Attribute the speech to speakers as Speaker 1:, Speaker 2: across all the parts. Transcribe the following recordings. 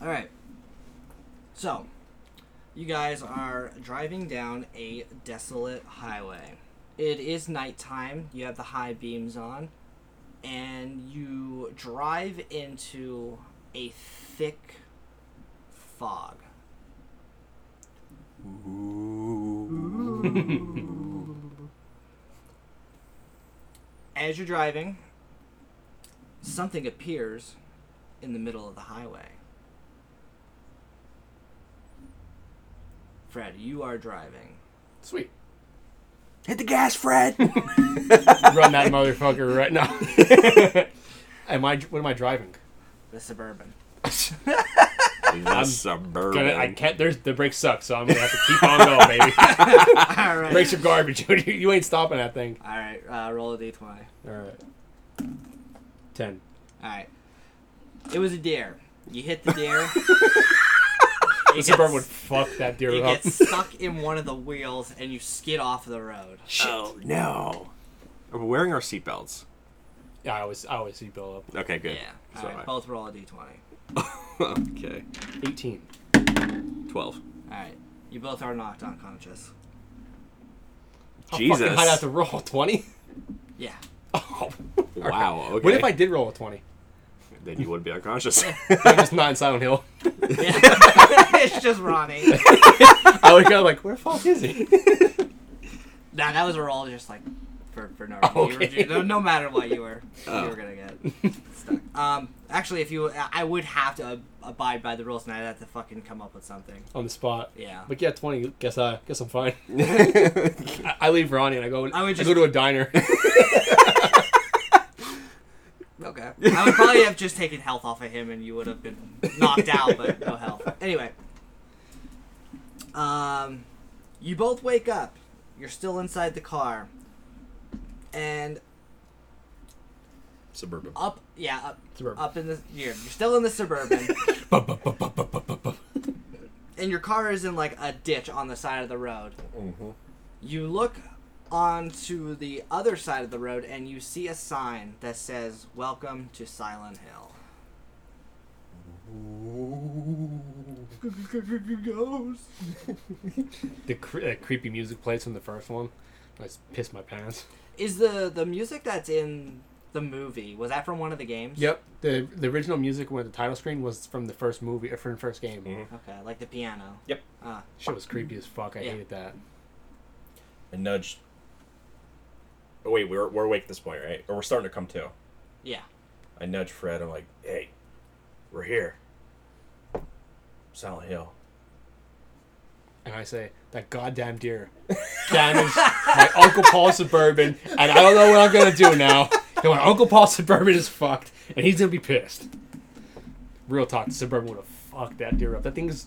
Speaker 1: All right. So, you guys are driving down a desolate highway. It is nighttime. You have the high beams on, and you drive into a thick fog. As you're driving, something appears in the middle of the highway. Fred, you are driving.
Speaker 2: Sweet.
Speaker 3: Hit the gas, Fred.
Speaker 2: Run that motherfucker right now. am I? What am I driving?
Speaker 1: The suburban.
Speaker 3: He's a suburban.
Speaker 2: Gonna, I can't. There's the brake sucks, so I'm gonna have to keep on going, baby.
Speaker 1: All right.
Speaker 2: Brakes are garbage. you ain't stopping that thing.
Speaker 1: All right. Uh, roll a d20. All
Speaker 2: All right. Ten.
Speaker 1: right. It was a deer. You hit the deer.
Speaker 2: The suburban would fuck that
Speaker 1: You
Speaker 2: deer up.
Speaker 1: get stuck in one of the wheels and you skid off the road.
Speaker 3: Oh no. Are we wearing our seatbelts?
Speaker 2: Yeah, I always, I always see Bill up.
Speaker 3: Okay, good.
Speaker 1: Yeah. All
Speaker 3: So
Speaker 1: right. Both roll a d20. All
Speaker 3: I- okay.
Speaker 2: Eighteen.
Speaker 3: Twelve.
Speaker 1: right. You both are knocked unconscious.
Speaker 3: Jesus.
Speaker 2: Fucking hide out to roll twenty.
Speaker 1: Yeah.
Speaker 2: Oh.
Speaker 3: Wow. Okay.
Speaker 2: What if I did roll a twenty?
Speaker 3: Then you would be unconscious.
Speaker 2: I'm just not in Silent Hill.
Speaker 1: yeah. it's just Ronnie. Nah,
Speaker 2: I would go like, where the fuck is he?
Speaker 1: that was a roll just like for, for no reason. You were
Speaker 2: Okay.
Speaker 1: ju- no, no matter what you were,
Speaker 3: Oh.
Speaker 1: you were gonna get stuck. Um, actually, if you, I would have to abide by the rules, and I'd have to fucking come up with something.
Speaker 2: on the spot.
Speaker 1: Yeah.
Speaker 2: But yeah, twenty. Guess I guess I'm fine. I, I leave Ronnie and I go.
Speaker 1: I
Speaker 2: I
Speaker 1: would
Speaker 2: would
Speaker 1: just-
Speaker 2: go to a diner.
Speaker 1: Okay. I would probably have just taken health off of him and you would have been knocked out, but no health. Anyway. Um, you both wake up. You're still inside the car. And
Speaker 3: Suburban.
Speaker 1: up, yeah, up,
Speaker 2: Suburban.
Speaker 1: up in the, you're, you're still in the Suburban. and your car is in like a ditch on the side of the road.
Speaker 2: Mm-hmm.
Speaker 1: You look onto the other side of the road and you see a sign that says, Welcome to Silent Hill.
Speaker 2: the cre- that creepy music plays from the first one. I just pissed my pants.
Speaker 1: Is the the music that's in the movie was that from one of the games?
Speaker 2: Yep. The the original music when the title screen was from the first movie, or from the first game.
Speaker 1: Okay, like the piano.
Speaker 4: Yep.
Speaker 1: Ah,
Speaker 2: Shit was creepy as fuck. I
Speaker 1: Yeah.
Speaker 2: hated that.
Speaker 4: I nudged. Oh wait, we're we're awake at this point, right? Or we're starting to come to.
Speaker 1: yeah.
Speaker 4: I nudge Fred. I'm like, hey, we're here. Silent Hill.
Speaker 2: And I say that goddamn deer damaged my Uncle Paul Suburban, and I don't know what I'm gonna do now. And my Uncle Paul Suburban is fucked, and he's gonna be pissed. Real talk, the Suburban would have fucked that deer up. That thing is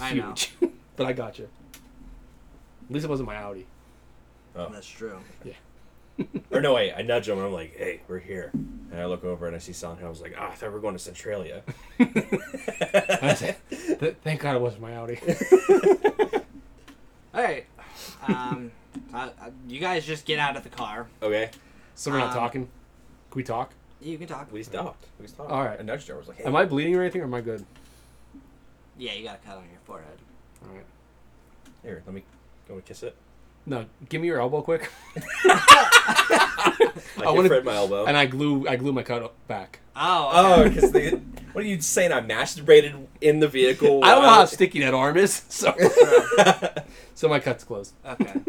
Speaker 1: I know.
Speaker 2: huge. but I got you. At least it wasn't my Audi.
Speaker 1: Oh, That's true.
Speaker 4: Or no, wait, I nudge him and I'm like, hey, we're here. And I look over and I see Silent Hill. I was like, ah, I thought we were going to Centralia.
Speaker 2: I said, "Th- Thank God it wasn't my Audi.
Speaker 1: All right. Um, I, I, you guys just get out of the car.
Speaker 4: okay.
Speaker 2: So we're not
Speaker 1: Um,
Speaker 2: talking. Can we talk?
Speaker 1: You can talk.
Speaker 4: We stopped. We stopped.
Speaker 2: All right.
Speaker 4: I nudged her. I was like, hey.
Speaker 2: Am I bleeding or anything, or am I good?
Speaker 1: Yeah, you got a cut on your forehead.
Speaker 2: All right.
Speaker 4: Here, let me go and kiss it.
Speaker 2: No, give me your elbow quick.
Speaker 4: I,
Speaker 2: I
Speaker 4: give
Speaker 2: wanna-
Speaker 4: Fred my elbow.
Speaker 2: And I glue, I glue my cut o- back.
Speaker 1: Oh.
Speaker 4: oh,
Speaker 1: Okay.
Speaker 4: because the. What are you saying? I masturbated in the vehicle.
Speaker 2: I don't know
Speaker 4: while-
Speaker 2: how sticky that arm is, so so my cut's closed.
Speaker 1: okay.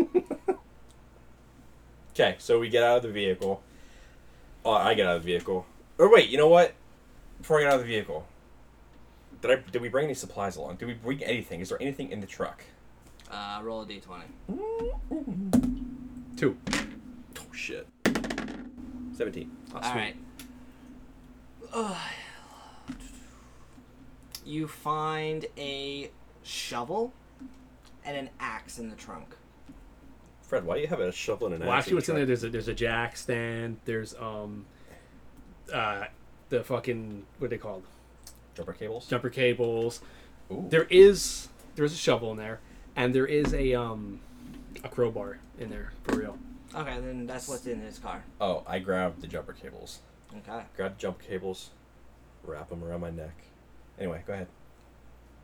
Speaker 4: Okay, so we get out of the vehicle. Oh, I get out of the vehicle. Or wait, you know what? Before I get out of the vehicle, did I did we bring any supplies along? Did we bring anything? Is there anything in the truck?
Speaker 1: Uh, roll a d20.
Speaker 2: Two.
Speaker 4: Oh shit. Seventeen.
Speaker 1: All right. Ugh. You find a shovel and an axe in the trunk.
Speaker 4: Fred, why do you have a shovel and an
Speaker 2: Well,
Speaker 4: axe?
Speaker 2: actually,
Speaker 4: the
Speaker 2: what's in
Speaker 4: truck?
Speaker 2: there? There's a there's a jack stand. There's um, uh, the fucking what are they called?
Speaker 4: Jumper cables.
Speaker 2: Jumper cables.
Speaker 4: Ooh.
Speaker 2: There is there is a shovel in there, and there is a um, a crowbar in there for real.
Speaker 1: Okay, then that's what's in his car.
Speaker 4: Oh, I grabbed the jumper cables.
Speaker 1: Okay.
Speaker 4: Grab the jumper cables, wrap them around my neck. Anyway, go ahead.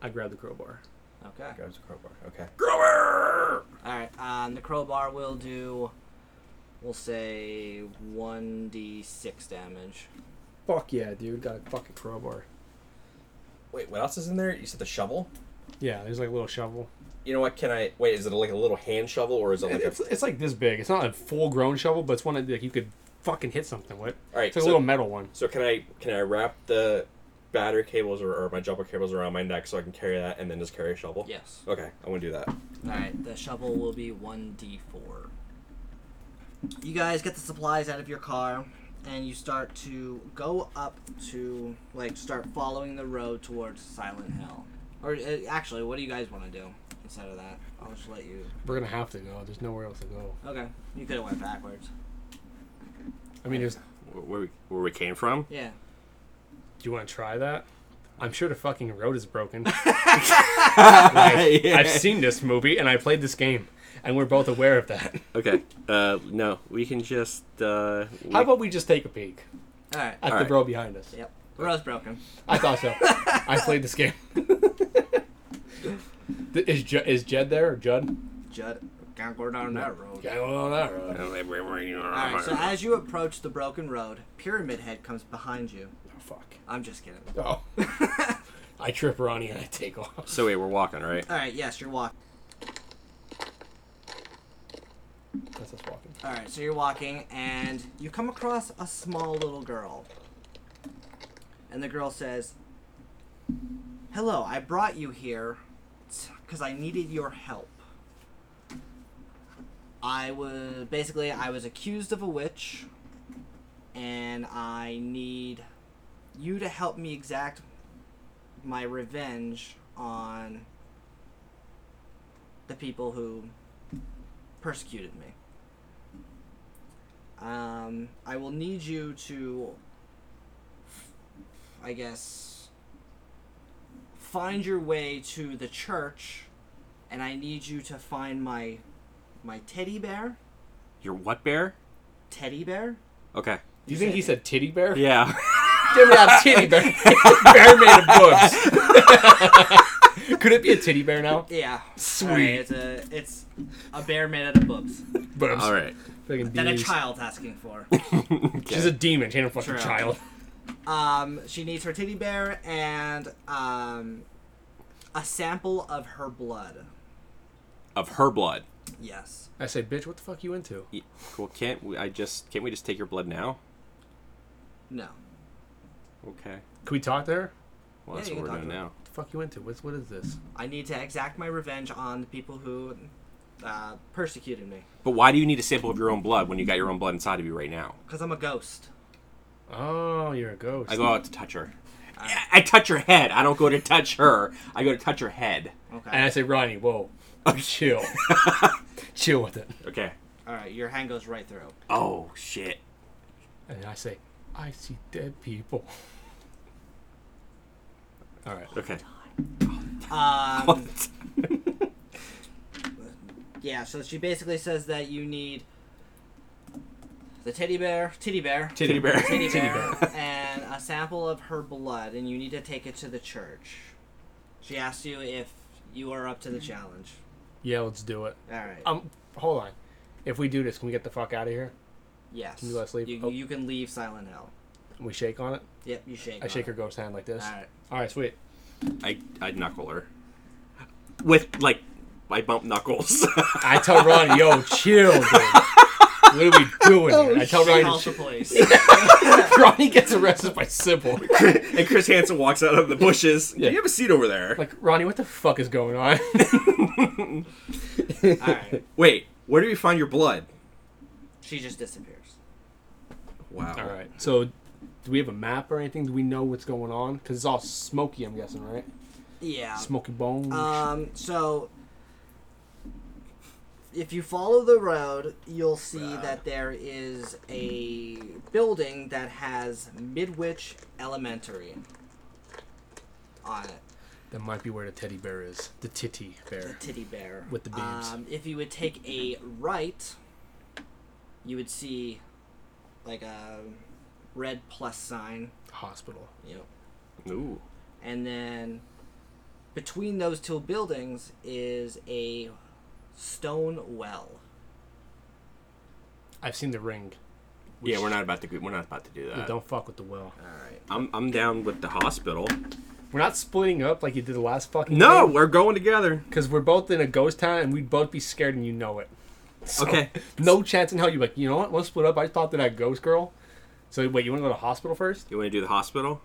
Speaker 2: I grab the crowbar.
Speaker 1: Okay.
Speaker 5: Grabs a crowbar. Okay.
Speaker 1: All right. Um, the crowbar will do, we'll say, 1d6 damage.
Speaker 2: Fuck yeah, dude. Got a fucking crowbar.
Speaker 5: Wait, what else is in there? You said the shovel.
Speaker 2: Yeah, there's like a little shovel.
Speaker 5: You know what? Can I wait? Is it like a little hand shovel or is it like a?
Speaker 2: It's, it's like this big. It's not a full grown shovel, but it's one that like, you could fucking hit something with.
Speaker 5: All right,
Speaker 2: It's like
Speaker 5: so-
Speaker 2: a little metal one.
Speaker 5: So can I can I wrap the battery cables or, or my jumper cables around my neck so I can carry that and then just carry a shovel?
Speaker 4: Oh,
Speaker 1: Yes.
Speaker 5: Okay, I want to do that.
Speaker 1: All right. The shovel will be 1d4. You guys get the supplies out of your car, and you start to go up to, like, start following the road towards Silent Hill. Or uh, actually, what do you guys want to do instead of that? I'll just let you.
Speaker 2: We're gonna have to go. There's nowhere else to go.
Speaker 1: Okay. You could have went backwards.
Speaker 2: I mean, there's.
Speaker 3: Where- Where we, where we came from?
Speaker 1: Yeah.
Speaker 2: Do you want to try that? I'm sure the fucking road is broken.
Speaker 3: Yeah.
Speaker 2: I've seen this movie and I played this game, and we're both aware of that.
Speaker 3: Okay. Uh, no, we can just. Uh, we-
Speaker 2: How about we just take a peek
Speaker 1: All right.
Speaker 2: at the
Speaker 3: Alright.
Speaker 2: road behind us?
Speaker 1: Yep. The road's broken.
Speaker 2: I thought so. I played this game. is Ju- is Jed there or Judd?
Speaker 1: Judd, can't go down that road.
Speaker 2: Yeah, well, on that road.
Speaker 1: All right, so as you approach the broken road, Pyramid Head comes behind you.
Speaker 2: Oh, fuck.
Speaker 1: I'm just kidding.
Speaker 2: Oh. I trip Ronnie and I take off.
Speaker 3: So wait, we're walking, right?
Speaker 1: All right, yes, you're walking.
Speaker 2: That's us walking.
Speaker 1: All right, so you're walking, and you come across a small little girl. And the girl says, "Hello, I brought you here because I needed your help. I was basically I was accused of a witch, and I need you to help me exact my revenge on the people who persecuted me." Um, I will need you to, I guess, find your way to the church, and I need you to find my, my teddy bear.
Speaker 3: Your what bear?
Speaker 1: Teddy bear.
Speaker 3: Okay.
Speaker 2: Do you think he said titty bear?
Speaker 3: Yeah.
Speaker 2: Give me that titty bear. bear made of books. Could it be a titty bear now?
Speaker 1: Yeah.
Speaker 2: Sweet.
Speaker 1: Alright, it's a it's a bear made out of books
Speaker 2: But I'm
Speaker 3: All right.
Speaker 2: fucking
Speaker 1: that a
Speaker 2: bees.
Speaker 1: child's asking for.
Speaker 2: She's a demon. She ain't a fucking
Speaker 1: True.
Speaker 2: child.
Speaker 1: Um, she needs her teddy bear and um, a sample of her blood.
Speaker 3: Of her blood.
Speaker 1: Yes.
Speaker 2: I say, bitch, what the fuck you into?
Speaker 3: Y- Well, can't we, I just can't we just take your blood now?
Speaker 1: No.
Speaker 3: Okay.
Speaker 2: Can we talk to her?
Speaker 3: Well, that's
Speaker 1: Yeah, you
Speaker 3: what we're
Speaker 1: can
Speaker 3: doing now.
Speaker 1: talk
Speaker 2: What the fuck you into? What's what is this?
Speaker 1: I need to exact my revenge on the people who uh, persecuted me.
Speaker 3: But why do you need a sample of your own blood when you got your own blood inside of you right now?
Speaker 1: Because I'm a ghost.
Speaker 2: Oh, you're a ghost.
Speaker 3: I go out to touch her. I- I touch her head. I don't go to touch her. I go to touch her head.
Speaker 1: Okay.
Speaker 2: and I say, Ronnie, whoa, chill, chill with it.
Speaker 3: Okay.
Speaker 1: All right, your hand goes right through.
Speaker 3: Oh shit.
Speaker 2: And I say, I see dead people. All right.
Speaker 3: Okay.
Speaker 1: Um, yeah, so she basically says that you need the teddy bear, teddy bear,
Speaker 3: Titty bear.
Speaker 1: teddy bear, and a sample of her blood, and you need to take it to the church. She asks you if you are up to the challenge.
Speaker 2: Yeah, let's do it.
Speaker 1: All right.
Speaker 2: Um, hold on. If we do this, can we get the fuck out of here?
Speaker 1: yes.
Speaker 2: you let us leave?
Speaker 1: You,
Speaker 2: Oh.
Speaker 1: you can leave Silent Hill.
Speaker 2: And we shake on it.
Speaker 1: Yep, you shake.
Speaker 2: I
Speaker 1: on
Speaker 2: shake
Speaker 1: it.
Speaker 2: her ghost hand like this.
Speaker 1: All right.
Speaker 2: All right, sweet.
Speaker 3: I I knuckle her. With like I bump knuckles.
Speaker 2: I tell Ronnie, yo, chill, dude. What are we doing? here? I tell
Speaker 1: She
Speaker 2: Ronnie,
Speaker 1: calls the police.
Speaker 2: Ronnie gets arrested by Sybil.
Speaker 3: and Chris Hansen walks out of the bushes.
Speaker 2: Yeah.
Speaker 3: Do you have a seat over there?
Speaker 2: Like, Ronnie, what the fuck is going on?
Speaker 1: All right.
Speaker 3: Wait, where do we find your blood?
Speaker 1: She just disappears.
Speaker 3: Wow.
Speaker 2: all right. So, do we have a map or anything? Do we know what's going on? Because it's all smoky, I'm guessing, right?
Speaker 1: Yeah.
Speaker 2: Smoky bones.
Speaker 1: Um, so if you follow the road, you'll see that there is a building that has Midwich Elementary on it.
Speaker 2: that might be where the teddy bear is. The titty
Speaker 1: The
Speaker 2: bear.
Speaker 1: titty bear.
Speaker 2: With the beams.
Speaker 1: Um, if you would take a right, you would see like a red plus sign.
Speaker 2: Hospital.
Speaker 1: Yep.
Speaker 3: Ooh.
Speaker 1: And then Between those two buildings is a stone well.
Speaker 2: I've seen the ring.
Speaker 4: yeah, we're not about to. go- We're not about to do that.
Speaker 2: Don't fuck with the well.
Speaker 1: All right.
Speaker 4: I'm I'm down with the hospital.
Speaker 2: We're not splitting up like you did the last fucking.
Speaker 4: No, we're going together.
Speaker 2: because we're both in a ghost town and we'd both be scared, and you know it. So,
Speaker 4: Okay.
Speaker 2: No chance in hell you like. You know what? Let's split up. I thought that I ghost girl. So wait, you want to go to hospital first
Speaker 4: You want to do the hospital?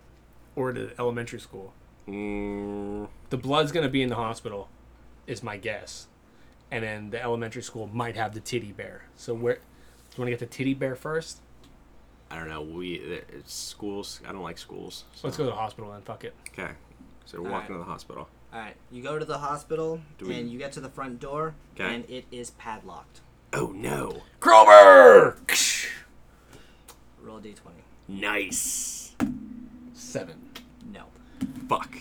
Speaker 2: or to elementary school?
Speaker 4: Mm,
Speaker 2: The blood's gonna be in the hospital, is my guess, and then the elementary school might have the titty bear. So where? Do you want to get the titty bear first?
Speaker 4: I don't know. We it's schools. I don't like schools. So.
Speaker 2: Let's go to the hospital then. Fuck it.
Speaker 4: Okay. So we're
Speaker 1: All
Speaker 4: walking
Speaker 1: right.
Speaker 4: to the hospital.
Speaker 1: All right. You go to the hospital
Speaker 4: Do we-
Speaker 1: and you get to the front door,
Speaker 4: 'Kay.
Speaker 1: and it is padlocked.
Speaker 4: Oh no!
Speaker 2: Cromer.
Speaker 1: Roll a d20.
Speaker 4: Nice.
Speaker 2: Seven.
Speaker 1: No.
Speaker 4: Fuck.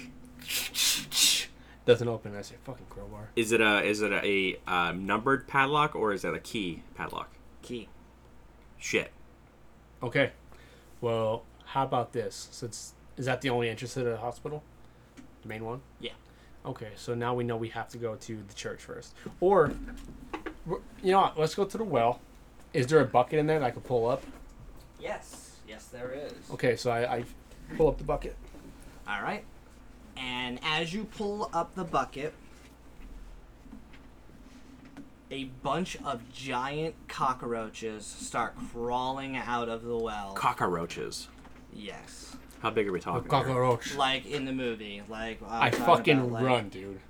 Speaker 2: Doesn't open. I say fucking crowbar.
Speaker 4: Is it a is it a, a uh, numbered padlock or is that a key padlock?
Speaker 1: Key.
Speaker 4: Shit.
Speaker 2: Okay. Well, how about this? Since is that the only entrance to the hospital? The main one?
Speaker 1: Yeah.
Speaker 2: Okay, so now we know we have to go to the church first. Or we're- you know what, let's go to the well. Is there a bucket in there that I can pull up?
Speaker 1: Yes. Yes, there is.
Speaker 2: Okay, so I, I pull up the bucket.
Speaker 1: All right. And as you pull up the bucket, a bunch of giant cockroaches start crawling out of the well.
Speaker 4: Cockroaches.
Speaker 1: yes.
Speaker 4: How big are we talking? here?
Speaker 2: Cockroach.
Speaker 1: Like in the movie, like I'm
Speaker 2: I
Speaker 1: talking
Speaker 2: fucking
Speaker 1: about, like,
Speaker 2: run, dude.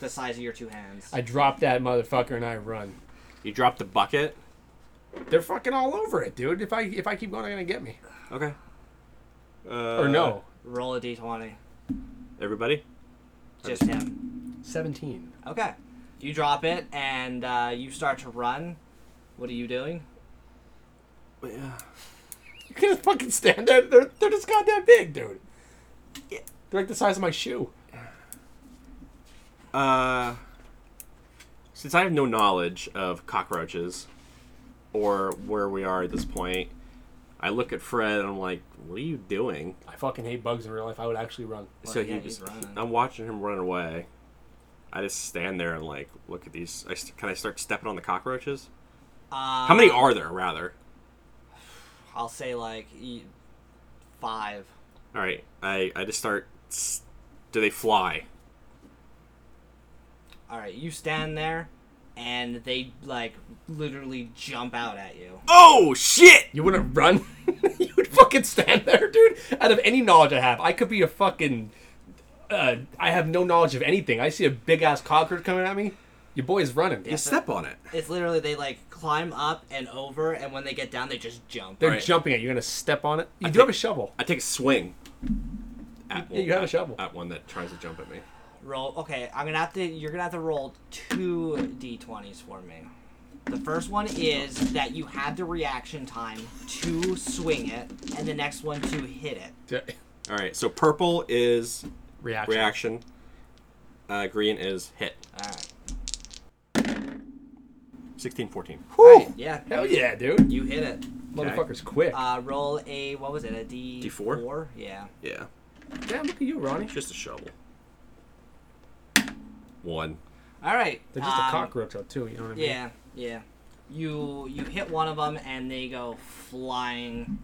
Speaker 1: The size of your two hands.
Speaker 2: I drop that motherfucker and I run.
Speaker 4: You dropped the bucket.
Speaker 2: They're fucking all over it, dude. If I if I keep going, they're gonna get me.
Speaker 4: Okay. Uh,
Speaker 2: Or no,
Speaker 1: Roll a d20.
Speaker 4: Everybody.
Speaker 1: Just him.
Speaker 2: seventeen.
Speaker 1: Okay. You drop it and uh, you start to run. What are you doing?
Speaker 4: Yeah.
Speaker 2: You can just fucking stand there. They're, they're just goddamn big, dude. They're like the size of my shoe.
Speaker 4: Uh, since I have no knowledge of cockroaches or where we are at this point, I look at Fred and I'm like, "What are you doing?"
Speaker 2: I fucking hate bugs in real life. I would actually run.
Speaker 4: so
Speaker 1: Well,
Speaker 4: he
Speaker 1: yeah,
Speaker 4: was.
Speaker 1: he's running.
Speaker 4: I'm watching him run away. I just stand there and like look at these. I st- can I start stepping on the cockroaches?
Speaker 1: Uh,
Speaker 4: How many are there, rather?
Speaker 1: I'll say like e- five.
Speaker 4: All right, I I just start. s- Do they fly?
Speaker 1: All right, you stand there, and they like literally jump out at you.
Speaker 4: Oh shit!
Speaker 2: You wouldn't run. you would fucking stand there, dude. Out of any knowledge I have, I could be a fucking. Uh, I have no knowledge of anything. I see a big ass cockroach coming at me. Your boy's running.
Speaker 4: You step on it.
Speaker 1: It's literally they like climb up and over, and when they get down, they just jump.
Speaker 2: They're
Speaker 4: Alright.
Speaker 2: jumping at you. You're gonna step on it. You do
Speaker 4: think-
Speaker 2: have a shovel.
Speaker 4: I take a swing. At
Speaker 2: Yeah, you have a
Speaker 4: at-
Speaker 2: shovel.
Speaker 4: At one that tries to jump at me.
Speaker 1: Roll. Okay, I'm gonna have to. You're gonna have to roll two d20s for me. The first one is that you had the reaction time to swing it, and the next one to hit it.
Speaker 4: All right, so purple is
Speaker 2: Reaction.
Speaker 4: reaction. Uh, green is hit.
Speaker 1: All right.
Speaker 4: 16, 14.
Speaker 2: Whew.
Speaker 1: Yeah.
Speaker 2: Hell
Speaker 1: you-
Speaker 2: yeah, dude.
Speaker 1: You hit it.
Speaker 2: Motherfucker's quick.
Speaker 1: Uh, roll a what was it? A D
Speaker 4: D4?
Speaker 1: four. Yeah.
Speaker 4: Yeah,
Speaker 2: Damn, look at you, Ronnie.
Speaker 4: just a shovel. One.
Speaker 1: All right.
Speaker 2: They're just a
Speaker 1: um,
Speaker 2: cockroach though, too. You know what I mean?
Speaker 1: Yeah, yeah. You you hit one of them and they go flying,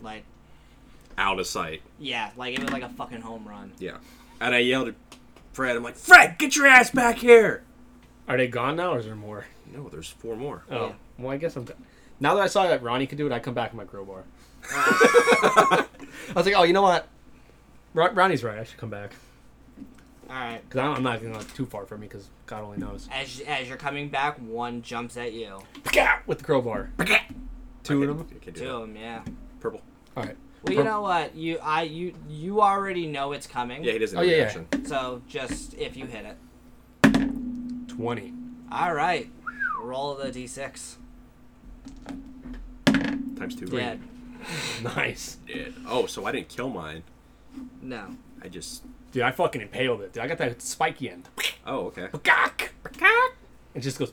Speaker 1: like
Speaker 4: Out of sight.
Speaker 1: yeah, like it was like a fucking home run.
Speaker 4: Yeah. And I yelled at Fred, I'm like, Fred, get your ass back here!
Speaker 2: Are they gone now, or is there more?
Speaker 4: No, there's four more.
Speaker 2: Oh,
Speaker 1: Yeah.
Speaker 2: well, I guess I'm. done. Now that I saw that Ronnie could do it, I come back with my crowbar. I was like, oh, you know what? Ron- Ronnie's right. I should come back
Speaker 1: All right.
Speaker 2: because I'm not going to go too far from me because God only knows.
Speaker 1: As as you're coming back, one jumps at you.
Speaker 2: With the crowbar, two of them.
Speaker 4: I can do
Speaker 1: Two
Speaker 4: that.
Speaker 1: of them, yeah.
Speaker 4: Purple.
Speaker 2: All right.
Speaker 1: Well, you know what? You I you you already know it's coming.
Speaker 4: Yeah, he doesn't
Speaker 2: Oh,
Speaker 4: have
Speaker 2: yeah, yeah.
Speaker 4: reaction.
Speaker 1: So just if you hit it.
Speaker 2: Twenty.
Speaker 1: All right. Roll the d6.
Speaker 4: Times two.
Speaker 1: Dead.
Speaker 2: Nice,
Speaker 4: Dead. Oh, so I didn't kill mine.
Speaker 1: No.
Speaker 4: I just.
Speaker 2: dude. I fucking impaled it. Dude, I got that spiky end.
Speaker 4: Oh, okay.
Speaker 2: Gawk! Gawk! It just goes.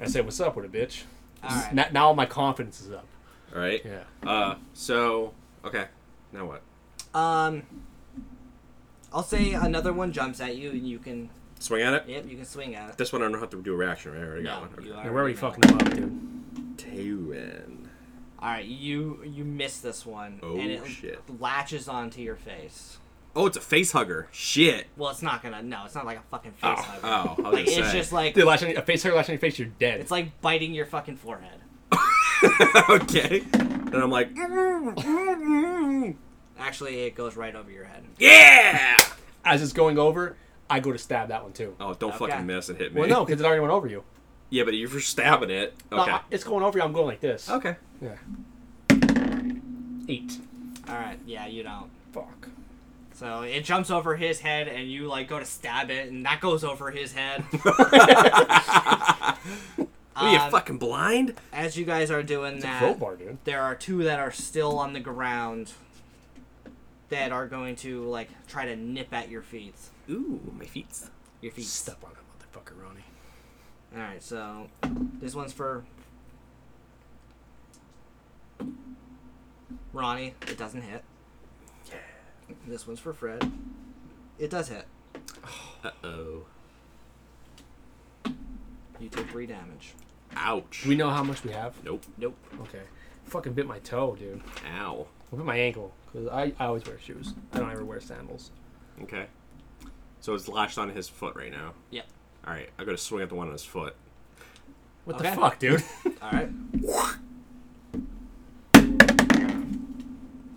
Speaker 2: I said, "What's up with it, bitch?"
Speaker 1: All right.
Speaker 2: Now, now my confidence is up.
Speaker 4: All right.
Speaker 2: Yeah.
Speaker 4: Uh, so. Okay. Now what?
Speaker 1: Um. I'll say another one jumps at you, and you can.
Speaker 4: Swing at it.
Speaker 1: Yep, you can swing at it.
Speaker 4: This one I don't have to do a reaction. Right? I already got
Speaker 1: No,
Speaker 4: one. Okay.
Speaker 1: you
Speaker 2: Now,
Speaker 1: are-
Speaker 2: where are we fucking them up, dude?
Speaker 4: Tailwind.
Speaker 1: All right, you you miss this one,
Speaker 4: Oh,
Speaker 1: and it
Speaker 4: shit.
Speaker 1: latches onto your face.
Speaker 4: Oh, it's a face hugger. Shit.
Speaker 1: Well, it's not gonna. No, it's not like a fucking face
Speaker 4: Oh,
Speaker 1: hugger.
Speaker 4: oh, I was gonna
Speaker 1: like it's
Speaker 4: say.
Speaker 1: just like
Speaker 2: Dude, lash on your, a face hugger lash on your face, you're dead.
Speaker 1: it's like biting your fucking forehead.
Speaker 4: okay. And I'm like,
Speaker 1: Actually, it goes right over your head.
Speaker 4: yeah.
Speaker 2: As it's going over, I go to stab that one too.
Speaker 4: Oh, don't
Speaker 1: Okay.
Speaker 4: fucking miss and hit me.
Speaker 2: Well, no, because it already went over you.
Speaker 4: Yeah, but you're for stabbing it.
Speaker 2: No,
Speaker 4: Okay.
Speaker 2: I- it's going over you. I'm going like this.
Speaker 4: okay.
Speaker 2: Yeah. Eight.
Speaker 1: All right, yeah, you don't.
Speaker 2: Fuck.
Speaker 1: So it jumps over his head, and you like go to stab it, and that goes over his head.
Speaker 4: What, are
Speaker 1: Um,
Speaker 4: you fucking blind?
Speaker 1: As you guys are doing
Speaker 2: It's a
Speaker 1: that,
Speaker 2: crowbar, dude.
Speaker 1: there are two that are still on the ground that are going to like try to nip at your feet.
Speaker 4: Ooh, my feet.
Speaker 1: Your feet.
Speaker 2: Step on that motherfucker, Ronnie.
Speaker 1: All right, so this one's for Ronnie. It doesn't hit. Yeah. This one's for Fred. It does hit.
Speaker 4: Uh oh.
Speaker 1: You take three damage.
Speaker 4: Ouch.
Speaker 2: Do we know how much we have?
Speaker 4: nope.
Speaker 1: Nope.
Speaker 2: Okay. Fucking bit my toe, dude.
Speaker 4: Ow.
Speaker 2: I bit my ankle because I, I always wear shoes. I don't ever wear sandals.
Speaker 4: Okay. So it's latched on his foot right now.
Speaker 1: Yep.
Speaker 4: All right, I got to swing at the one on his foot.
Speaker 2: What
Speaker 1: Okay.
Speaker 2: the fuck, dude?
Speaker 1: All right.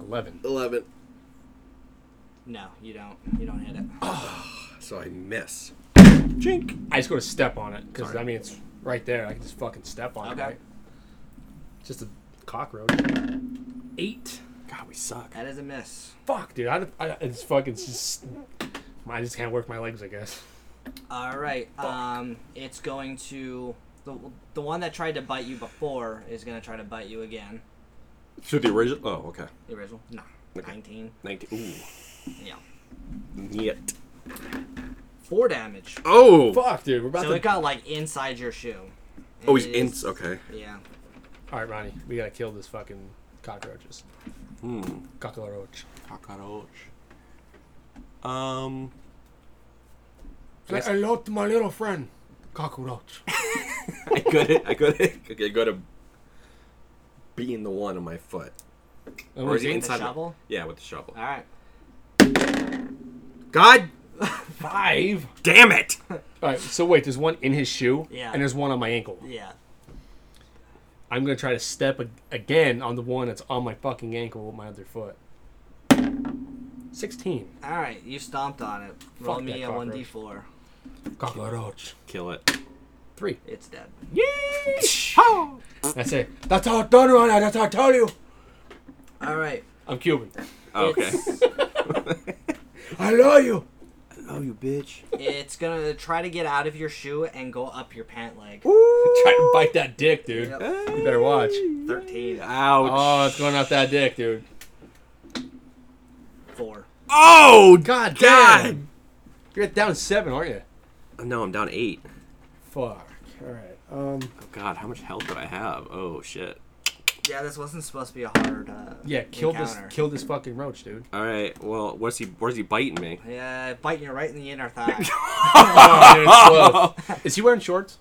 Speaker 2: Eleven.
Speaker 4: Eleven.
Speaker 1: No, you don't. You don't hit it.
Speaker 4: So I miss. Jink.
Speaker 2: I just go to step on it because
Speaker 4: Sorry.
Speaker 2: I mean it's right there. I can just fucking step on
Speaker 1: Okay.
Speaker 2: it. Right? It's just a cockroach. Eight.
Speaker 4: God, we suck.
Speaker 1: That is a miss.
Speaker 2: Fuck, dude. I, I it's fucking it's just. I just can't work my legs. I guess.
Speaker 1: All right. Um, it's going to the the one that tried to bite you before is going to try to bite you again.
Speaker 4: So the original. Oh, okay.
Speaker 1: The original. No.
Speaker 4: Okay.
Speaker 1: Nineteen.
Speaker 4: Nineteen.
Speaker 1: Yeah.
Speaker 4: Ooh. Yet.
Speaker 1: Four damage.
Speaker 4: Oh.
Speaker 2: Fuck, dude. We're about
Speaker 1: So
Speaker 2: to.
Speaker 1: it got like inside your shoe.
Speaker 4: Oh, he's
Speaker 1: And it
Speaker 4: in.
Speaker 1: is-
Speaker 4: Okay.
Speaker 1: Yeah.
Speaker 2: All right, Ronnie. We gotta kill this fucking cockroaches.
Speaker 4: Hmm.
Speaker 2: Cockroach.
Speaker 4: Cockroach. Um.
Speaker 2: I love my little friend. Cockroach.
Speaker 4: I got it. I got it. I got to being the one on my foot. Or is he
Speaker 1: With the
Speaker 4: inside? my-
Speaker 1: shovel?
Speaker 4: Yeah, with the shovel.
Speaker 1: All right.
Speaker 4: God
Speaker 2: Five.
Speaker 4: damn it!
Speaker 2: All right. So wait, there's one in his shoe.
Speaker 1: Yeah.
Speaker 2: And there's one on my ankle.
Speaker 1: Yeah.
Speaker 2: I'm gonna try to step a- again on the one that's on my fucking ankle with my other foot. Sixteen.
Speaker 1: All right. You stomped on it. Roll
Speaker 2: Fuck
Speaker 1: me
Speaker 2: that
Speaker 1: a one d four.
Speaker 2: Cockroach.
Speaker 4: Kill it.
Speaker 2: Three.
Speaker 1: It's dead.
Speaker 2: That's it. That's how I told you. That's how I told you.
Speaker 1: All right.
Speaker 2: I'm Cuban.
Speaker 4: Okay.
Speaker 1: It's,
Speaker 2: I love you.
Speaker 4: Oh, you bitch.
Speaker 1: it's gonna try to get out of your shoe and go up your pant leg.
Speaker 2: Try to bite that dick, dude.
Speaker 1: Yep.
Speaker 2: You better watch.
Speaker 1: Thirteen.
Speaker 4: Ouch.
Speaker 2: Oh, it's going up that dick, dude.
Speaker 1: Four.
Speaker 4: Oh
Speaker 2: God You're at down seven, aren't you?
Speaker 4: Oh, No, I'm down eight.
Speaker 2: Fuck. All right. Um.
Speaker 4: Oh God, how much health do I have? Oh shit.
Speaker 1: Yeah, this wasn't supposed to be a hard. Uh,
Speaker 2: Yeah. Kill this.
Speaker 1: encounter.
Speaker 2: Kill this fucking roach, dude.
Speaker 4: All right. Well, what's he? Where's he biting me?
Speaker 1: Yeah, biting you right in the inner thigh.
Speaker 2: Oh, dude, it's close. Is he wearing shorts?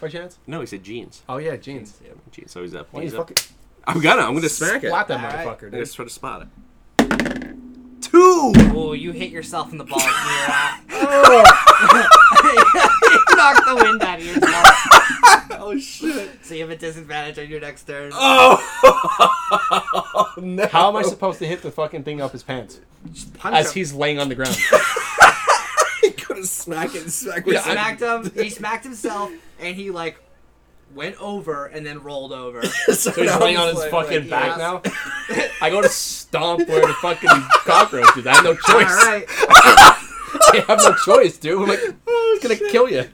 Speaker 2: By chance?
Speaker 4: No, he said jeans.
Speaker 2: Oh yeah, jeans.
Speaker 1: Yep.
Speaker 4: Jeez, so he's up.
Speaker 2: Why
Speaker 4: he's
Speaker 2: you
Speaker 4: up.
Speaker 2: fucking
Speaker 4: I'm gonna. I'm gonna smack it.
Speaker 2: splat that
Speaker 1: All right.
Speaker 2: motherfucker,
Speaker 4: I'm
Speaker 2: dude?
Speaker 4: gonna try to spot it. Two.
Speaker 1: Oh, you hit yourself in the balls. and you're out. Oh. you knocked the wind out of your balls.
Speaker 4: Oh shit.
Speaker 1: So you have a disadvantage on your next turn.
Speaker 2: Oh,
Speaker 4: Oh. no.
Speaker 2: How am I supposed to hit the fucking thing up his pants
Speaker 1: Just punch
Speaker 2: as
Speaker 1: him.
Speaker 2: he's laying on the ground?
Speaker 4: gonna smack it? Smack
Speaker 2: Yeah,
Speaker 4: it.
Speaker 2: I-
Speaker 1: smacked him. He smacked himself, and he like went over and then rolled over.
Speaker 4: so
Speaker 2: So he's
Speaker 4: now
Speaker 2: laying on
Speaker 4: he's
Speaker 2: his
Speaker 4: like-
Speaker 2: fucking
Speaker 1: like,
Speaker 2: back
Speaker 1: yes.
Speaker 2: now. I go to stomp where the fucking cockroach is. I have no choice.
Speaker 1: All right.
Speaker 2: I have no choice, dude. I'm like,
Speaker 1: Oh,
Speaker 2: it's gonna kill you.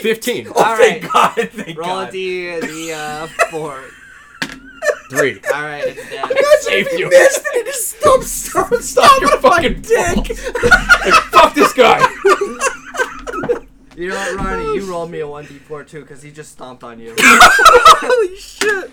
Speaker 2: Fifteen.
Speaker 4: Oh,
Speaker 1: All
Speaker 4: thank
Speaker 1: right.
Speaker 4: God. Thank
Speaker 1: Roll
Speaker 4: God.
Speaker 1: a d the uh, four.
Speaker 2: Three.
Speaker 1: All right, it's dead.
Speaker 2: Saved you.
Speaker 4: missed and it just stopped, stopped,
Speaker 2: Stop your fucking dick. Fuck this guy.
Speaker 1: You know what, Ronnie? You rolled me a one d four too, because he just stomped on you.
Speaker 4: Holy shit!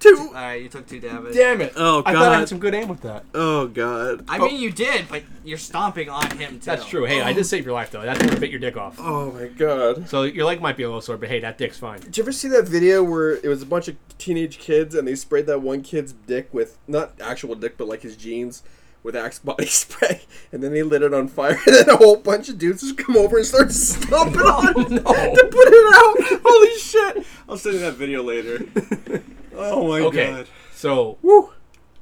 Speaker 4: Two.
Speaker 1: All right, you took two damage.
Speaker 2: Damn it!
Speaker 4: Oh,
Speaker 2: I thought I
Speaker 4: God.
Speaker 2: had some good aim with that.
Speaker 4: Oh god.
Speaker 1: I mean, you did, but you're stomping on him too.
Speaker 2: That's true. Hey, I did save your life though. That's gonna bit your dick off.
Speaker 4: Oh my god.
Speaker 2: So your leg might be a little sore, but hey, that dick's fine.
Speaker 4: Did you ever see that video where it was a bunch of teenage kids and they sprayed that one kid's dick with not actual dick but like his jeans with Axe body spray and then they lit it on fire and then a whole bunch of dudes just come over and start stomping on
Speaker 2: Oh,
Speaker 4: it to put it out. Holy shit! I'll send you that video later. oh my
Speaker 2: Okay.
Speaker 4: god.
Speaker 2: So
Speaker 4: Woo.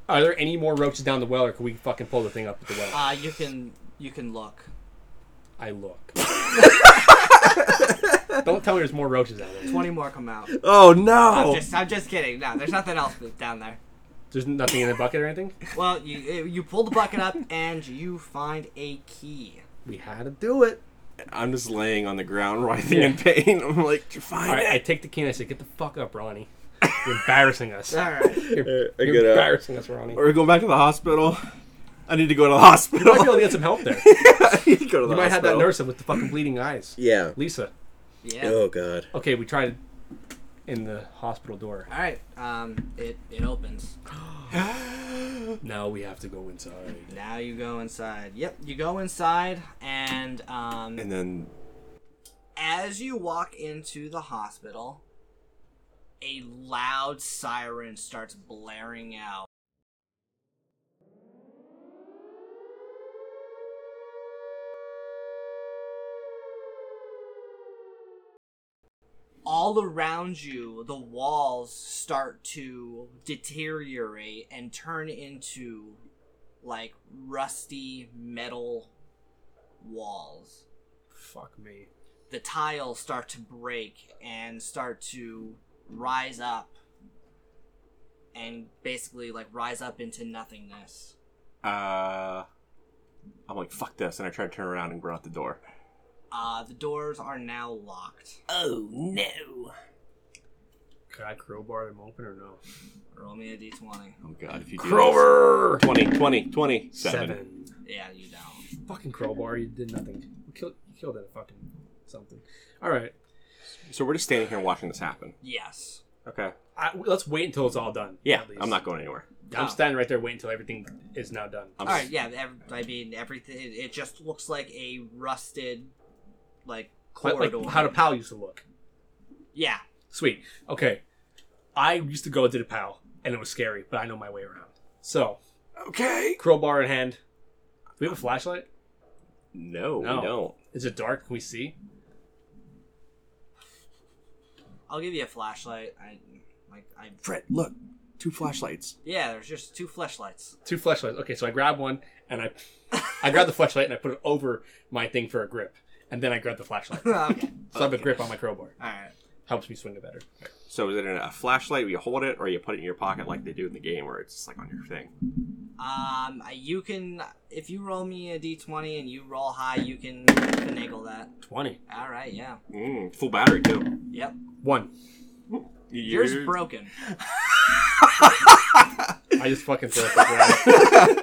Speaker 2: are there any more roaches down the well, or can we fucking pull the thing up at the well?
Speaker 1: Uh, you can you can look.
Speaker 2: I look. Don't tell me there's more roaches out there.
Speaker 1: Twenty more come out.
Speaker 4: Oh
Speaker 1: I'm
Speaker 4: no.
Speaker 1: just I'm just kidding. No, there's nothing else down there.
Speaker 2: There's nothing in the bucket or anything.
Speaker 1: Well, you eh, you pull the bucket up and you find a key.
Speaker 2: We had to do.
Speaker 4: Do it. I'm just laying on the ground writhing in pain. I'm like, "Did you find
Speaker 2: All right, I
Speaker 4: it.
Speaker 2: take the key and I say, "Get the fuck up, Ronnie. You're embarrassing us.
Speaker 1: All right.
Speaker 2: You're,
Speaker 4: I
Speaker 2: you're
Speaker 4: get up.
Speaker 2: embarrassing us, Ronnie.
Speaker 4: Or go back to the hospital. I need to go to the
Speaker 2: You might be able
Speaker 4: hospital.
Speaker 2: to get some help there.
Speaker 4: I need to go to the
Speaker 2: You might have that
Speaker 4: hospital.
Speaker 2: nurse with the fucking bleeding eyes.
Speaker 4: Yeah.
Speaker 2: Lisa.
Speaker 1: Yeah.
Speaker 4: Oh god.
Speaker 2: Okay, we tried in the hospital door.
Speaker 1: All right. Um, it it opens.
Speaker 2: Now we have to go inside.
Speaker 1: Now you go inside. Yep, you go inside, and um,
Speaker 4: And then
Speaker 1: as you walk into the hospital, a loud siren starts blaring out. All around you, the walls start to deteriorate and turn into like rusty metal walls
Speaker 2: Fuck me.
Speaker 1: the tiles start to break and start to rise up and basically like rise up into nothingness.
Speaker 4: uh, I'm like, fuck this, and I try to turn around and go out the door.
Speaker 1: Uh, the doors are now locked.
Speaker 4: Oh no!
Speaker 2: Could I crowbar them open or no?
Speaker 1: Roll me a d20.
Speaker 4: Oh god, if you do
Speaker 2: Crowbar!
Speaker 4: this- 20, 20, 20, seven.
Speaker 1: Yeah, you don't.
Speaker 2: Fucking crowbar, you did nothing. You killed, you killed that fucking something. Alright,
Speaker 4: So we're just standing here watching this happen.
Speaker 1: Yes.
Speaker 4: Okay.
Speaker 2: let's wait until it's all done.
Speaker 4: Yeah,
Speaker 2: at least.
Speaker 4: I'm not going anywhere.
Speaker 2: I'm
Speaker 1: Oh.
Speaker 2: standing right there waiting until everything is now done.
Speaker 4: I'm
Speaker 1: All right. Yeah. ev I mean, everything. It, it just looks like a rusted, like
Speaker 2: Like-
Speaker 1: corridor.
Speaker 2: Like how the PAL used to look.
Speaker 1: yeah.
Speaker 2: Sweet. Okay. I used to go to the PAL, and it was scary, but I know my way around. So,
Speaker 4: Okay.
Speaker 2: crowbar in hand. Do we have a flashlight?
Speaker 4: No,
Speaker 2: No.
Speaker 4: we don't.
Speaker 2: Is it dark? Can we see?
Speaker 1: I'll give you a flashlight. I like. I
Speaker 4: Fred, look, two flashlights.
Speaker 1: yeah. There's just two flashlights.
Speaker 2: Two flashlights. Okay, so I grab one and I I grab the flashlight and I put it over my thing for a grip. And then I grab the flashlight. So
Speaker 1: okay.
Speaker 2: I have a grip on my crowbar.
Speaker 1: All right.
Speaker 2: Helps me swing it better.
Speaker 4: So is it in a flashlight? where you hold it, or you put it in your pocket like they do in the game, where it's just like on your thing?
Speaker 1: Um, you can if you roll me a d20 and you roll high, you can finagle that.
Speaker 2: 20.
Speaker 1: All right, yeah,
Speaker 4: Mm, full battery too.
Speaker 1: yep.
Speaker 2: One.
Speaker 1: Yours
Speaker 4: You're-
Speaker 1: broken.
Speaker 2: I just fucking threw it at the ground.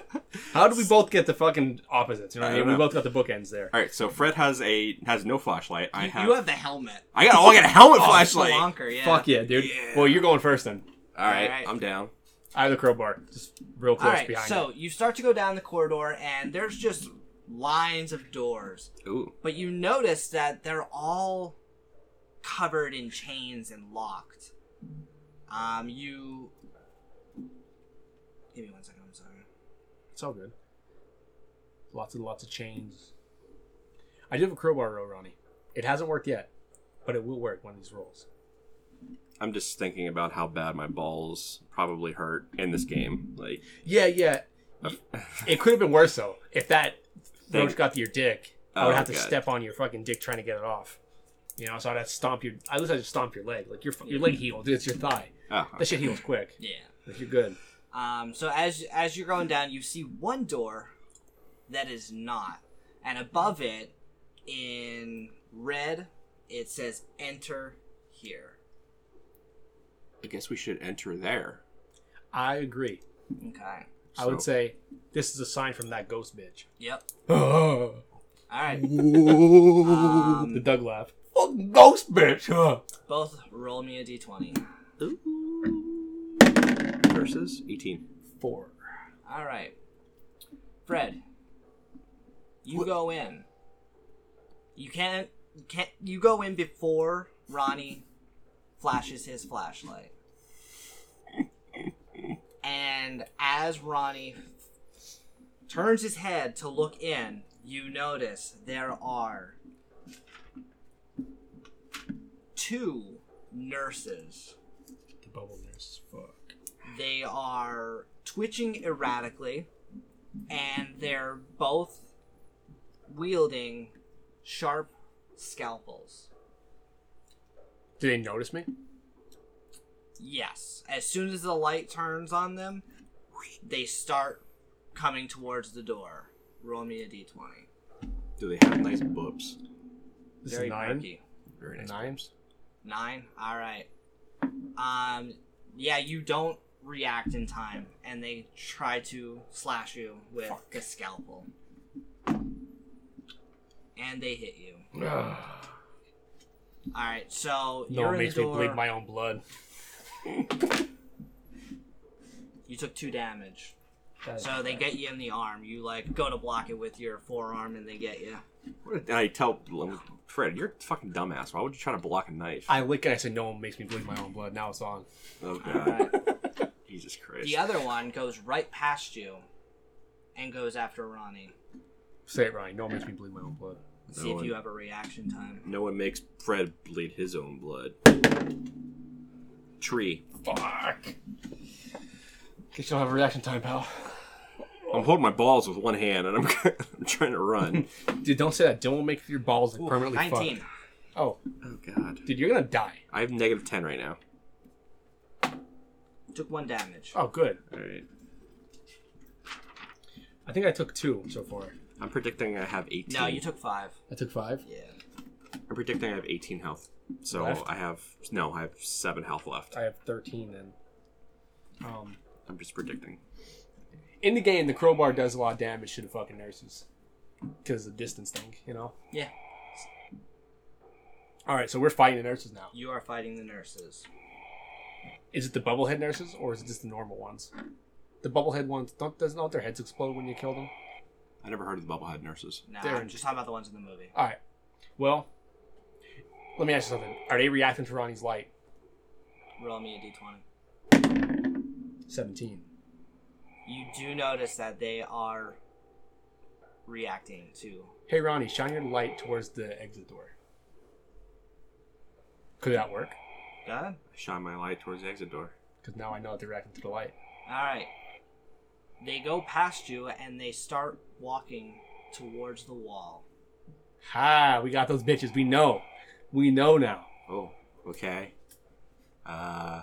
Speaker 2: How did we both get the fucking opposites? You know what
Speaker 4: I
Speaker 2: I mean? We
Speaker 4: don't know.
Speaker 2: both got the bookends there.
Speaker 4: All right, so Fred has a has no flashlight. I have.
Speaker 1: You have the helmet.
Speaker 4: I got. Oh, I got a helmet
Speaker 1: Oh,
Speaker 4: flashlight. All
Speaker 1: Spelunker, yeah.
Speaker 2: Fuck yeah, dude.
Speaker 4: Yeah.
Speaker 2: Well, you're going first then.
Speaker 4: right,
Speaker 1: Alright.
Speaker 4: I'm down.
Speaker 2: I have the crowbar. Just real
Speaker 1: All
Speaker 2: close
Speaker 1: right,
Speaker 2: behind
Speaker 1: so you start to go down the corridor, and there's just lines of doors,
Speaker 4: Ooh.
Speaker 1: but you notice that they're all covered in chains and locked. Um, you give me one second. I'm sorry.
Speaker 2: you. It's all good. Lots and lots of chains. I do have a crowbar roll, Ronnie. It hasn't worked yet, but it will work one of these rolls.
Speaker 4: I'm just thinking about how bad my balls probably hurt in this game. Like,
Speaker 2: Yeah, yeah. it could have been worse though. If that roach got to your dick, I would
Speaker 4: Oh,
Speaker 2: have to
Speaker 4: God.
Speaker 2: step on your fucking dick trying to get it off. You know, so I'd have to stomp your. At least I just stomp your leg. Like your fu- your leg healed. It's your thigh.
Speaker 4: oh,
Speaker 2: That shit heals quick.
Speaker 1: Yeah.
Speaker 2: Like you're good.
Speaker 1: Um, so as as you're going down, you see one door that is not, and above it, in red, it says "Enter here."
Speaker 4: I guess we should enter there.
Speaker 2: I agree.
Speaker 1: Okay.
Speaker 2: I would say this is a sign from that ghost bitch.
Speaker 1: Yep.
Speaker 2: the
Speaker 1: All right.
Speaker 4: Ooh.
Speaker 1: Um,
Speaker 2: Doug laugh. Fucking ghost bitch. Huh?
Speaker 1: both roll me a d20.
Speaker 4: versus E 18.
Speaker 2: Four.
Speaker 1: All right, Fred, you go in. You can't. Can't you go in before Ronnie flashes his flashlight? And as Ronnie turns his head to look in, you notice there are two nurses
Speaker 2: The bubble nurse. Fuck.
Speaker 1: they are twitching erratically and they're both wielding sharp scalpels
Speaker 2: Do they notice me?
Speaker 1: yes as soon as the light turns on them they start coming towards the door roll me a d20
Speaker 4: Do they have nice boobs?
Speaker 2: This
Speaker 1: very
Speaker 2: is nine.
Speaker 1: perky.
Speaker 4: Very nice.
Speaker 2: Nimes.
Speaker 1: Nine. All right. Um, yeah, you don't react in time, and they try to slash you with the scalpel, and they hit you. All right, so
Speaker 2: No,
Speaker 1: you're
Speaker 2: it
Speaker 1: in
Speaker 2: makes
Speaker 1: the
Speaker 2: me
Speaker 1: door.
Speaker 2: bleed my own blood.
Speaker 1: You took two damage, so they get you in the arm. You like go to block it with your forearm, and they get you.
Speaker 4: And I tell Fred, you're a fucking dumbass. Why would you try to block a knife?
Speaker 2: I lick and I say, no one makes me bleed my own blood. Now it's on.
Speaker 4: oh,
Speaker 1: All
Speaker 4: God.
Speaker 1: right.
Speaker 4: Jesus Christ.
Speaker 1: the other one goes right past you, and goes after Ronnie.
Speaker 2: Say it, Ronnie. No one makes me bleed my own blood.
Speaker 1: Let's see
Speaker 4: No
Speaker 1: if
Speaker 4: one-
Speaker 1: you have a reaction time.
Speaker 4: No one makes Fred bleed his own blood. Tree.
Speaker 2: Fuck. Guess you don't have a reaction time, pal.
Speaker 4: I'm holding my balls with one hand and I'm, I'm trying to run.
Speaker 2: Dude, don't say that. Don't make your balls permanently
Speaker 1: Nineteen.
Speaker 2: fucked. Oh,
Speaker 4: oh, God.
Speaker 2: dude, you're gonna die.
Speaker 4: I have negative 10 right now.
Speaker 1: Took one damage.
Speaker 2: Oh, good.
Speaker 4: All right.
Speaker 2: I think I took two so far.
Speaker 4: I'm predicting I have 18.
Speaker 1: No, you took five.
Speaker 2: I took five.
Speaker 1: Yeah.
Speaker 4: I'm predicting I have 18 health. So
Speaker 2: Left?
Speaker 4: I have no, I have seven health left.
Speaker 2: I have thirteen then. Um,
Speaker 4: I'm just predicting.
Speaker 2: in the game, the crowbar does a lot of damage to the fucking nurses because the distance thing, you know.
Speaker 1: Yeah.
Speaker 2: All right, so we're fighting the nurses now.
Speaker 1: You are fighting the nurses.
Speaker 2: Is it the bubblehead nurses or is it just the normal ones? The bubblehead ones don't doesn't all their heads explode when you kill them?
Speaker 4: I never heard of the bubblehead nurses.
Speaker 1: No,
Speaker 2: They're-
Speaker 1: I'm just talking about the ones in the movie.
Speaker 2: All right. Well, let me ask you something. Are they reacting to Ronnie's light?
Speaker 1: Roll me a d20.
Speaker 2: Seventeen.
Speaker 1: You do notice that they are reacting to.
Speaker 2: Hey Ronnie, shine your light towards the exit door. Could that work?
Speaker 1: Good.
Speaker 4: I shine my light towards the exit door.
Speaker 2: Because now I know that they're reacting to the light.
Speaker 1: All right. They go past you and they start walking towards the wall.
Speaker 2: Ha! We got those bitches. We know. We know now.
Speaker 4: Oh, okay. Uh,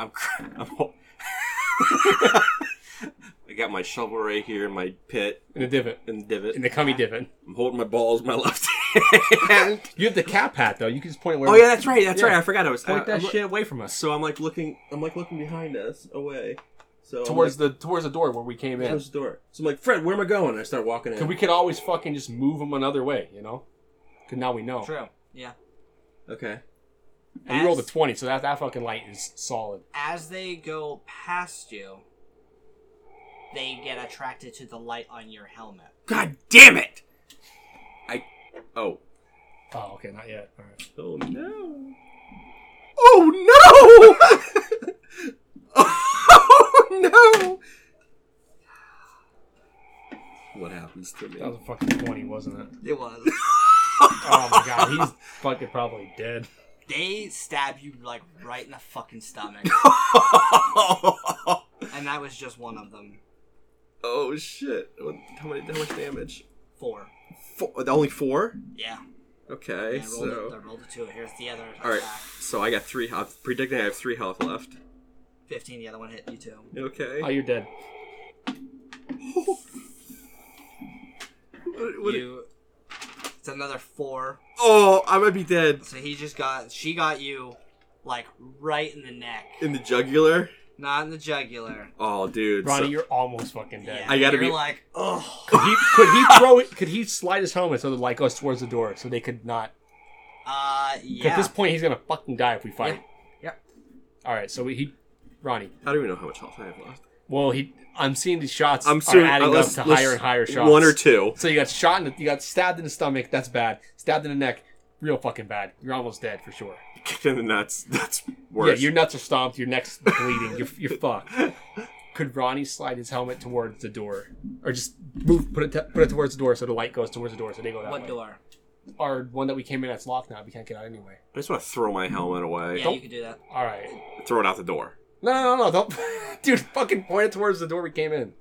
Speaker 4: I'm. Cr- I'm hol- I got my shovel right here in my pit
Speaker 2: In the divot.
Speaker 4: and divot.
Speaker 2: In the cummy divot.
Speaker 4: I'm holding my balls with my left hand.
Speaker 2: You have the cap hat though. You can just point it where.
Speaker 4: oh yeah, that's right. That's
Speaker 2: Yeah. Uh,
Speaker 4: right. I forgot I was.
Speaker 2: Point
Speaker 4: I,
Speaker 2: that
Speaker 4: I'm lo-
Speaker 2: shit away from us.
Speaker 4: So I'm like looking. I'm like looking behind us, away. So
Speaker 2: Towards the towards the door where we came
Speaker 4: the
Speaker 2: in.
Speaker 4: towards the door. So I'm like, Fred, where am I going? I start walking
Speaker 2: Cause
Speaker 4: in.
Speaker 2: we could always fucking just move them another way, you know. Cause now we know.
Speaker 1: True. Yeah.
Speaker 4: okay.
Speaker 2: And we rolled a
Speaker 1: As-
Speaker 2: twenty, so that that fucking light is solid.
Speaker 1: As they go past you, they get attracted to the light on your helmet.
Speaker 4: God damn it! I. Oh.
Speaker 2: Oh, okay, not yet. All right.
Speaker 4: Oh no. Oh no! oh no! What happens to me?
Speaker 2: That was a fucking twenty, wasn't it?
Speaker 1: It was.
Speaker 2: Oh my god, he's fucking probably dead.
Speaker 1: they stab you like right in the fucking stomach.
Speaker 4: oh
Speaker 1: and that was just one of them.
Speaker 4: shit. What, how, many, how much damage?
Speaker 1: Four.
Speaker 4: Four, only four?
Speaker 1: Yeah.
Speaker 4: Okay,
Speaker 1: I rolled, it, I
Speaker 4: so.
Speaker 1: rolled a two. Here's the other.
Speaker 4: Alright,
Speaker 1: attack.
Speaker 4: so I got three health. Predicting I have three health left.
Speaker 1: Fifteen. The other one hit you too.
Speaker 4: Okay.
Speaker 2: Oh, you're dead.
Speaker 4: What- what-
Speaker 1: you. It's another four.
Speaker 4: oh, I might be dead
Speaker 1: So he just got. She got you, like right in the neck,
Speaker 4: in the jugular.
Speaker 1: not in the jugular.
Speaker 4: Oh, dude.
Speaker 2: Ronnie,
Speaker 4: so-
Speaker 2: you're almost fucking dead.
Speaker 1: Yeah.
Speaker 4: I gotta
Speaker 1: you're
Speaker 4: be-
Speaker 1: like, oh.
Speaker 2: Could he could he throw it? Could he slide his helmet so the light goes towards the door so they could not?
Speaker 1: Uh,
Speaker 2: At
Speaker 1: yeah.
Speaker 2: this point, he's gonna fucking die if we fight.
Speaker 1: Yeah.
Speaker 2: All right, so we, he Ronnie.
Speaker 4: How do we know how much health I have left?
Speaker 2: Well, he. I'm seeing these shots
Speaker 4: I'm
Speaker 2: are
Speaker 4: assuming
Speaker 2: adding up
Speaker 4: unless-
Speaker 2: to
Speaker 4: unless
Speaker 2: higher and higher shots.
Speaker 4: One or two.
Speaker 2: So you got shot in the, you got stabbed in the stomach. That's bad. Stabbed in the neck. Real fucking bad. You're almost dead for sure.
Speaker 4: Kicked in the nuts. That's worse.
Speaker 2: Yeah, your nuts are stomped. Your neck's bleeding. You're, you're fucked. Could Ronnie slide his helmet towards the door, or just move, put it, t- put it towards the door so the light goes towards the door so they go that
Speaker 1: What
Speaker 2: way?
Speaker 1: door?
Speaker 2: Or one that we came in that's locked now. We can't get out anyway.
Speaker 4: I just want to throw my helmet away.
Speaker 1: Yeah, you could do that.
Speaker 2: All right.
Speaker 4: Throw it out the door.
Speaker 2: No, no, no, no. Don't, dude. Fucking point it towards the door we came in.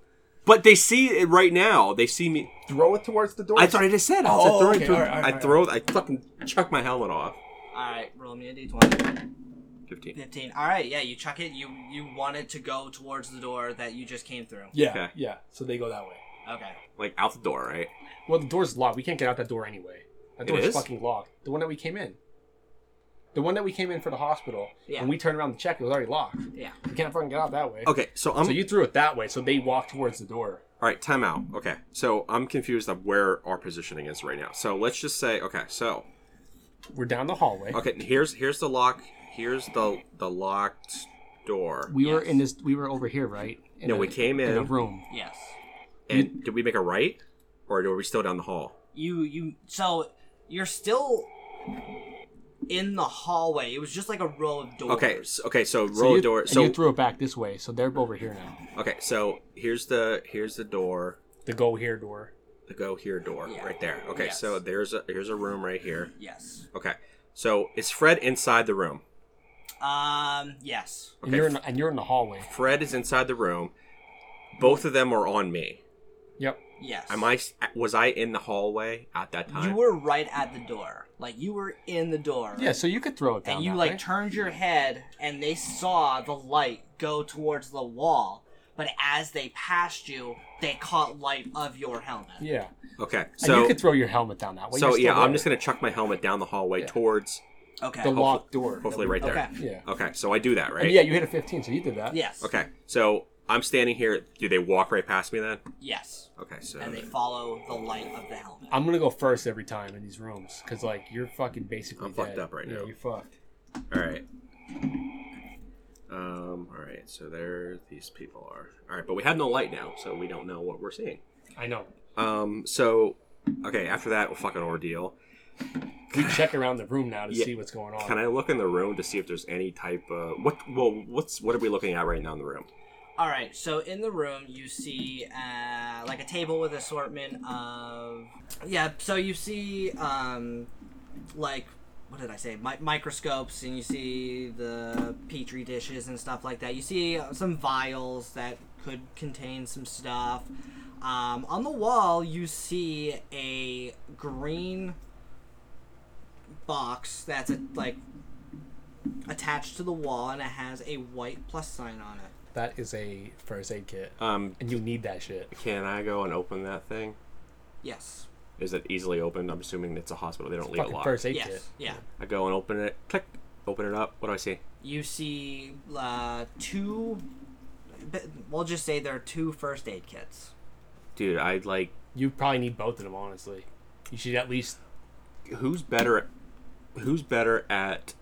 Speaker 4: But they see it right now. They see me.
Speaker 3: Throw it towards the door.
Speaker 4: I thought I just said. I was
Speaker 2: Oh,
Speaker 4: throwing
Speaker 2: okay,
Speaker 4: to-
Speaker 2: alright, alright,
Speaker 4: I
Speaker 2: alright.
Speaker 4: throw. I fucking chuck my helmet off.
Speaker 1: All right, roll me a d20.
Speaker 4: Fifteen.
Speaker 1: 15. All right, yeah, you chuck it. You you want it to go towards the door that you just came through.
Speaker 2: Yeah.
Speaker 4: Okay.
Speaker 2: Yeah. So they go that way.
Speaker 1: Okay.
Speaker 4: Like out the door, right?
Speaker 2: Well, the door's locked. We can't get out that door anyway. That
Speaker 4: It
Speaker 2: door's
Speaker 4: is?
Speaker 2: fucking locked. The one that we came in. The one that we came in for the hospital.
Speaker 1: Yeah.
Speaker 2: And we turned around to check. It was already locked.
Speaker 1: Yeah.
Speaker 2: We can't fucking get out that way.
Speaker 4: Okay. So I'm.
Speaker 2: So you threw it that way. So they walked towards the door.
Speaker 4: All right, time out. Okay, so I'm confused of where our positioning is right now. So let's just say, okay, so
Speaker 2: We're down the hallway.
Speaker 4: okay, here's here's the lock. Here's the the locked door.
Speaker 2: We were in this. We were over here, right? In
Speaker 4: No,
Speaker 2: a-
Speaker 4: we came
Speaker 2: in a
Speaker 4: in.
Speaker 2: room.
Speaker 1: Yes.
Speaker 4: And did we make a right, or are we still down the hall?
Speaker 1: You you so you're still in the hallway. It was just like a row of doors.
Speaker 4: Okay, s- okay, so roll
Speaker 2: so you,
Speaker 4: the door.
Speaker 2: and
Speaker 4: So
Speaker 2: you threw it back this way. So they're over here now.
Speaker 4: okay, so here's the here's the door,
Speaker 2: The go here door.
Speaker 4: the go here door
Speaker 1: Yeah.
Speaker 4: right there. Okay,
Speaker 1: Yes.
Speaker 4: so there's a here's a room right here.
Speaker 1: Yes.
Speaker 4: Okay, so is Fred inside the room?
Speaker 1: Um. Yes.
Speaker 2: And you're in. And you're in the hallway.
Speaker 4: Fred is inside the room. Both of them are on me.
Speaker 2: Yep.
Speaker 1: Yes.
Speaker 4: Am I? Was I in the hallway at that time?
Speaker 1: You were right at the door. Like you were in the door.
Speaker 2: Yeah. So you could throw it down.
Speaker 1: and you
Speaker 2: that
Speaker 1: like
Speaker 2: way.
Speaker 1: turned your head and they saw the light go towards the wall but as they passed you they caught light of your helmet
Speaker 2: Yeah.
Speaker 4: Okay,
Speaker 2: and
Speaker 4: so
Speaker 2: you could throw your helmet down that way.
Speaker 4: so
Speaker 2: You're still
Speaker 4: yeah, I'm
Speaker 2: there.
Speaker 4: just gonna chuck my helmet down the hallway
Speaker 2: Yeah.
Speaker 4: towards
Speaker 1: okay
Speaker 2: the locked door.
Speaker 4: hopefully right there.
Speaker 1: okay
Speaker 2: Yeah.
Speaker 4: Okay, so I do that right.
Speaker 2: And yeah, you hit a 15, so you did that.
Speaker 1: yes
Speaker 4: Okay, so I'm standing here. Do they walk right past me then?
Speaker 1: yes
Speaker 4: Okay, so
Speaker 1: and they follow the light of the helmet
Speaker 2: I'm gonna go first every time in these rooms because like you're fucking basically.
Speaker 4: I'm fucked
Speaker 2: dead.
Speaker 4: up right
Speaker 2: Yeah,
Speaker 4: now.
Speaker 2: you're fucked.
Speaker 4: all right. Um, all right, so there these people are. All right, but we have no light now, so we don't know what we're seeing.
Speaker 2: I know.
Speaker 4: Um, so okay, after that fucking ordeal,
Speaker 2: We check around the room now to
Speaker 4: Yeah.
Speaker 2: see what's going on.
Speaker 4: can I look in the room to see if there's any type of what? Well, what's what are we looking at right now in the room?
Speaker 1: all right so in the room you see uh, like a table with assortment of yeah so you see um like what did I say? Mi- microscopes, and you see the petri dishes and stuff like that. You see uh, some vials that could contain some stuff. Um, on the wall, you see a green box that's like attached to the wall, and it has a white plus sign on it.
Speaker 2: That is a first aid kit,
Speaker 4: Um,
Speaker 2: and you need that shit.
Speaker 4: Can I go and open that thing?
Speaker 1: Yes.
Speaker 4: Is it easily opened? I'm assuming it's a hospital. They don't leave it
Speaker 2: Fucking
Speaker 4: locked.
Speaker 2: first aid kit.
Speaker 1: Yes. Yeah.
Speaker 4: I go and open it. Click. Open it up. What do I see?
Speaker 1: You see uh, two. We'll just say there are two first aid kits.
Speaker 4: Dude, I like.
Speaker 2: You probably need both of them, honestly. You should at least.
Speaker 4: Who's better? Who's better at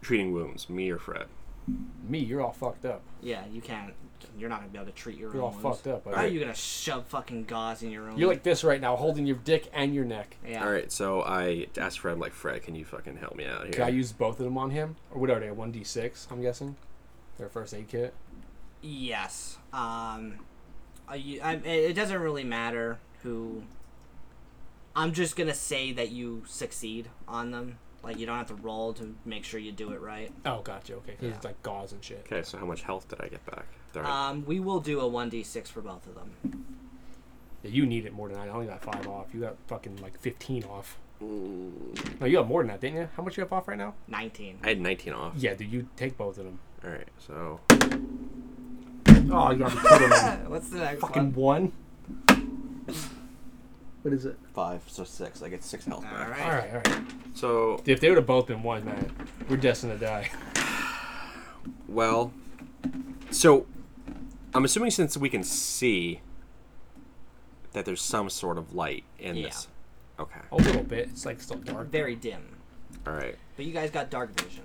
Speaker 4: treating wounds, me or Fred?
Speaker 2: Me, you're all fucked up.
Speaker 1: Yeah, you can't. You're not gonna be able to treat your
Speaker 2: You're all
Speaker 1: own.
Speaker 2: fucked up.
Speaker 1: How are
Speaker 2: alright?
Speaker 1: you gonna shove fucking gauze in your own?
Speaker 2: You're like this right now, holding your dick and your neck.
Speaker 1: yeah.
Speaker 4: All right, so I asked Fred, like, Fred, can you fucking help me out here?
Speaker 2: Can I use both of them on him, or what are they? One d six, I'm guessing. Their first aid kit.
Speaker 1: Yes. Um, are you, I, it it doesn't really matter who. I'm just gonna say that you succeed on them. Like you don't have to roll to make sure you do it right.
Speaker 2: Oh, gotcha. Okay, 'cause it's like gauze and shit.
Speaker 4: okay, so how much health did I get back? All
Speaker 2: Uh,
Speaker 4: right.
Speaker 1: Um, we will do a one d six for both of them.
Speaker 2: Yeah, you need it more than I. I only got five off. You got fucking like fifteen off. No, you got more than that, didn't you? How much you have off right now?
Speaker 1: Nineteen.
Speaker 4: I had 19 off.
Speaker 2: Yeah, dude, you take both of them.
Speaker 4: All right, so
Speaker 2: Oh, you got two of them.
Speaker 1: What's the next
Speaker 2: fucking one. What is it?
Speaker 4: five, so six. I get six health
Speaker 1: All right.
Speaker 2: All right, all right.
Speaker 4: So
Speaker 2: If they would have both been one, man, we're destined to die.
Speaker 4: Well, so I'm assuming since we can see that there's some sort of light in
Speaker 1: Yeah.
Speaker 4: this. Okay.
Speaker 2: A little bit. It's like still dark.
Speaker 1: Very dim,
Speaker 4: All right.
Speaker 1: but you guys got dark vision.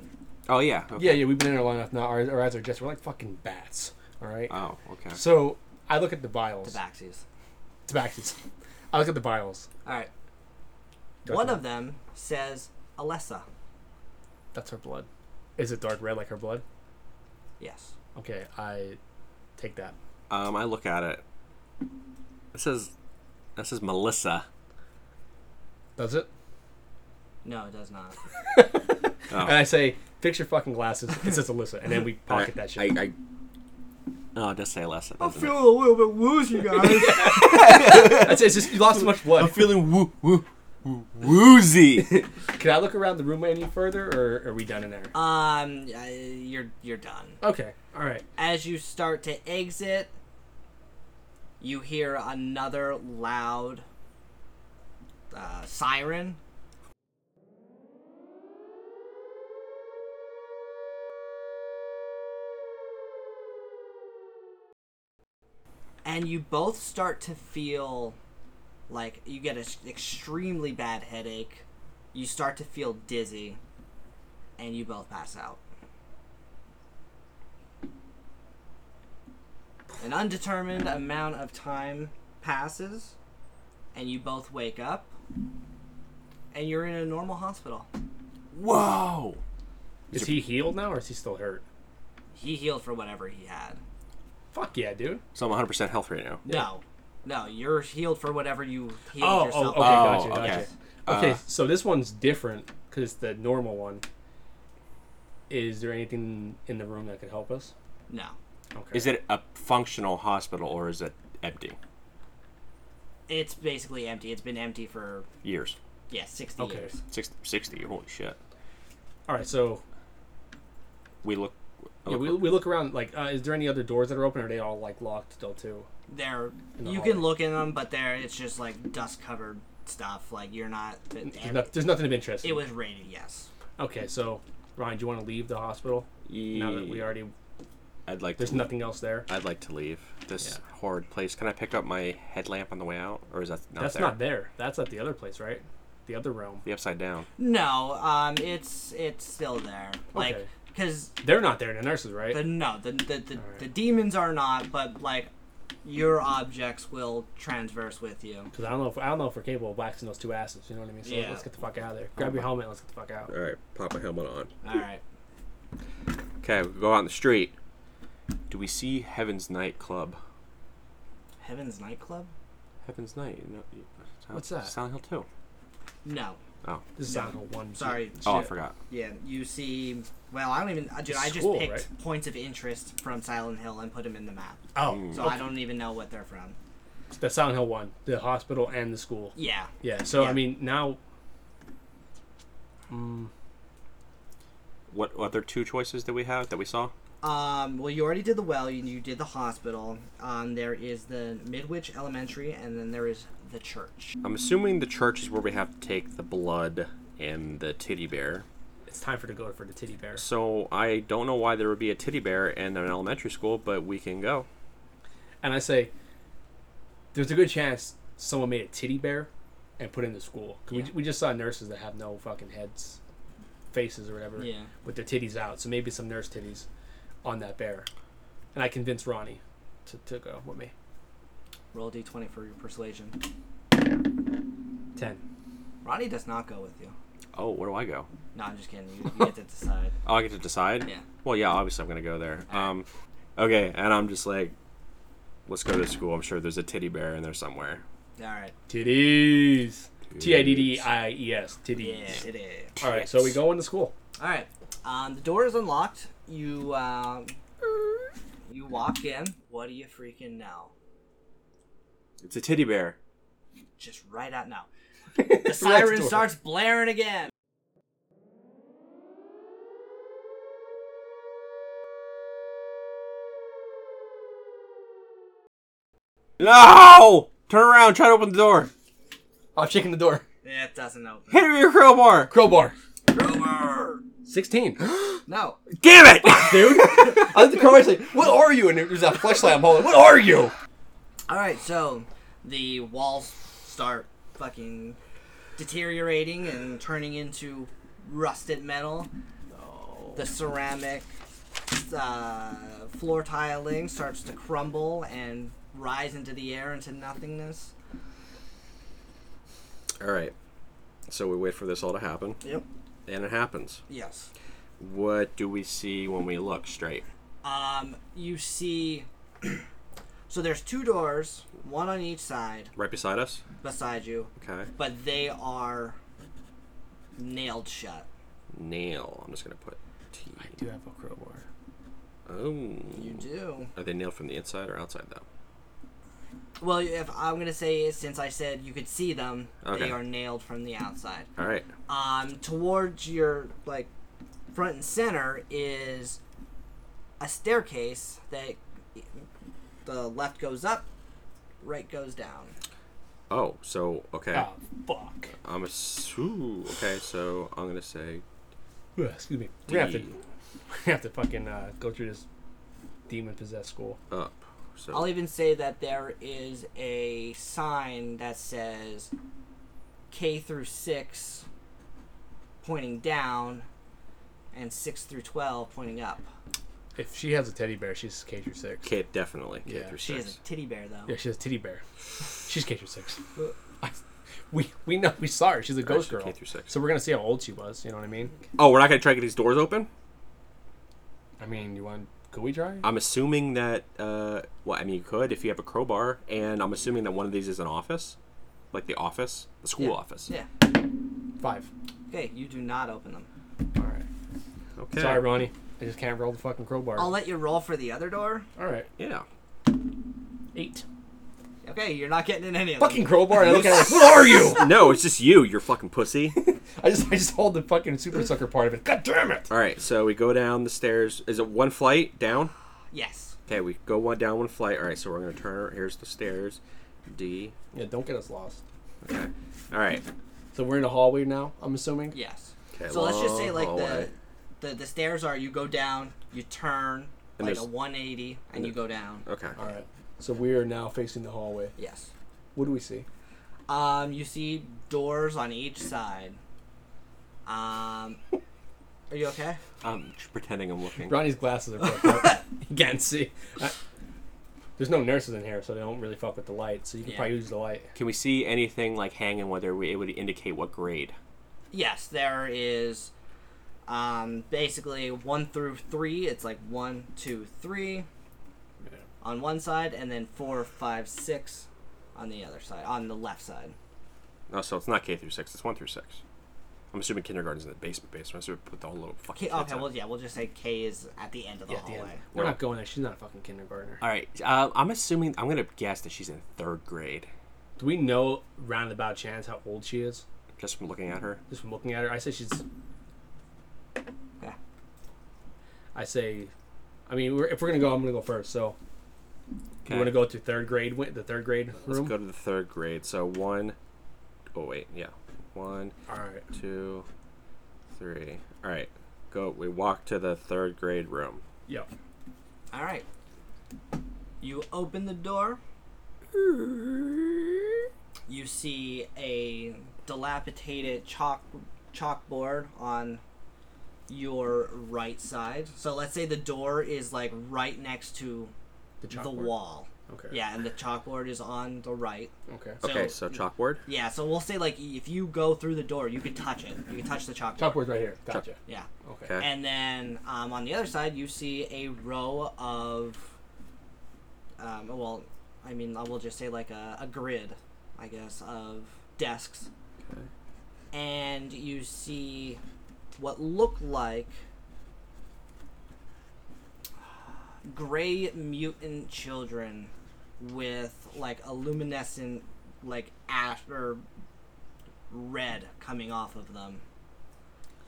Speaker 4: Oh yeah. Okay.
Speaker 2: Yeah, yeah, we've been in there long enough now. Our, our eyes are just we're like fucking bats. All right.
Speaker 4: Oh okay.
Speaker 2: So I look at the vials.
Speaker 1: Tabaxis.
Speaker 2: Tabaxis. I look at the vials.
Speaker 1: All right.
Speaker 5: Dark
Speaker 1: One
Speaker 5: red.
Speaker 1: of them says Alessa.
Speaker 2: That's her blood. Is it dark red like her blood?
Speaker 1: Yes.
Speaker 2: Okay, I take that.
Speaker 4: Um, I look at it. It says, "That says Melissa."
Speaker 2: Does it?
Speaker 1: No, it does not.
Speaker 4: Oh.
Speaker 2: And I say, fix your fucking glasses. It says Alyssa, and then we pocket that shit.
Speaker 4: I, I, oh, it does say Melissa. doesn't it?
Speaker 1: a little bit woozy, guys.
Speaker 2: That's it. It's just you lost too much blood.
Speaker 4: I'm feeling woo woo woo- woozy.
Speaker 2: Can I look around the room any further, or are we done in there?
Speaker 1: um, uh, you're you're done.
Speaker 2: Okay. All right.
Speaker 1: As you start to exit, you hear another loud uh, siren. And you both start to feel like you get an extremely bad headache. You start to feel dizzy. And you both pass out. An undetermined amount of time passes, and you both wake up, and you're in a normal hospital.
Speaker 4: Whoa.
Speaker 2: Is he healed now, or is he still hurt?
Speaker 1: He healed for whatever he had.
Speaker 2: Fuck yeah, dude.
Speaker 4: So I'm 100 percent health right now.
Speaker 1: No, no, you're healed for whatever you healed
Speaker 2: Oh, oh,
Speaker 1: yourself.
Speaker 2: okay,
Speaker 1: of.
Speaker 2: gotcha,
Speaker 4: Oh,
Speaker 2: gotcha.
Speaker 4: okay.
Speaker 2: Okay,
Speaker 4: Uh,
Speaker 2: so this one's different because it's the normal one. Is there anything in the room that could help us?
Speaker 1: No,
Speaker 2: Okay.
Speaker 4: Is it a functional hospital or is it empty?
Speaker 1: it's basically empty. It's been empty for
Speaker 4: Years.
Speaker 1: yeah, sixty
Speaker 2: Okay.
Speaker 1: years.
Speaker 4: Six, 60. Holy shit.
Speaker 2: All right. So
Speaker 4: We look. I
Speaker 2: yeah,
Speaker 4: look
Speaker 2: we, we look around. Like, uh, is there any other doors that are open? Or are they all like locked still too?
Speaker 1: They're
Speaker 2: the
Speaker 1: you
Speaker 2: hallway.
Speaker 1: can look in them, but they're it's just like dust covered stuff. Like you're not.
Speaker 2: There's, no, there's nothing of interest.
Speaker 1: it was rated. Yes.
Speaker 2: okay. So Ryan, do you want to leave the hospital now that we already?
Speaker 4: I'd like.
Speaker 2: There's
Speaker 4: to,
Speaker 2: nothing else there.
Speaker 4: I'd like to leave this
Speaker 2: Yeah.
Speaker 4: horrid place. Can I pick up my headlamp on the way out, or is that not
Speaker 2: That's
Speaker 4: there?
Speaker 2: not there. That's at the other place, right? The other realm.
Speaker 4: The upside down.
Speaker 1: No. Um. It's it's still there. Like
Speaker 2: Okay.
Speaker 1: because.
Speaker 2: They're not there. The nurses, right?
Speaker 1: The, no, the, the, the,
Speaker 2: Alright.
Speaker 1: the demons are not, but like your objects will transverse with you.
Speaker 2: Because I don't know if I don't know if we're capable of waxing those two asses. You know what I mean? So
Speaker 1: Yeah.
Speaker 2: let's get the fuck out of there. Grab your helmet. and Let's get the fuck out.
Speaker 3: All right, pop my helmet on.
Speaker 1: All right.
Speaker 4: Okay, we go out in the street. Do we see Heaven's Nightclub?
Speaker 1: Heaven's nightclub?
Speaker 4: Heaven's Night. You know, you- Silent-
Speaker 2: What's that?
Speaker 4: Silent Hill Two.
Speaker 1: No.
Speaker 4: Oh,
Speaker 2: This is not a one.
Speaker 1: Sorry.
Speaker 4: oh, I
Speaker 1: Shit.
Speaker 4: forgot.
Speaker 1: Yeah, you see. Well, I don't even. uh, Dude, I just
Speaker 2: School,
Speaker 1: picked
Speaker 2: right?
Speaker 1: points of interest from Silent Hill and put them in the map.
Speaker 4: Mm.
Speaker 2: Oh,
Speaker 1: So I don't even know what they're from.
Speaker 2: the Silent Hill one, the hospital and the school.
Speaker 1: Yeah.
Speaker 2: Yeah. So
Speaker 1: Yeah.
Speaker 2: I mean, now
Speaker 4: What other two choices did we have that we saw?
Speaker 1: Um, well, you already did the well, you, you did the hospital. Um, there is the Midwich Elementary, and then there is the church.
Speaker 4: I'm assuming the church is where we have to take the blood and the titty bear.
Speaker 2: it's time for to go for the titty bear.
Speaker 4: So I don't know why there would be a titty bear in an elementary school, but we can go.
Speaker 2: And I say, there's a good chance someone made a titty bear and put it in the school. 'Cause
Speaker 1: Yeah.
Speaker 2: We, we just saw nurses that have no fucking heads, faces or whatever,
Speaker 1: Yeah.
Speaker 2: with their titties out. So maybe some nurse titties on that bear. And I convinced Ronnie to, to go with me.
Speaker 1: Roll d20 for your persuasion.
Speaker 2: Ten.
Speaker 1: Ronnie does not go with you.
Speaker 4: Oh, where do I go?
Speaker 1: No, I'm just kidding. You, you get to decide.
Speaker 4: Oh, I get to decide.
Speaker 1: Yeah.
Speaker 4: Well, yeah, obviously I'm gonna go there. Um, okay, and I'm just like, let's go to school. I'm sure there's a teddy bear in there somewhere.
Speaker 1: All right.
Speaker 2: Titties. T i d d i e s. Titties.
Speaker 1: Yeah, it is.
Speaker 2: All right, so we go into school.
Speaker 1: All right. Um, the door is unlocked. You um, you walk in. What do you freaking know?
Speaker 4: It's a teddy bear.
Speaker 1: Just right out now. The siren
Speaker 2: door.
Speaker 1: starts blaring again.
Speaker 4: No! Turn around. Try to open the door.
Speaker 2: I'm shaking the door.
Speaker 1: It doesn't open.
Speaker 4: Hit it with your crowbar.
Speaker 2: Crowbar.
Speaker 1: Rover.
Speaker 2: 16.
Speaker 1: No.
Speaker 4: Damn it!
Speaker 2: Dude. I looked at the crowbar and like, what are you? And there's that flashlight I'm holding. What are you?
Speaker 1: All right. So the walls start fucking deteriorating and turning into rusted metal. the ceramic uh, floor tiling starts to crumble and rise into the air into nothingness.
Speaker 4: All right. So we wait for this all to happen,
Speaker 1: Yep.
Speaker 4: and it happens.
Speaker 1: Yes.
Speaker 4: What do we see when we look straight?
Speaker 1: Um, you see. so there's two doors, one on each side
Speaker 4: Right beside us.
Speaker 1: beside you,
Speaker 4: Okay.
Speaker 1: but they are nailed shut.
Speaker 4: Nail. I'm just gonna put T.
Speaker 2: I do have a crowbar.
Speaker 4: Oh.
Speaker 1: You do.
Speaker 4: Are they nailed from the inside or outside though?
Speaker 1: Well, if I'm gonna say since I said you could see them,
Speaker 4: Okay.
Speaker 1: they are nailed from the outside.
Speaker 4: All right.
Speaker 1: Um, towards your like front and center is a staircase that the left goes up, right goes down.
Speaker 4: Oh, so okay.
Speaker 2: Oh, fuck.
Speaker 4: I'm a s- ooh, okay. So I'm gonna say
Speaker 2: Ugh, excuse me. We have to,
Speaker 4: D.
Speaker 2: we have to fucking uh, go through this demon possessed school.
Speaker 4: up. So
Speaker 1: I'll even say that there is a sign that says K through 6 pointing down and 6 through 12 pointing up.
Speaker 2: If she has a teddy bear, she's K through six.
Speaker 4: Kate definitely K
Speaker 2: Yeah.
Speaker 4: through
Speaker 1: She
Speaker 4: six.
Speaker 1: is a titty bear though.
Speaker 2: Yeah, she has a titty bear. She's K through six. I, we we know we saw her. She's a ghost
Speaker 4: she's
Speaker 2: girl.
Speaker 4: K through six.
Speaker 2: So we're gonna see how old she was. You know what I mean?
Speaker 4: Oh, we're not gonna try to get these doors open.
Speaker 2: I mean, you want? Could we try?
Speaker 4: I'm assuming that. Uh, well, I mean, you could if you have a crowbar, and I'm assuming that one of these is an office, like the office, the school
Speaker 1: Yeah.
Speaker 4: office.
Speaker 1: Yeah.
Speaker 2: Five.
Speaker 1: Okay, you do not open them.
Speaker 2: All right.
Speaker 4: Okay.
Speaker 2: Sorry, Ronnie. I just can't roll the fucking crowbar.
Speaker 1: I'll let you roll for the other door.
Speaker 2: All right.
Speaker 4: Yeah.
Speaker 2: Eight.
Speaker 1: Okay, you're not getting in any of
Speaker 2: Fucking
Speaker 1: them.
Speaker 2: crowbar. And I look at it like, what are you?
Speaker 4: No, it's just you. You're fucking pussy.
Speaker 2: I just I just hold the fucking super sucker part of it. God damn it.
Speaker 4: All right. So we go down the stairs. Is it one flight down?
Speaker 1: Yes.
Speaker 4: Okay, we go one down one flight. All right. So we're gonna turn. her- Here's the stairs. D.
Speaker 2: Yeah, don't get us lost.
Speaker 4: Okay. All right.
Speaker 2: So we're in a hallway now. I'm assuming.
Speaker 1: Yes.
Speaker 4: Okay,
Speaker 1: so let's just say
Speaker 4: long
Speaker 1: like the,
Speaker 4: hallway.
Speaker 1: the the stairs are you go down, you turn
Speaker 4: And
Speaker 1: like a
Speaker 4: there's- Uh.
Speaker 1: 180 and you go down.
Speaker 4: Okay.
Speaker 2: All right. So we are now facing the hallway.
Speaker 1: Yes.
Speaker 2: What do we see?
Speaker 1: Um, you see doors on each side. Um, are you okay?
Speaker 4: I'm just pretending I'm looking.
Speaker 2: Ronnie's glasses are broken up. you can't see. I- there's no nurses in here, so they don't really fuck with the light. So you can
Speaker 1: Yeah.
Speaker 2: probably use the light.
Speaker 4: Can we see anything like hanging? Whether we, it would indicate what grade?
Speaker 1: Yes, there is. Um, basically one through three. It's like one, two, three, on one side, and then four, five, six, on the other side, on the left side.
Speaker 4: No, so it's not K through six. It's one through six. I'm assuming kindergarten's in the basement. Basement. So we put the whole little fucking.
Speaker 1: K, oh,
Speaker 4: kids
Speaker 1: okay,
Speaker 4: in.
Speaker 1: well, yeah, we'll just say K is at the end of the
Speaker 2: Yeah, at the
Speaker 1: hallway.
Speaker 2: end. We're not going there. She's not a fucking kindergartner.
Speaker 4: All right. Uh, I'm assuming. I'm gonna guess that she's in third grade,
Speaker 2: Do we know roundabout chance how old she is?
Speaker 4: just from looking at her.
Speaker 2: Just from looking at her, I say she's.
Speaker 1: Yeah.
Speaker 2: I say, I mean, we're, if we're gonna go, I'm gonna go first. So
Speaker 4: Okay.
Speaker 2: you want to go to third grade? wi- The third grade
Speaker 4: Let's
Speaker 2: room.
Speaker 4: go to the third grade. So one oh wait. Yeah. One,
Speaker 2: All right.
Speaker 4: two, three. All right. Go. We walk to the third grade room.
Speaker 2: Yep.
Speaker 1: All right. You open the door. You see a dilapidated chalk chalkboard on your right side. So let's say the door is like right next to the
Speaker 2: chalkboard.
Speaker 1: wall.
Speaker 2: Okay.
Speaker 1: Yeah, and the chalkboard is on the right.
Speaker 2: Okay.
Speaker 4: Okay. So chalkboard.
Speaker 1: yeah, so we'll say like if you go through the door, you can touch it. You can touch the chalkboard.
Speaker 2: Chalkboard's right here. Gotcha.
Speaker 1: Yeah.
Speaker 2: Okay.
Speaker 4: Okay.
Speaker 1: And then um, on the other side, you see a row of, um, well, I mean, I will just say like a, a grid, I guess, of desks.
Speaker 4: Okay.
Speaker 1: And you see what look like gray mutant children with like a luminescent, like ash or red coming off of them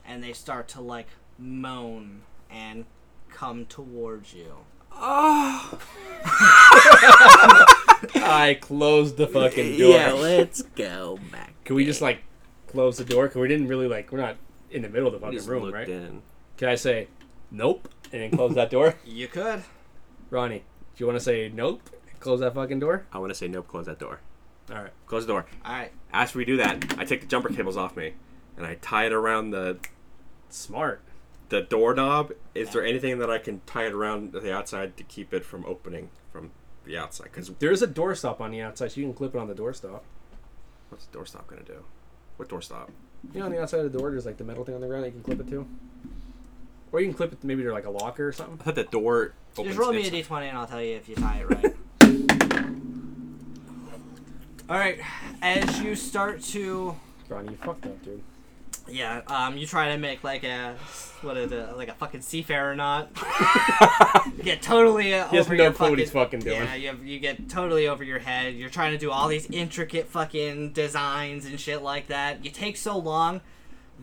Speaker 1: and they start to like moan and come towards you.
Speaker 2: I closed the fucking door.
Speaker 4: let's go back.
Speaker 2: Can we just like close the door? Cause we didn't really like we're not in the middle of the fucking
Speaker 4: Just
Speaker 2: room,
Speaker 4: looked
Speaker 2: right?
Speaker 4: in.
Speaker 2: Can I say nope and then close that door?
Speaker 1: You could.
Speaker 2: Ronnie, do you want to say nope? Close that fucking door.
Speaker 4: I want to say nope. Close that door.
Speaker 2: All right.
Speaker 4: Close the door.
Speaker 1: All right.
Speaker 4: As we do that, I take the jumper cables off me, and I tie it around the
Speaker 2: Smart.
Speaker 4: the doorknob. Is there anything that I can tie it around the outside to keep it from opening from the outside? Because
Speaker 2: There is a doorstop on the outside, so you can clip it on the doorstop.
Speaker 4: what's the doorstop gonna do? What doorstop?
Speaker 2: You know, on the outside of the door, there's like the metal thing on the ground that you can clip it to. Or you can clip it maybe to like a locker or something.
Speaker 4: I thought that door. Opens
Speaker 1: Just roll me a
Speaker 4: inside.
Speaker 1: d20 and I'll tell you if you tie it right. All right, as you start to,
Speaker 2: Ronnie, you fucked up, dude.
Speaker 1: yeah, um, you try to make like a what is it, like a fucking seafarer knot. you get totally uh,
Speaker 2: He has
Speaker 1: over
Speaker 2: no
Speaker 1: your
Speaker 2: clue what he's fucking doing.
Speaker 1: Yeah, you, have, you get totally over your head. You're trying to do all these intricate fucking designs and shit like that. You take so long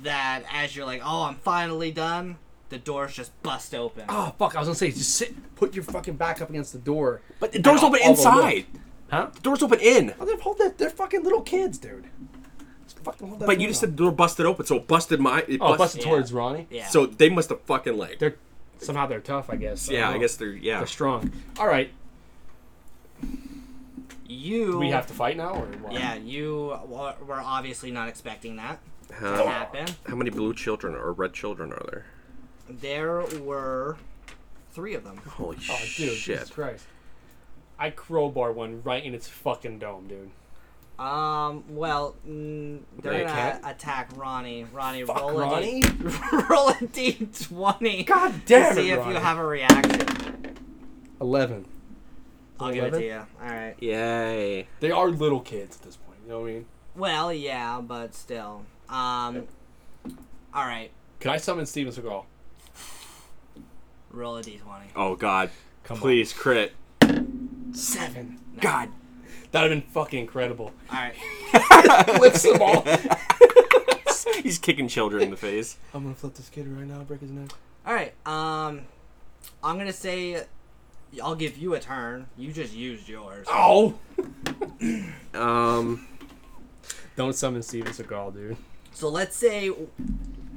Speaker 1: that as you're like, oh, I'm finally done, the doors just bust open.
Speaker 2: Oh fuck! I was gonna say, just sit, put your fucking back up against the door.
Speaker 4: But the door's
Speaker 2: All-
Speaker 4: open
Speaker 2: all the way.
Speaker 4: inside.
Speaker 2: Huh?
Speaker 4: The door's open in.
Speaker 2: Oh, they're, hold that, they're fucking little kids, dude. Just fucking hold that
Speaker 4: But you
Speaker 2: door
Speaker 4: just
Speaker 2: up.
Speaker 4: said the door busted open, so it busted my. It
Speaker 2: oh,
Speaker 4: bust-
Speaker 2: busted
Speaker 1: Yeah.
Speaker 2: towards Ronnie.
Speaker 1: Yeah.
Speaker 4: So they must have fucking like.
Speaker 2: They're Oh. somehow they're tough, I guess.
Speaker 4: yeah,
Speaker 2: don't
Speaker 4: I
Speaker 2: know.
Speaker 4: guess they're yeah.
Speaker 2: they're strong. All right,
Speaker 1: you
Speaker 2: we have to fight now, or what?
Speaker 1: Yeah, you wa- were obviously not expecting that to
Speaker 2: Oh.
Speaker 4: How,
Speaker 1: happen.
Speaker 4: how many blue children or red children are there?
Speaker 1: There were three of them.
Speaker 4: Holy
Speaker 2: Oh, dude, Jesus
Speaker 4: shit!
Speaker 2: Christ! I crowbar one right in its fucking dome, dude.
Speaker 1: Um, well, mm, they're
Speaker 4: They
Speaker 1: gonna
Speaker 4: can't?
Speaker 1: attack Ronnie. Ronnie,
Speaker 2: Fuck,
Speaker 1: roll
Speaker 2: Ronnie.
Speaker 1: a D, roll a D twenty.
Speaker 2: God
Speaker 1: to
Speaker 2: damn
Speaker 1: see
Speaker 2: it,
Speaker 1: if
Speaker 2: Ronnie.
Speaker 1: you have a reaction.
Speaker 2: Eleven.
Speaker 1: I'll give it to
Speaker 2: Eleven?
Speaker 1: you. All right.
Speaker 4: Yay!
Speaker 2: They are little kids at this point. You know what I mean?
Speaker 1: Well, yeah, but still. Um, all right.
Speaker 2: Can I summon Steven Seagal?
Speaker 1: Roll a D twenty.
Speaker 4: Oh God!
Speaker 2: Come
Speaker 4: Please crit.
Speaker 2: Seven.
Speaker 4: God.
Speaker 2: That'd have been fucking incredible.
Speaker 1: All right.
Speaker 2: Flips them all.
Speaker 4: He's kicking children in the face.
Speaker 2: I'm gonna flip this kid right now, break his neck.
Speaker 1: All right. Um, I'm gonna say, I'll give you a turn. You just used yours.
Speaker 2: Oh!
Speaker 4: Um.
Speaker 2: Don't summon Steven Seagal, dude.
Speaker 1: So let's say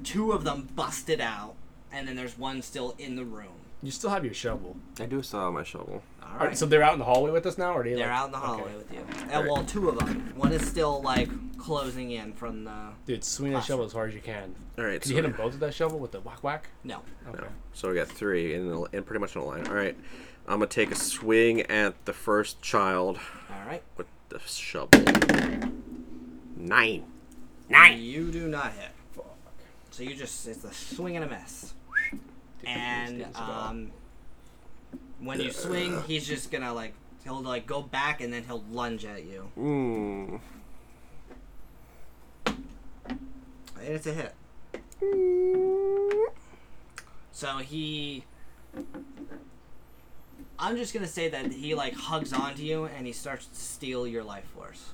Speaker 1: two of them busted out, and then there's one still in the room.
Speaker 2: You still have your shovel.
Speaker 4: I do still have my shovel.
Speaker 1: All
Speaker 2: All right, so they're out in the hallway with us now, or are they
Speaker 1: they're
Speaker 2: like-
Speaker 1: out in the hallway
Speaker 2: Okay.
Speaker 1: with you. And well, two of them. One is still like closing in from the.
Speaker 2: Dude, swing that shovel as hard as you can.
Speaker 4: All right.
Speaker 2: Did you hit them both with that shovel with the whack whack?
Speaker 1: No.
Speaker 2: Okay.
Speaker 4: So we got three in, the, in pretty much in a line. All right. I'm gonna take a swing at the first child
Speaker 1: All right.
Speaker 4: with the shovel. Nine. Nine.
Speaker 1: You do not hit. So you just it's a swing and a miss. And
Speaker 2: Steven Seagal.
Speaker 1: um, when you swing, he's just gonna like he'll like go back and then he'll lunge at you.
Speaker 4: Mm.
Speaker 1: And it's a hit. So he. I'm just gonna say that he like hugs onto you and he starts to steal your life force.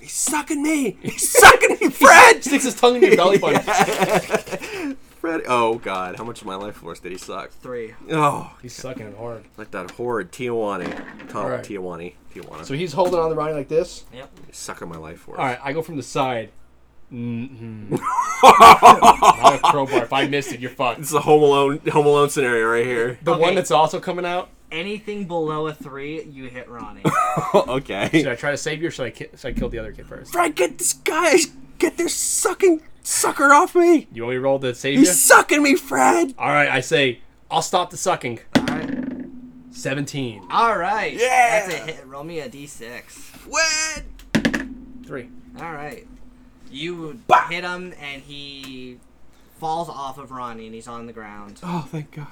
Speaker 4: He's sucking me. He's sucking me, Fred.
Speaker 2: Sticks his tongue in your belly button.
Speaker 4: Fred. Oh God. How much of my life force did he suck?
Speaker 1: Three.
Speaker 4: Oh,
Speaker 2: He's sucking it hard.
Speaker 4: like that horrid Tijuana. Top
Speaker 2: Alright.
Speaker 4: Tijuana. Tijuana.
Speaker 2: So he's holding on to Ronnie like this.
Speaker 1: Yep.
Speaker 4: He's sucking my life force.
Speaker 2: All right, I go from the side. Mm-hmm. Not a crowbar. If I missed it, you're fucked.
Speaker 4: It's the Home Alone Home Alone scenario right here.
Speaker 2: The
Speaker 1: Okay.
Speaker 2: one that's also coming out.
Speaker 1: Anything below a three, you hit Ronnie.
Speaker 2: Should
Speaker 4: okay.
Speaker 2: I try to save you, or should I ki- should I kill the other kid first?
Speaker 4: Fred, get this guy. Get this sucking sucker off me.
Speaker 2: You want me to roll to save you?
Speaker 4: He's sucking me, Fred.
Speaker 2: All right, I say I'll stop the sucking.
Speaker 1: All right.
Speaker 2: Seventeen.
Speaker 1: All right.
Speaker 4: Yeah!
Speaker 1: That's a hit. Roll me a d6.
Speaker 4: Fred.
Speaker 2: Three.
Speaker 1: All right. You
Speaker 4: Bah!
Speaker 1: hit him and he falls off of Ronnie and he's on the ground.
Speaker 4: Oh, thank God.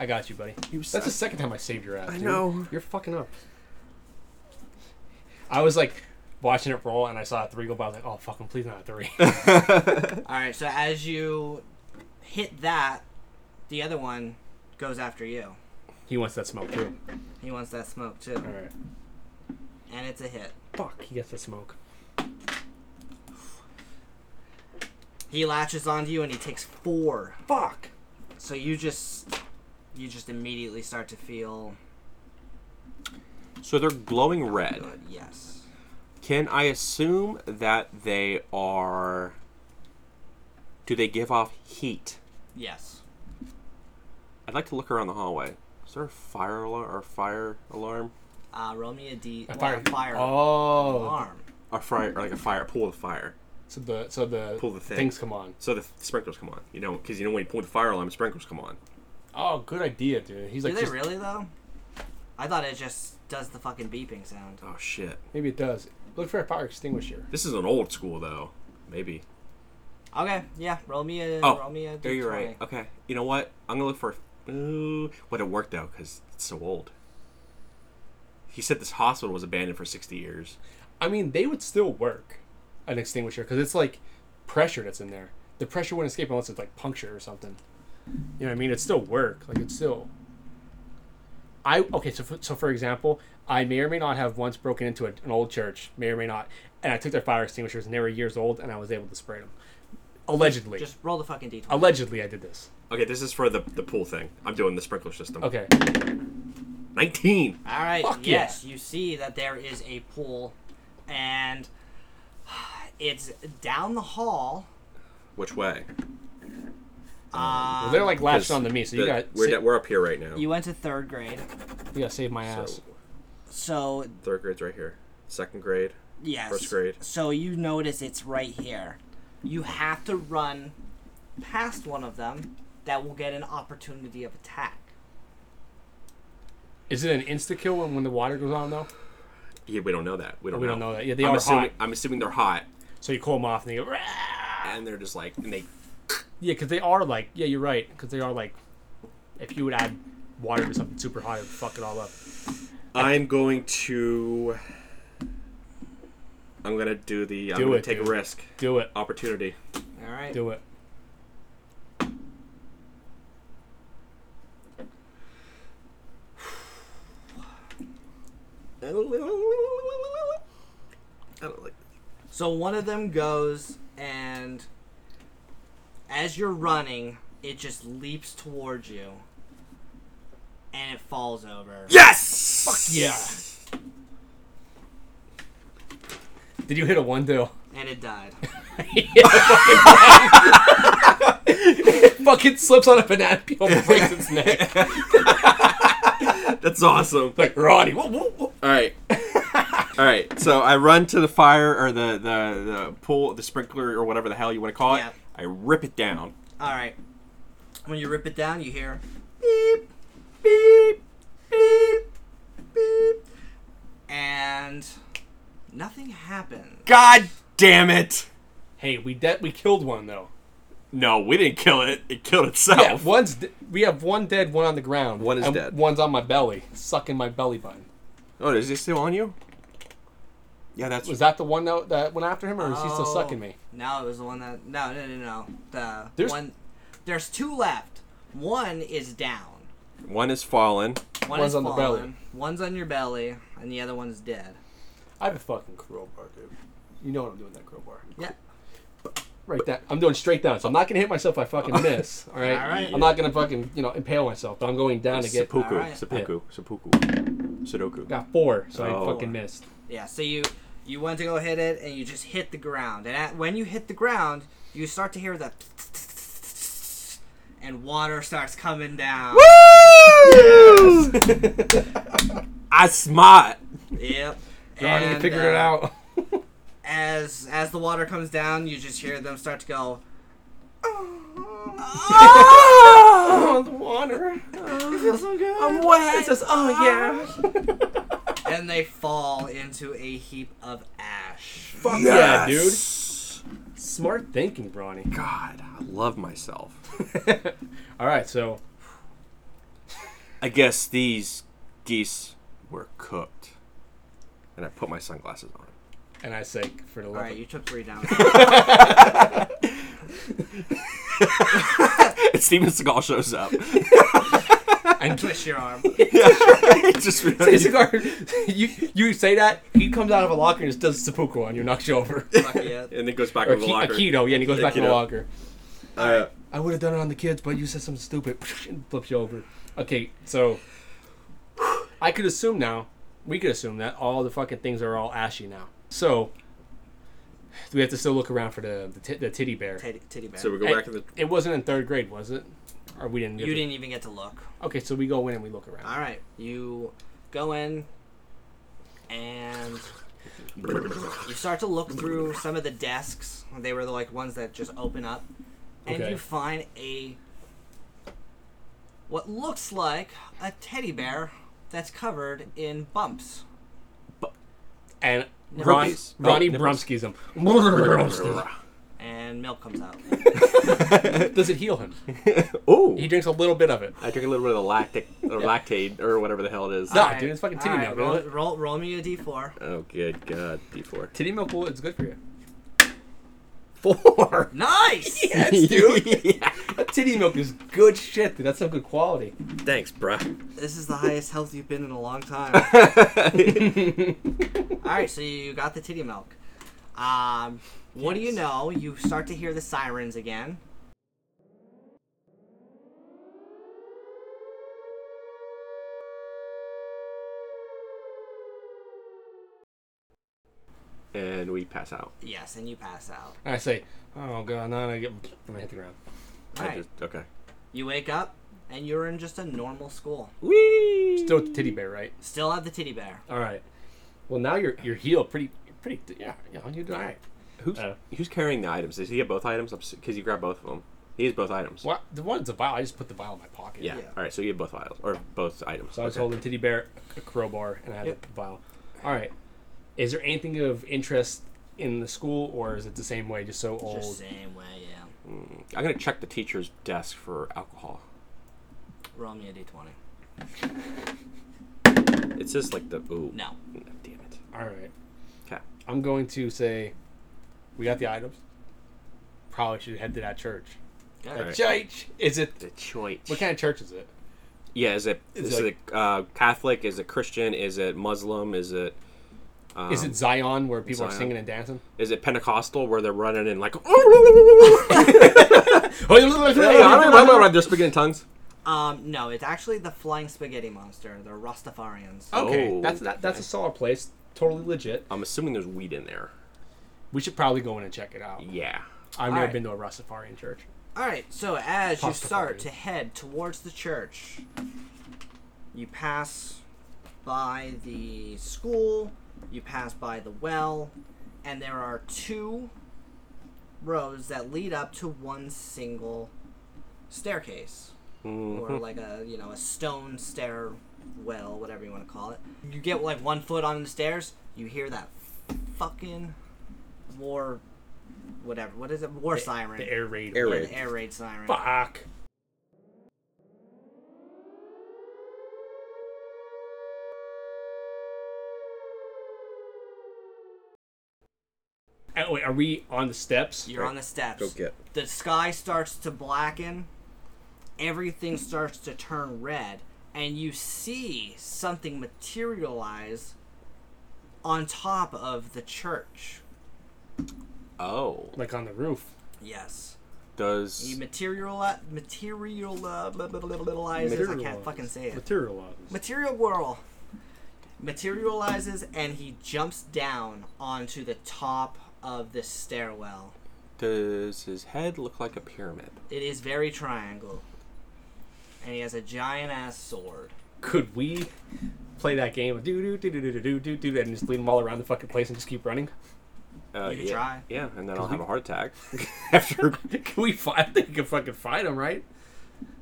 Speaker 2: I got you, buddy. That's the second time I saved your ass.
Speaker 4: I
Speaker 2: dude.
Speaker 4: know.
Speaker 2: You're fucking up. I was like watching it roll, and I saw a three go by. I was like, "Oh, fucking please not a three.
Speaker 1: All right. So as you hit that, the other one goes after you.
Speaker 2: he wants that smoke too.
Speaker 1: He wants that smoke too,
Speaker 2: All right.
Speaker 1: and it's a hit.
Speaker 2: Fuck. He gets the smoke.
Speaker 1: He latches onto you and he takes four.
Speaker 2: Fuck.
Speaker 1: So you just you just immediately start to feel
Speaker 4: So they're glowing red.
Speaker 1: good. Yes.
Speaker 4: Can I assume that they are? Do they give off heat?
Speaker 1: Yes.
Speaker 4: I'd like to look around the hallway. Is there a fire alarm or fire alarm?
Speaker 1: Uh, roll me a D.
Speaker 2: A
Speaker 1: well,
Speaker 2: fire.
Speaker 1: a fire
Speaker 2: Oh.
Speaker 1: alarm.
Speaker 4: A fire or like a fire a pool of fire.
Speaker 2: so the so the,
Speaker 4: Pull the thing.
Speaker 2: things come on.
Speaker 4: So the f- sprinklers come on, you know, because you know when you point the fire alarm, sprinklers come on.
Speaker 2: Oh, good idea, dude. He's
Speaker 1: Do
Speaker 2: like,
Speaker 1: they
Speaker 2: just,
Speaker 1: really though? I thought it just does the fucking beeping sound.
Speaker 4: Oh shit!
Speaker 2: maybe it does. Look for a fire extinguisher.
Speaker 4: This is an old school though. Maybe.
Speaker 1: Okay, yeah, roll me a
Speaker 4: Oh,
Speaker 1: roll me a.
Speaker 4: There you're right. Oh.
Speaker 1: D20.
Speaker 4: Okay. You know what? I'm gonna look for. Ooh, what it worked though, because it's so old. He said this hospital was abandoned for 60 years.
Speaker 2: I mean, they would still work an extinguisher because it's like pressure that's in there. The pressure wouldn't escape unless it's like puncture or something. You know what I mean? It still work. Like it's still. I okay. So for, so for example, I may or may not have once broken into a, an old church, may or may not, and I took their fire extinguishers and they were years old, and I was able to spray them. Allegedly,
Speaker 1: Just roll the fucking d20.
Speaker 2: allegedly, I did this.
Speaker 4: Okay, this is for the the pool thing. I'm doing the sprinkler system.
Speaker 2: Okay,
Speaker 4: 19.
Speaker 1: All right.
Speaker 2: Fuck
Speaker 1: yes, you see that there is a pool, and it's down the hall.
Speaker 4: Which way?
Speaker 2: well, they're like latched
Speaker 4: 'Cause
Speaker 2: onto me, so you
Speaker 4: Ah, the-
Speaker 2: got
Speaker 4: We're,
Speaker 2: sa-
Speaker 4: da- we're up here right now.
Speaker 1: You went to third grade,
Speaker 2: you got to save my ass.
Speaker 4: so,
Speaker 1: so
Speaker 4: third grade's right here. Second grade.
Speaker 1: yes.
Speaker 4: First grade.
Speaker 1: So you notice it's right here. You have to run past one of them that will get an opportunity of attack.
Speaker 2: Is it an insta kill when, when the water goes on though?
Speaker 4: Yeah, we don't know that. We don't.
Speaker 2: We
Speaker 4: know.
Speaker 2: don't know that. Yeah, they
Speaker 4: I'm
Speaker 2: are
Speaker 4: assuming,
Speaker 2: hot.
Speaker 4: I'm assuming they're hot,
Speaker 2: So you call them off and they go. "Rah!"
Speaker 4: and they're just like, and they
Speaker 2: Yeah, because they are like, yeah, you're right. Because they are like, if you would add water to something super hot, it would fuck it all up.
Speaker 4: I'm going to. I'm gonna do the. I'm
Speaker 2: Do
Speaker 4: gonna
Speaker 2: it,
Speaker 4: take
Speaker 2: dude.
Speaker 4: a risk.
Speaker 2: Do it.
Speaker 4: Opportunity.
Speaker 1: All right.
Speaker 2: Do it.
Speaker 4: I don't like.
Speaker 1: So one of them goes, and as you're running, it just leaps towards you, and it falls over.
Speaker 4: Yes.
Speaker 2: Fuck yeah. Did you hit a one deal?
Speaker 1: And it died.
Speaker 2: Fucking slips on a banana peel and breaks its neck.
Speaker 4: That's awesome.
Speaker 2: Like Ronnie. Whoa, whoa, whoa.
Speaker 4: All right. All right. So I run to the fire or the the, the pool, the sprinkler or whatever the hell you want to call it.
Speaker 1: Yeah.
Speaker 4: I rip it down.
Speaker 1: All right. When you rip it down, you hear
Speaker 4: Beep, beep, beep.
Speaker 1: and nothing happens.
Speaker 4: God damn it!
Speaker 2: Hey, we de- we killed one though.
Speaker 4: No, we didn't kill it. It killed
Speaker 2: Yeah,
Speaker 4: itself.
Speaker 2: one's de- we have one dead, Oh. one on the ground.
Speaker 4: One is
Speaker 2: and
Speaker 4: dead.
Speaker 2: One's on my belly, sucking my belly button.
Speaker 4: Oh, is it still on you? Yeah, that's
Speaker 2: Was that the one that, that went after him, or is he still
Speaker 1: Oh,
Speaker 2: sucking me?
Speaker 1: No, it was the one that. No, no, no, no. The
Speaker 2: There's-
Speaker 1: one. There's two left. One is down.
Speaker 4: one is fallen.
Speaker 1: One
Speaker 2: One's
Speaker 1: is
Speaker 2: on the belly.
Speaker 1: fallen, One's on your belly, and the other one's dead.
Speaker 2: I have a fucking crowbar, dude. You know what I'm doing with that crowbar.
Speaker 1: Yeah.
Speaker 2: Right that I'm doing straight down, so I'm not gonna hit myself if I fucking miss. All right.
Speaker 1: All right.
Speaker 2: I'm not gonna fucking you know impale myself, but I'm going down to get.
Speaker 4: seppuku,
Speaker 1: Alright.
Speaker 4: seppuku, seppuku, sudoku.
Speaker 2: Got four, so
Speaker 4: Oh.
Speaker 2: I fucking missed.
Speaker 1: Yeah, so you you went to go hit it and you just hit the ground. And at, when you hit the ground, you start to hear the and water starts coming down.
Speaker 4: I smart.
Speaker 1: Yep.
Speaker 2: Johnny
Speaker 1: And,
Speaker 2: figured it
Speaker 1: uh,
Speaker 2: out.
Speaker 1: As as the water comes down, you just hear them start to go.
Speaker 2: oh, the water.
Speaker 4: I'm wet.
Speaker 2: It says, oh yeah.
Speaker 1: and they fall into a heap of ash.
Speaker 2: Fuck yeah, dude. Smart thinking, Bronny.
Speaker 4: God, I love myself.
Speaker 2: All right, so
Speaker 4: I guess these geese were cooked, and I put my sunglasses on.
Speaker 2: and I say for the
Speaker 1: All
Speaker 2: love
Speaker 1: right, you took three down.
Speaker 4: Steven Seagal shows up.
Speaker 2: of and
Speaker 1: Twist your arm.
Speaker 4: It's just
Speaker 2: Say
Speaker 4: really,
Speaker 2: cigar. you you say that he comes out of a locker and just does seppuku on you, knocks you over.
Speaker 1: Fuck yeah.
Speaker 4: and then goes back
Speaker 2: or
Speaker 4: in the
Speaker 2: ki- a
Speaker 4: locker.
Speaker 2: keto, yeah, and he goes
Speaker 4: Yeah,
Speaker 2: back in the
Speaker 4: keto.
Speaker 2: locker.
Speaker 4: Uh,
Speaker 2: I would have done it on the kids, but you said something stupid and flips you over. Okay, so I could assume now, we could assume that all the fucking things are all ashy now. So do we have to still look around for the the, ti- the titty bear?
Speaker 1: Titty, titty bear.
Speaker 4: so we go
Speaker 2: Hey,
Speaker 4: back to the.
Speaker 2: It wasn't in third grade, was it? Or we didn't. get
Speaker 1: you
Speaker 2: to-
Speaker 1: didn't even get to look.
Speaker 2: Okay, so we go in and we look around.
Speaker 1: All right, you go in and you start to look through some of the desks. They were the like ones that just open up, and
Speaker 2: Okay.
Speaker 1: you find a what looks like a teddy bear that's covered in bumps.
Speaker 2: And
Speaker 1: Nipples.
Speaker 2: Ron,
Speaker 4: No,
Speaker 2: Ronnie
Speaker 4: nipples.
Speaker 2: Brumskys him. Brumskys.
Speaker 1: And milk comes out.
Speaker 2: Does it heal him?
Speaker 4: Oh,
Speaker 2: He drinks a little bit of it.
Speaker 4: I drink a little bit of the lactic or lactate or whatever the hell it is.
Speaker 2: No. Ah, dude, it's fucking titty
Speaker 1: Alright,
Speaker 2: milk,
Speaker 1: Roll,
Speaker 2: isn't it?
Speaker 1: roll, roll me a d4.
Speaker 4: Oh, good God, D4.
Speaker 2: Titty milk, well, it's good for you.
Speaker 4: Four.
Speaker 1: Nice.
Speaker 4: dude. yeah.
Speaker 2: That titty milk is good shit, dude. That's some good quality.
Speaker 4: Thanks, bruh.
Speaker 1: This is the highest health you've been in a long time. All right, so you got the titty milk. Um, what do you know? You start to hear the sirens again.
Speaker 4: and we pass out.
Speaker 1: Yes, and you pass out.
Speaker 2: And I say, oh god, no, I get, I'm gonna hit the ground.
Speaker 4: I
Speaker 1: Right.
Speaker 4: just- okay.
Speaker 1: You wake up and you're in just a normal school.
Speaker 4: Whee!
Speaker 2: Still with the titty bear, right?
Speaker 1: Still have the titty bear.
Speaker 2: All right. Well, now you're you're healed, pretty pretty. Yeah, you know, you're doing all right.
Speaker 4: Who's
Speaker 2: Uh.
Speaker 4: who's carrying the items? Does he get both items? Because you grabbed both of them. He has both items.
Speaker 2: Well, the one's a vial. I just put the vial in my pocket.
Speaker 4: Yeah.
Speaker 1: Yeah.
Speaker 4: All right. So you have both items or both items.
Speaker 2: So I was
Speaker 4: Okay.
Speaker 2: holding titty bear, a crowbar, and I had
Speaker 1: Yep.
Speaker 2: a vial. All right. Is there anything of interest in the school, or is it the same way, just so old?
Speaker 1: Just same way, yeah.
Speaker 4: I'm gonna check the teacher's desk for alcohol.
Speaker 1: Roll me a d20.
Speaker 4: It says like the ooh. Mm,
Speaker 1: No.
Speaker 4: Damn it.
Speaker 2: All right.
Speaker 4: Okay.
Speaker 2: I'm going to say, we got the items. Probably should head to that church.
Speaker 1: Good.
Speaker 2: That
Speaker 4: right.
Speaker 2: church is it?
Speaker 4: Detroit.
Speaker 2: What kind of church is it?
Speaker 4: Yeah. Is it
Speaker 2: Is
Speaker 4: is, it,
Speaker 2: like-
Speaker 4: uh, Catholic? Is it Christian? Is it Muslim? Is it um,
Speaker 2: Is it Zion where people are
Speaker 4: Zion.
Speaker 2: singing and dancing?
Speaker 4: is it Pentecostal where they're running and like they're speaking in tongues?
Speaker 1: Um, no, it's actually the flying spaghetti monster, the Rastafarians.
Speaker 2: Okay,
Speaker 4: Oh,
Speaker 2: that's that, that's a solid place. Totally legit.
Speaker 4: I'm assuming there's weed in there.
Speaker 2: We should probably go in and check it out.
Speaker 4: Yeah.
Speaker 2: I've never
Speaker 1: Alright.
Speaker 2: been to a Rastafarian church.
Speaker 1: All right, so as you
Speaker 2: Pasta
Speaker 1: start
Speaker 2: party.
Speaker 1: to head towards the church, you pass by the school, you pass by the well, and there are two rows that lead up to one single staircase
Speaker 2: Mm-hmm.
Speaker 1: or like a, you know, a stone stair well, whatever you want to call it. You get like one foot on the stairs, you hear that fucking war whatever. What is it? War siren.
Speaker 2: The air raid.
Speaker 4: Air
Speaker 1: Yeah,
Speaker 4: raid.
Speaker 1: the air raid siren.
Speaker 2: Fuck. Uh, wait, are we on the steps?
Speaker 1: You're on the steps.
Speaker 3: Go get.
Speaker 1: The sky starts to blacken. Everything starts to turn red, and you see something materialize on top of the church.
Speaker 4: Oh.
Speaker 2: Like on the roof.
Speaker 1: Yes.
Speaker 4: Does
Speaker 1: You materialize. Materializes. I can't fucking say it.
Speaker 2: Materialized.
Speaker 1: Material Whirl materializes and he jumps down onto the top of this stairwell.
Speaker 4: does his head look like a pyramid?
Speaker 1: It is very triangle. And he has a giant ass sword.
Speaker 2: Could we play that game of do do do do do do do do and just lead them all around the fucking place and just keep running?
Speaker 4: Uh,
Speaker 1: You can
Speaker 4: yeah.
Speaker 1: try.
Speaker 4: Yeah, and then I'll have
Speaker 2: we-
Speaker 4: a heart attack after.
Speaker 2: Can we fight? I think we can fucking fight him, right?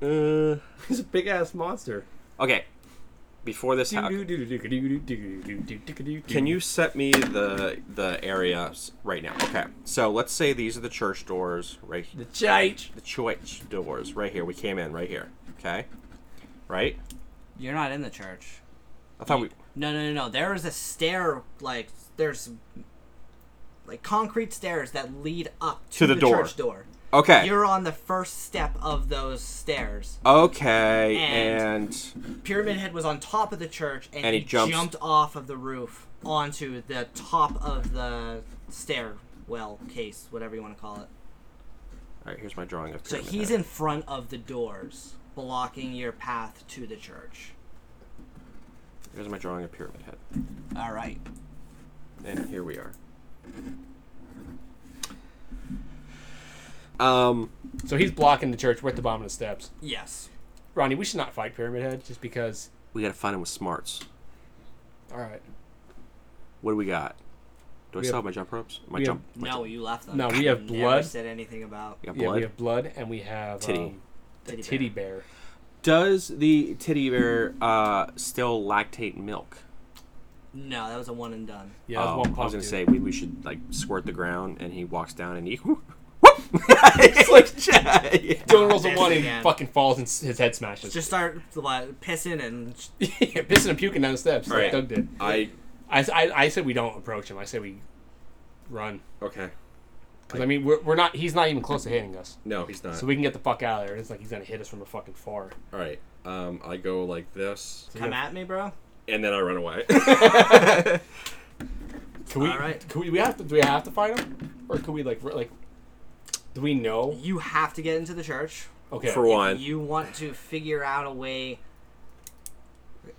Speaker 4: Uh,
Speaker 2: He's a big ass monster.
Speaker 4: okay. Before this happens,
Speaker 2: Can
Speaker 4: can you set me the the area s- right now? Okay. So let's say these are the church doors right
Speaker 2: the change?
Speaker 4: the church doors right here. We came in right here. Okay. Right.
Speaker 1: You're not in the church.
Speaker 4: I thought we.
Speaker 1: No, no, no, no. There is a stair, like, there's like concrete stairs that lead up to,
Speaker 4: To the door.
Speaker 1: church door.
Speaker 4: Okay.
Speaker 1: You're on the first step of those stairs.
Speaker 4: okay.
Speaker 1: And-
Speaker 4: and
Speaker 1: Pyramid Head was on top of the church, and,
Speaker 4: And
Speaker 1: he,
Speaker 4: he jumps-
Speaker 1: jumped off of the roof onto the top of the stairwell case, whatever you want to call it.
Speaker 4: All right, here's my drawing of.
Speaker 1: So
Speaker 4: Pyramid
Speaker 1: he's
Speaker 4: Head.
Speaker 1: in front of the doors, blocking your path to the church.
Speaker 4: Here's my drawing of Pyramid Head,
Speaker 1: All right.
Speaker 4: and here we are. Um,
Speaker 2: So he's blocking the church. We're at the bottom of the steps.
Speaker 1: Yes.
Speaker 2: Ronnie, we should not fight Pyramid Head just because.
Speaker 4: we gotta find him with smarts.
Speaker 2: All right.
Speaker 4: What do we got? Do I
Speaker 2: We
Speaker 4: still
Speaker 2: have-
Speaker 4: have my jump ropes? My
Speaker 2: we have-
Speaker 4: jump. my
Speaker 1: No,
Speaker 4: jump-
Speaker 1: you left them.
Speaker 2: No, we have
Speaker 1: Never
Speaker 2: blood.
Speaker 1: Said anything about
Speaker 4: Yeah,
Speaker 2: Yeah,
Speaker 4: blood.
Speaker 2: we have blood and we have
Speaker 4: Titty.
Speaker 2: um,
Speaker 1: Teddy bear.
Speaker 2: titty bear.
Speaker 4: Does the teddy bear uh, still lactate milk?
Speaker 1: No, that was a one and done.
Speaker 2: Yeah, that's
Speaker 4: Oh,
Speaker 2: one pump,
Speaker 4: I was gonna
Speaker 2: dude.
Speaker 4: say we, we should like squirt the ground, and he walks down and he. Whoop! it's like yeah, yeah.
Speaker 2: Dylan rolls a
Speaker 1: Piss
Speaker 2: one and he
Speaker 1: again.
Speaker 2: fucking falls and s- his head smashes.
Speaker 1: Just start what, pissing and
Speaker 2: yeah, pissing and puking down the steps.
Speaker 5: All
Speaker 2: Like
Speaker 5: right.
Speaker 2: Doug did.
Speaker 5: I
Speaker 2: I, s- I, I said we don't approach him. I said we run.
Speaker 5: okay.
Speaker 2: Because, I mean, we're, we're not, he's not even close to hitting us.
Speaker 5: No, he's not.
Speaker 2: So we can get the fuck out of there. It's like he's going to hit us from a fucking far.
Speaker 5: All right. Um, I go like this,
Speaker 1: come at me, bro.
Speaker 5: and then I run away.
Speaker 2: Can we,
Speaker 1: All right.
Speaker 2: can we, we have to, do we have to fight him? Or can we, like, re- like, do we know?
Speaker 1: You have to get into the church.
Speaker 2: Okay.
Speaker 4: For one
Speaker 1: You want to figure out a way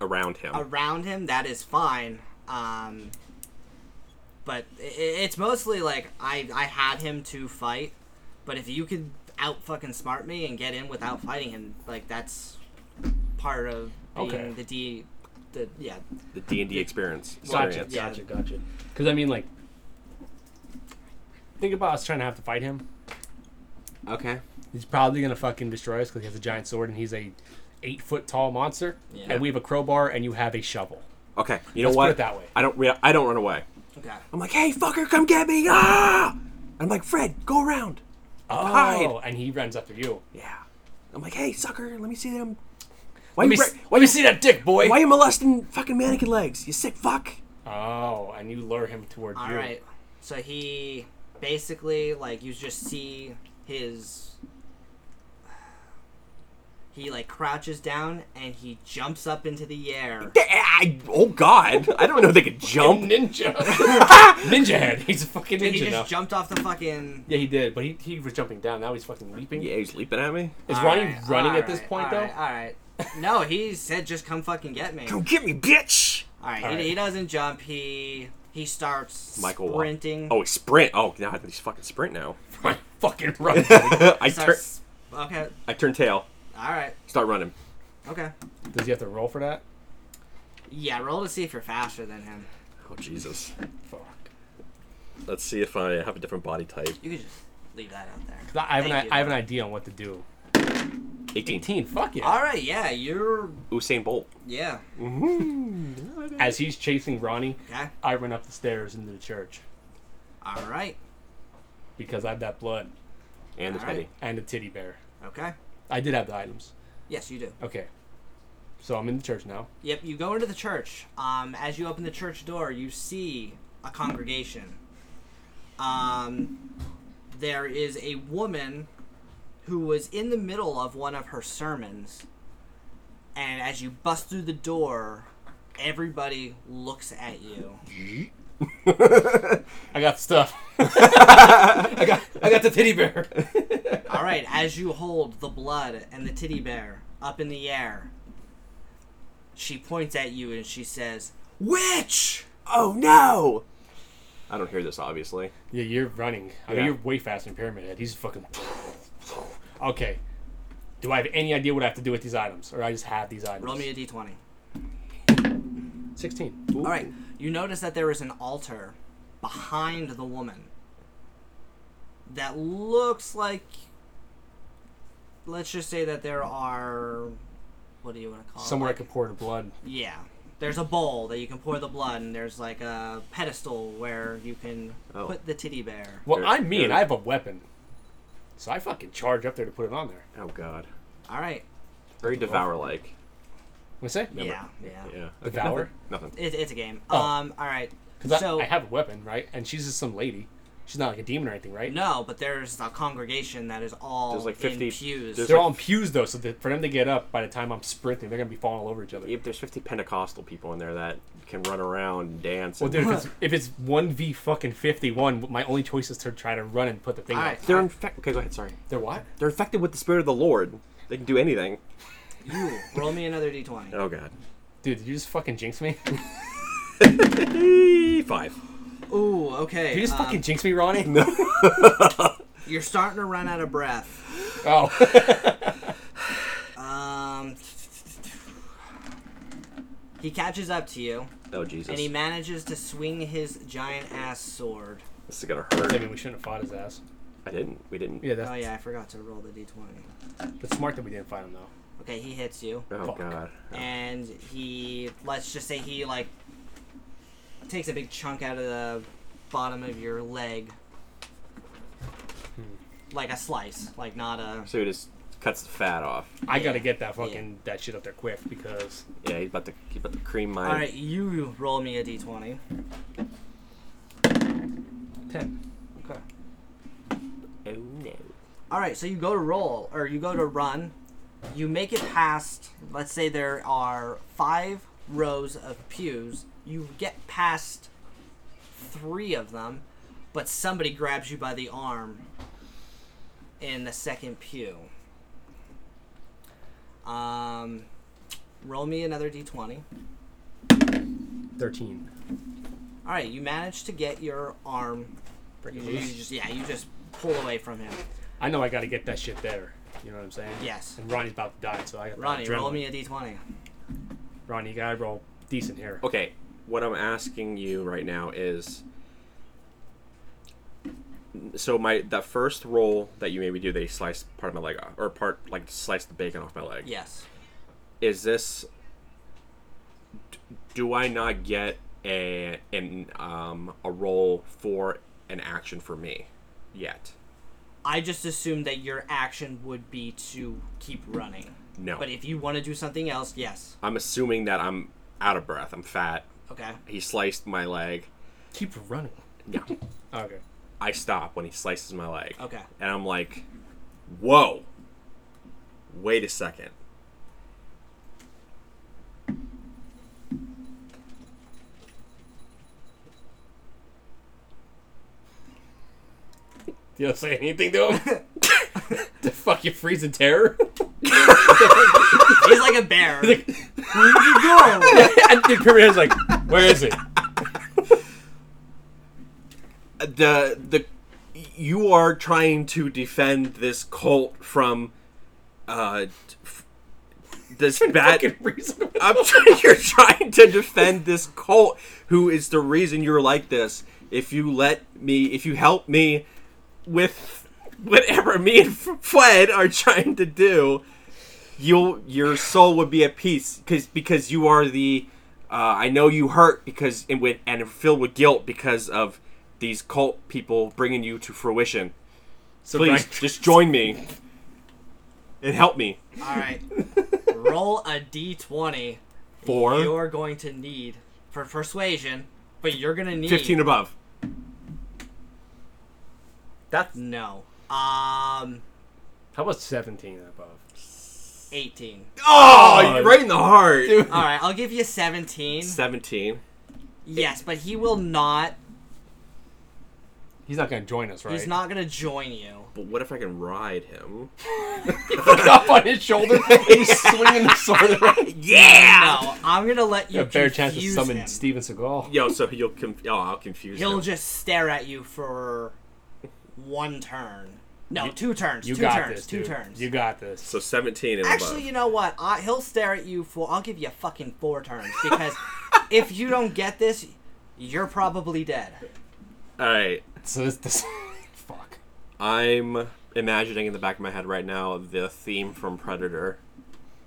Speaker 4: around him.
Speaker 1: around him. That is fine. Um, but i- i it's mostly like I I had him to fight, but if you could out fucking smart me and get in without fighting him, like that's part of being
Speaker 2: Okay.
Speaker 1: the D. The, yeah,
Speaker 4: the D and D experience.
Speaker 2: Gotcha,
Speaker 4: experience.
Speaker 1: yeah.
Speaker 2: gotcha, gotcha. Because, I mean, like, think about us trying to have to fight him.
Speaker 4: Okay.
Speaker 2: He's probably gonna fucking destroy us because he has a giant sword and he's a eight foot tall monster.
Speaker 1: Yeah.
Speaker 2: And we have a crowbar and you have a shovel.
Speaker 4: Okay. You know
Speaker 2: Let's put
Speaker 4: what?
Speaker 2: it that way.
Speaker 4: I don't. Re- I don't run away.
Speaker 1: okay.
Speaker 4: I'm like, hey, fucker, come get me! Ah! I'm like, Fred, go around.
Speaker 2: Oh,
Speaker 4: Hide.
Speaker 2: and he runs after you.
Speaker 4: Yeah. I'm like, hey, sucker, let me see them.
Speaker 2: Let
Speaker 4: Why you
Speaker 2: me,
Speaker 4: ra-
Speaker 2: s let me see that dick, boy.
Speaker 4: why you molesting fucking mannequin legs? You sick fuck.
Speaker 2: Oh, and you lure him toward
Speaker 1: All
Speaker 2: you.
Speaker 1: right. So he basically like you just see his he like crouches down and he jumps up into the air.
Speaker 4: I, oh God, I don't know. if They could jump.
Speaker 2: Ninja. ninja head. He's a fucking
Speaker 1: He
Speaker 2: ninja
Speaker 1: just
Speaker 2: now.
Speaker 1: jumped off the fucking
Speaker 2: Yeah, he did, but he, he was jumping down. Now he's fucking leaping.
Speaker 4: Yeah, he's leaping at me.
Speaker 2: Is
Speaker 1: All
Speaker 2: Ronnie
Speaker 1: right,
Speaker 2: running
Speaker 1: all
Speaker 2: at this
Speaker 1: right,
Speaker 2: point
Speaker 1: all
Speaker 2: though?
Speaker 1: right, All right. No, he said just come fucking get me. All
Speaker 4: Come get me, bitch.
Speaker 1: right.
Speaker 2: All
Speaker 1: he,
Speaker 2: right.
Speaker 1: he doesn't jump. He he starts
Speaker 4: Michael Wa-
Speaker 1: sprinting.
Speaker 4: Oh, he sprint. Oh God, he's fucking sprint now.
Speaker 2: My fucking run.
Speaker 4: I turn.
Speaker 1: starts, Okay.
Speaker 4: I turn tail.
Speaker 1: All right.
Speaker 4: Start running.
Speaker 1: Okay.
Speaker 2: Does he have to roll for that?
Speaker 1: Yeah, roll to see if you're faster than him.
Speaker 4: Oh Jesus.
Speaker 2: Fuck.
Speaker 5: Let's see if I have a different body type.
Speaker 1: You could just leave that out there.
Speaker 2: I have an
Speaker 1: Thank
Speaker 2: I,
Speaker 1: you.
Speaker 2: I have an idea on what to do.
Speaker 4: 18.
Speaker 2: 18. Fuck yeah.
Speaker 1: All right, yeah, you're
Speaker 4: Usain Bolt.
Speaker 1: yeah.
Speaker 4: Mm-hmm.
Speaker 2: As he's chasing Ronnie,
Speaker 1: Okay.
Speaker 2: I run up the stairs into the church
Speaker 1: All right.
Speaker 2: because I have that blood
Speaker 4: And the
Speaker 1: All right.
Speaker 4: teddy.
Speaker 2: and a titty bear.
Speaker 1: Okay.
Speaker 2: I did have the items.
Speaker 1: Yes, you do.
Speaker 2: Okay. So I'm in the church now.
Speaker 1: Yep, you go into the church. Um, as you open the church door, you see a congregation. Um, there is a woman who was in the middle of one of her sermons, and as you bust through the door, everybody looks at you.
Speaker 2: I got stuff. I got I got the titty bear.
Speaker 1: All right, as you hold the blood and the titty bear up in the air, she points at you and she says, "Witch!"
Speaker 4: Oh no! I don't hear this obviously.
Speaker 2: Yeah, you're running. I mean,
Speaker 4: Yeah.
Speaker 2: you're way faster than Pyramid Head. He's fucking. Okay. Do I have any idea what I have to do with these items, or I just have these items?
Speaker 1: Roll me a d20.
Speaker 2: Sixteen.
Speaker 1: All right, you notice that there is an altar behind the woman that looks like. Let's just say that there are. What do you want to call
Speaker 2: Somewhere I
Speaker 1: it?
Speaker 2: could pour the blood.
Speaker 1: Yeah. There's a bowl that you can pour the blood, and there's like a pedestal where you can
Speaker 4: Oh.
Speaker 1: put the titty bear.
Speaker 2: Well,
Speaker 4: There-
Speaker 2: I'm mean.
Speaker 4: there-
Speaker 2: I have a weapon, so I fucking charge up there to put it on there.
Speaker 4: Oh God.
Speaker 1: All right.
Speaker 4: Very devour like.
Speaker 2: What say?
Speaker 1: Yeah. Yeah.
Speaker 4: Yeah.
Speaker 2: Devour?
Speaker 4: Nothing.
Speaker 1: It, it's a game.
Speaker 2: Oh.
Speaker 1: Um. All right.
Speaker 2: Because
Speaker 1: So
Speaker 2: I, I have a weapon, right? And she's just some lady. She's not like a demon or anything, right?
Speaker 1: no, but there's a congregation that is all
Speaker 4: There's like
Speaker 1: in
Speaker 4: 50
Speaker 1: pews.
Speaker 4: there's
Speaker 2: They're all in pews though, so that for them to get up by the time I'm sprinting, they're gonna be falling all over each other.
Speaker 4: If there's 50 Pentecostal people in there that can run around and dance.
Speaker 2: Well,
Speaker 4: and-
Speaker 2: dude, if it's, if it's one v fucking fifty one, my only choice is to try to run and put the thing.
Speaker 1: All
Speaker 2: out.
Speaker 1: right.
Speaker 4: They're infected. Okay, go ahead. Sorry.
Speaker 2: They're what?
Speaker 4: They're infected with the spirit of the Lord. They can do anything.
Speaker 1: You roll me another d20.
Speaker 4: Oh God.
Speaker 2: Dude, did you just fucking jinx me? Did
Speaker 4: Eh, Five.
Speaker 1: Ooh, okay.
Speaker 2: you just
Speaker 1: um,
Speaker 2: fucking jinx me, Ronnie? No.
Speaker 1: You're starting to run out of breath.
Speaker 2: Oh.
Speaker 1: Um, He catches up to you,
Speaker 4: Oh Jesus!
Speaker 1: and he manages to swing his giant ass sword.
Speaker 4: this is gonna
Speaker 2: I
Speaker 4: hurt.
Speaker 2: mean, we shouldn't have fought his ass.
Speaker 4: I didn't. We didn't.
Speaker 2: Yeah, that's,
Speaker 1: Oh yeah, I forgot to roll the d20.
Speaker 2: that's smart that we didn't fight him though.
Speaker 1: Okay, he hits you,
Speaker 4: Oh
Speaker 2: Fuck.
Speaker 4: God.
Speaker 1: and he let's just say he like takes a big chunk out of the bottom of your leg, like a slice, like not a.
Speaker 4: So he just cuts the fat off.
Speaker 2: I
Speaker 1: Yeah.
Speaker 2: gotta get that fucking that shit up there quick because
Speaker 4: Yeah, he's about to he's about to cream mine.
Speaker 1: All right, you roll me a d20.
Speaker 2: ten. Okay.
Speaker 4: Oh no.
Speaker 1: All right, so you go to roll or you go to run. You make it past. Let's say there are five rows of pews. You get past three of them, but somebody grabs you by the arm in the second pew. Um, roll me another d20.
Speaker 2: Thirteen.
Speaker 1: All right, you manage to get your arm.
Speaker 2: Break
Speaker 1: You,
Speaker 2: it
Speaker 1: you
Speaker 2: loose.
Speaker 1: just yeah, you just pull away from him.
Speaker 2: I know I gotta get that shit there. You know what I'm saying?
Speaker 1: Yes.
Speaker 2: And Ronnie's about to die, so I got
Speaker 1: Ronnie,
Speaker 2: that adrenaline.
Speaker 1: roll me a d20.
Speaker 2: Ronnie, you gotta roll decent here.
Speaker 4: Okay, what I'm asking you right now is, so my that first roll that you made me do, they sliced part of my leg off, or part like sliced the bacon off my leg.
Speaker 1: Yes.
Speaker 4: Is this? d- Do I not get a an um a roll for an action for me yet?
Speaker 1: I just assumed that your action would be to keep running.
Speaker 4: No.
Speaker 1: But if you want to do something else, yes.
Speaker 4: I'm assuming that I'm out of breath. I'm fat.
Speaker 1: Okay.
Speaker 4: He sliced my leg.
Speaker 2: Keep running.
Speaker 4: Yeah.
Speaker 2: Okay.
Speaker 4: I stop when he slices my leg.
Speaker 1: Okay.
Speaker 4: And I'm like, whoa. Wait a second.
Speaker 2: You don't say anything to him? the fuck you freeze in terror?
Speaker 1: He's like a bear. Where'd you go?
Speaker 2: and the Pyramid's like, where is it?
Speaker 4: Uh, The the you are trying to defend this cult from uh f- this bad
Speaker 2: Fucking freeze him.
Speaker 4: I'm trying, you're trying to defend this cult who is the reason you're like this. If you let me, if you help me with whatever me and F- Fred are trying to do, you'll your soul would be at peace because because you are the. Uh, I know you hurt because and with and filled with guilt because of these cult people bringing you to fruition.
Speaker 2: So
Speaker 4: Please
Speaker 2: Brian-
Speaker 4: just join me and help me.
Speaker 1: All right. Roll a d20.
Speaker 4: Four,
Speaker 1: You're going to need for persuasion, but you're going to need
Speaker 4: fifteen above.
Speaker 2: That's
Speaker 1: No. Um
Speaker 2: how about seventeen and above?
Speaker 1: 18.
Speaker 4: Oh, right in the heart. Uh,
Speaker 1: All right, I'll give you 17.
Speaker 4: 17.
Speaker 1: Yes, but he will not.
Speaker 2: He's not gonna join us, right?
Speaker 1: He's not going to join you.
Speaker 4: But what if I can ride him?
Speaker 2: up on his shoulder. He's swinging the sword around.
Speaker 4: Yeah!
Speaker 1: No, I'm going to let you
Speaker 2: You have Ah. a fair chance to
Speaker 1: confuse
Speaker 2: summon
Speaker 1: him.
Speaker 2: Steven Seagal.
Speaker 4: Yo, so you'll conf- oh, I'll confuse
Speaker 1: He'll
Speaker 4: him.
Speaker 1: just stare at you for one turn. No, two turns.
Speaker 2: You
Speaker 1: two
Speaker 2: got
Speaker 1: turns.
Speaker 2: this,
Speaker 1: two
Speaker 2: dude.
Speaker 1: turns.
Speaker 2: You got this.
Speaker 4: so 17 and
Speaker 1: Actually,
Speaker 4: above.
Speaker 1: you know what? I, he'll stare at you for. I'll give you fucking four turns because if you don't get this, you're probably dead.
Speaker 4: All right.
Speaker 2: So this, this fuck.
Speaker 4: I'm imagining in the back of my head right now the theme from Predator.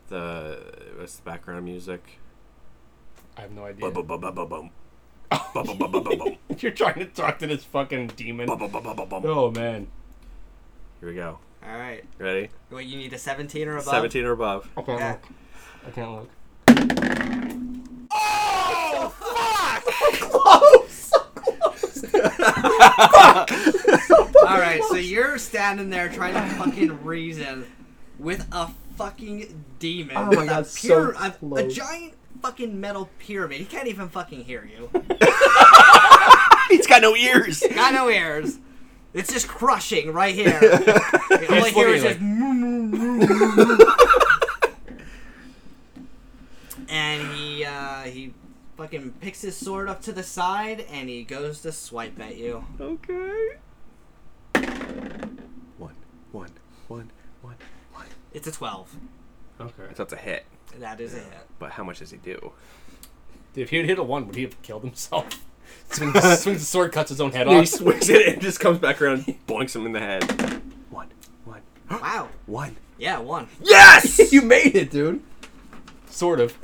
Speaker 4: The what's the background music?
Speaker 2: I have no idea.
Speaker 4: Ba-ba-ba-ba-ba-bum. Ba-ba-ba-ba-ba-bum.
Speaker 2: You're trying to talk to this fucking demon.
Speaker 4: Ba-ba-ba-ba-ba-bum.
Speaker 2: Oh man.
Speaker 4: Here we go.
Speaker 1: All right.
Speaker 4: Ready?
Speaker 1: Wait, you need a 17 or above?
Speaker 4: 17 or above.
Speaker 2: I can't
Speaker 1: Yeah.
Speaker 2: look. I can't look.
Speaker 1: All right, so you're standing there trying to fucking reason with a fucking demon. Oh
Speaker 2: my God, so
Speaker 1: a, a
Speaker 2: close.
Speaker 1: giant fucking metal pyramid. He can't even fucking hear you.
Speaker 4: He's got no ears.
Speaker 1: Got no ears. It's just crushing right here. All I
Speaker 2: He's
Speaker 1: hear
Speaker 2: looking
Speaker 1: is
Speaker 2: like-
Speaker 1: just. and he uh, he fucking picks his sword up to the side and he goes to swipe at you.
Speaker 4: Okay. One, one, one, one, one.
Speaker 1: It's a twelve.
Speaker 2: Okay.
Speaker 4: That's a hit.
Speaker 1: That is a hit.
Speaker 4: But how much does he do?
Speaker 2: Dude, if he had hit a one, would he have killed himself? swings, the- swings the sword, cuts his own head
Speaker 4: He
Speaker 2: off.
Speaker 4: swings it and just comes back around and boinks him in the head. One, one,
Speaker 1: Wow.
Speaker 4: one.
Speaker 1: Yeah, one.
Speaker 4: Yes!
Speaker 2: you made it, dude. Sort of.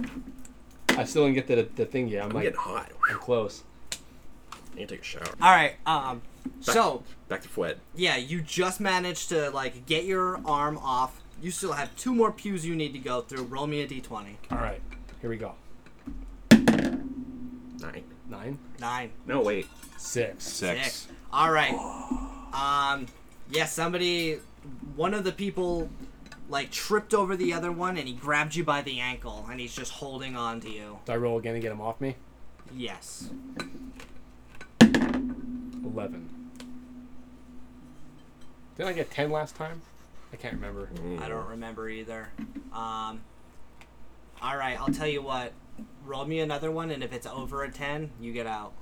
Speaker 2: I still didn't get the, the thing yet. I'm
Speaker 4: I'm
Speaker 2: like,
Speaker 4: getting hot.
Speaker 2: I'm close.
Speaker 4: I need to take a shower.
Speaker 1: All right. Um. So
Speaker 4: Back to Fred.
Speaker 1: yeah, you just managed to like get your arm off. You still have two more pews you need to go through. Roll me a d20.
Speaker 2: All right, here we go.
Speaker 4: Nine.
Speaker 2: Nine,
Speaker 1: Nine.
Speaker 4: No, wait.
Speaker 2: six.
Speaker 1: Six. All right. Um, yeah, somebody, one of the people, like tripped over the other one, and he grabbed you by the ankle, and he's just holding on to you.
Speaker 2: Do I roll again to get him off me?
Speaker 1: Yes.
Speaker 2: Eleven. Didn't I get ten last time? I can't remember.
Speaker 1: I don't remember either. Um, all right, I'll tell you what. Roll me another one, and if it's over a ten, you get out.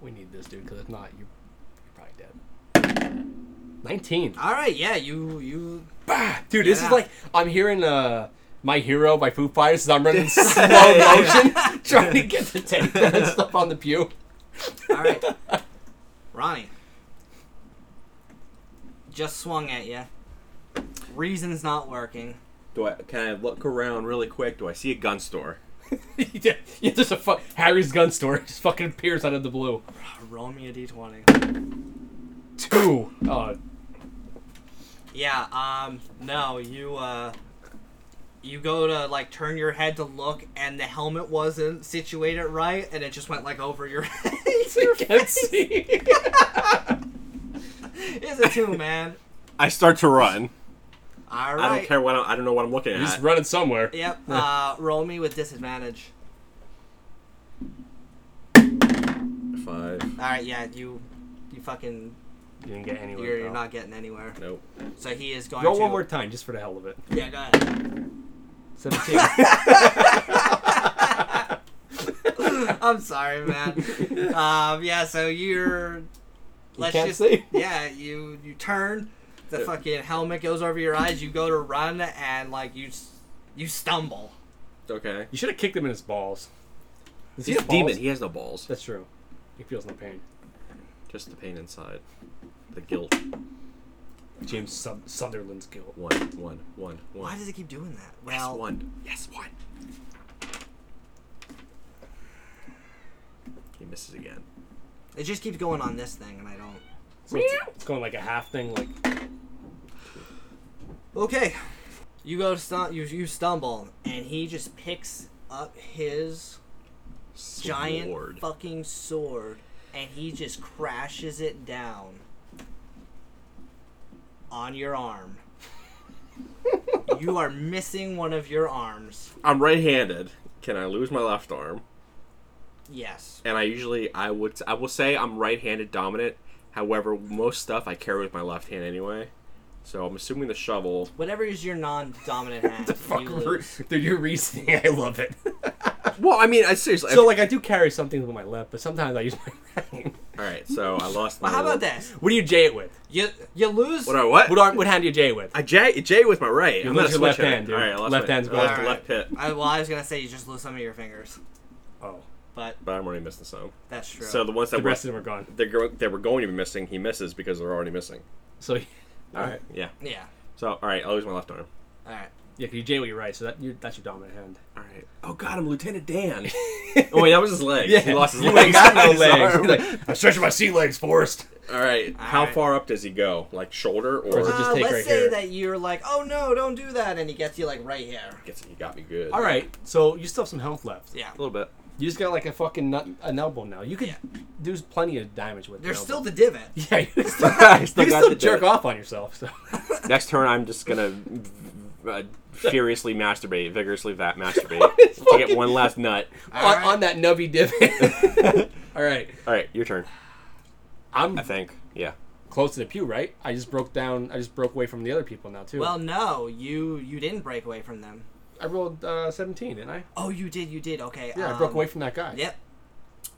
Speaker 2: We need this dude because if not, you're, you're probably dead. Nineteen.
Speaker 1: All right, yeah, you you.
Speaker 2: Bah! Ah, Dude, this
Speaker 1: Yeah.
Speaker 2: is like I'm hearing uh My Hero by Foo Fighters. as I'm running in slow motion, trying to get the tape and stuff on the pew.
Speaker 1: All right, Ronnie. Just swung at you. Reason's not working.
Speaker 4: Do I? Can I look around really quick? Do I see a gun store?
Speaker 2: yeah, yeah, there's a fu- Harry's gun store just fucking appears out of the blue.
Speaker 1: Roll me a d20.
Speaker 2: Two. Uh,
Speaker 1: Yeah, um, no, you, uh, you go to, like, turn your head to look, and the helmet wasn't situated right, and it just went, like, over your head.
Speaker 2: I can't see.
Speaker 1: it's a two, man.
Speaker 4: I start to run.
Speaker 1: All
Speaker 4: I don't
Speaker 1: right.
Speaker 4: care what I'm, I don't know what I'm looking
Speaker 2: He's
Speaker 4: at.
Speaker 2: running somewhere.
Speaker 1: Yep, uh, roll me with disadvantage.
Speaker 4: Five.
Speaker 1: All right, yeah, you, you fucking,
Speaker 2: You didn't get anywhere.
Speaker 1: you're, you're
Speaker 2: pal.
Speaker 1: not getting anywhere.
Speaker 4: Nope.
Speaker 1: So he is going
Speaker 2: Roll
Speaker 1: to...
Speaker 2: one more time, just for the hell of it.
Speaker 1: Yeah, go ahead.
Speaker 2: Seventeen.
Speaker 1: I'm sorry, man. um, yeah, so you're... Let's
Speaker 2: can't
Speaker 1: just,
Speaker 2: see?
Speaker 1: Yeah, you you turn, the fucking helmet goes over your eyes. You go to run, and like you s- you stumble.
Speaker 4: Okay.
Speaker 2: you should have kicked him in his balls. Does he
Speaker 4: He's a
Speaker 2: have balls?
Speaker 4: demon. He has no balls.
Speaker 2: That's true. He feels no pain.
Speaker 4: Just the pain inside. The guilt.
Speaker 2: James Sub- Sutherland's guilt.
Speaker 4: One, one, one, one.
Speaker 1: Why does it keep doing that?
Speaker 4: yes,
Speaker 1: Well,
Speaker 4: one. Yes, one. He misses again.
Speaker 1: it just keeps going on this thing, and I don't.
Speaker 2: So it's, it's going like a half thing, like
Speaker 1: Okay, you go to stum- you you stumble, and he just picks up his giant
Speaker 4: Sword.
Speaker 1: fucking sword, and he just crashes it down on your arm. you are missing one of your arms.
Speaker 4: I'm right-handed. Can I lose my left arm?
Speaker 1: Yes.
Speaker 4: And I usually I would I will say I'm right-handed dominant. However, most stuff I carry with my left hand anyway. So I'm assuming the shovel.
Speaker 1: Whatever is your non-dominant hand, you lose.
Speaker 2: Dude, your reasoning, I love it.
Speaker 4: Well, I mean, I seriously.
Speaker 2: so like I do carry something with my left, but sometimes I use my right.
Speaker 4: all right. So I lost my.
Speaker 1: Well, how about
Speaker 4: little-
Speaker 1: this?
Speaker 2: What do you J it with?
Speaker 1: You you lose.
Speaker 4: What? I, what?
Speaker 2: What arm? What hand do you J it with?
Speaker 4: I J J with my right.
Speaker 2: You
Speaker 4: I'm
Speaker 2: lose
Speaker 4: not
Speaker 2: your
Speaker 4: a
Speaker 2: left
Speaker 4: switcher.
Speaker 2: hand, dude.
Speaker 4: All right, I lost
Speaker 2: Left
Speaker 4: my,
Speaker 2: hand's
Speaker 4: I lost
Speaker 1: gone.
Speaker 4: the left pit,
Speaker 1: I, well, I was gonna say you just lose some of your fingers,
Speaker 2: Oh,
Speaker 1: but
Speaker 4: but I'm already missing some.
Speaker 1: that's true.
Speaker 4: So the ones that
Speaker 2: the
Speaker 4: were
Speaker 2: rest of them are gone.
Speaker 4: they're go- they were going to be missing, he misses because they're already missing.
Speaker 2: So, all right.
Speaker 4: Yeah.
Speaker 1: yeah.
Speaker 4: So all right, I'll lose my left arm.
Speaker 1: All right.
Speaker 2: Yeah, 'cause you J with your right, so that you that's your dominant hand.
Speaker 4: All right. Oh God, I'm Lieutenant Dan. oh wait, that was his leg. he lost his
Speaker 2: you
Speaker 4: legs.
Speaker 2: ain't got no
Speaker 4: His
Speaker 2: legs.
Speaker 4: arm.
Speaker 2: He's like, I'm stretching my sea legs, Forrest.
Speaker 4: All right. How
Speaker 1: right.
Speaker 4: far up does he go? Like shoulder or?
Speaker 2: is it just
Speaker 1: Uh,
Speaker 2: take
Speaker 1: let's
Speaker 2: right
Speaker 1: say
Speaker 2: here.
Speaker 1: that you're like, oh no, don't do that, and he gets you like right here.
Speaker 4: Gets he got me good.
Speaker 2: All right, so you still have some health left.
Speaker 1: Yeah.
Speaker 4: A little bit.
Speaker 2: You just got like a fucking nut, an elbow now. You could
Speaker 1: Yeah.
Speaker 2: do plenty of damage with. an
Speaker 1: There's
Speaker 2: elbow.
Speaker 1: still the divot.
Speaker 2: yeah. You can still,
Speaker 4: I
Speaker 2: you
Speaker 4: still
Speaker 2: can
Speaker 4: got
Speaker 2: still
Speaker 4: the
Speaker 2: jerk
Speaker 4: dirt.
Speaker 2: off on yourself. So.
Speaker 4: Next turn, I'm just gonna uh, furiously masturbate, vigorously va- masturbate to get one last nut.
Speaker 2: on,
Speaker 1: right.
Speaker 2: on that nubby divot. All right,
Speaker 4: All right, your turn.
Speaker 2: I'm
Speaker 4: I think. Yeah.
Speaker 2: close to the pew, right? I just broke down. I just broke away from the other people now too.
Speaker 1: Well, no, you you didn't break away from them.
Speaker 2: I rolled uh, 17, didn't I?
Speaker 1: Oh, you did. You did. Okay.
Speaker 2: Yeah, I
Speaker 1: um,
Speaker 2: broke away from that guy.
Speaker 1: Yep.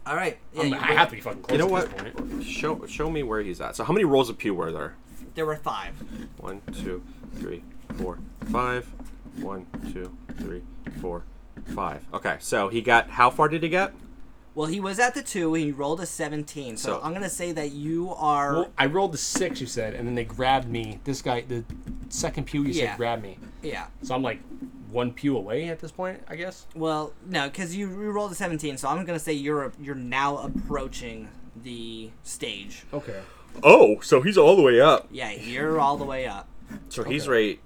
Speaker 1: All right. Yeah,
Speaker 2: I'm-
Speaker 1: you
Speaker 2: I have to be fucking close
Speaker 4: You know
Speaker 2: at
Speaker 4: what?
Speaker 2: this point.
Speaker 4: Show show me where he's at. So how many rolls of pew were there?
Speaker 1: broke- There were five.
Speaker 4: One, two, three, four, five. One, two, three, four, Five. Okay, so he got. How far did he get?
Speaker 1: Well, he was at the two. He rolled a 17. So,
Speaker 4: So-
Speaker 1: I'm going to say that you are.
Speaker 2: Well, I rolled the six, you said, and then they grabbed me. This guy, the second pew, you
Speaker 1: Yeah.
Speaker 2: said grabbed me.
Speaker 1: yeah.
Speaker 2: So I'm like one pew away at this point, I guess.
Speaker 1: Well, no, because you, you rolled a 17. So I'm going to say you're you're now approaching the stage.
Speaker 2: Okay.
Speaker 4: Oh, so he's all the way up.
Speaker 1: Yeah, you're all the way up.
Speaker 4: So he's right.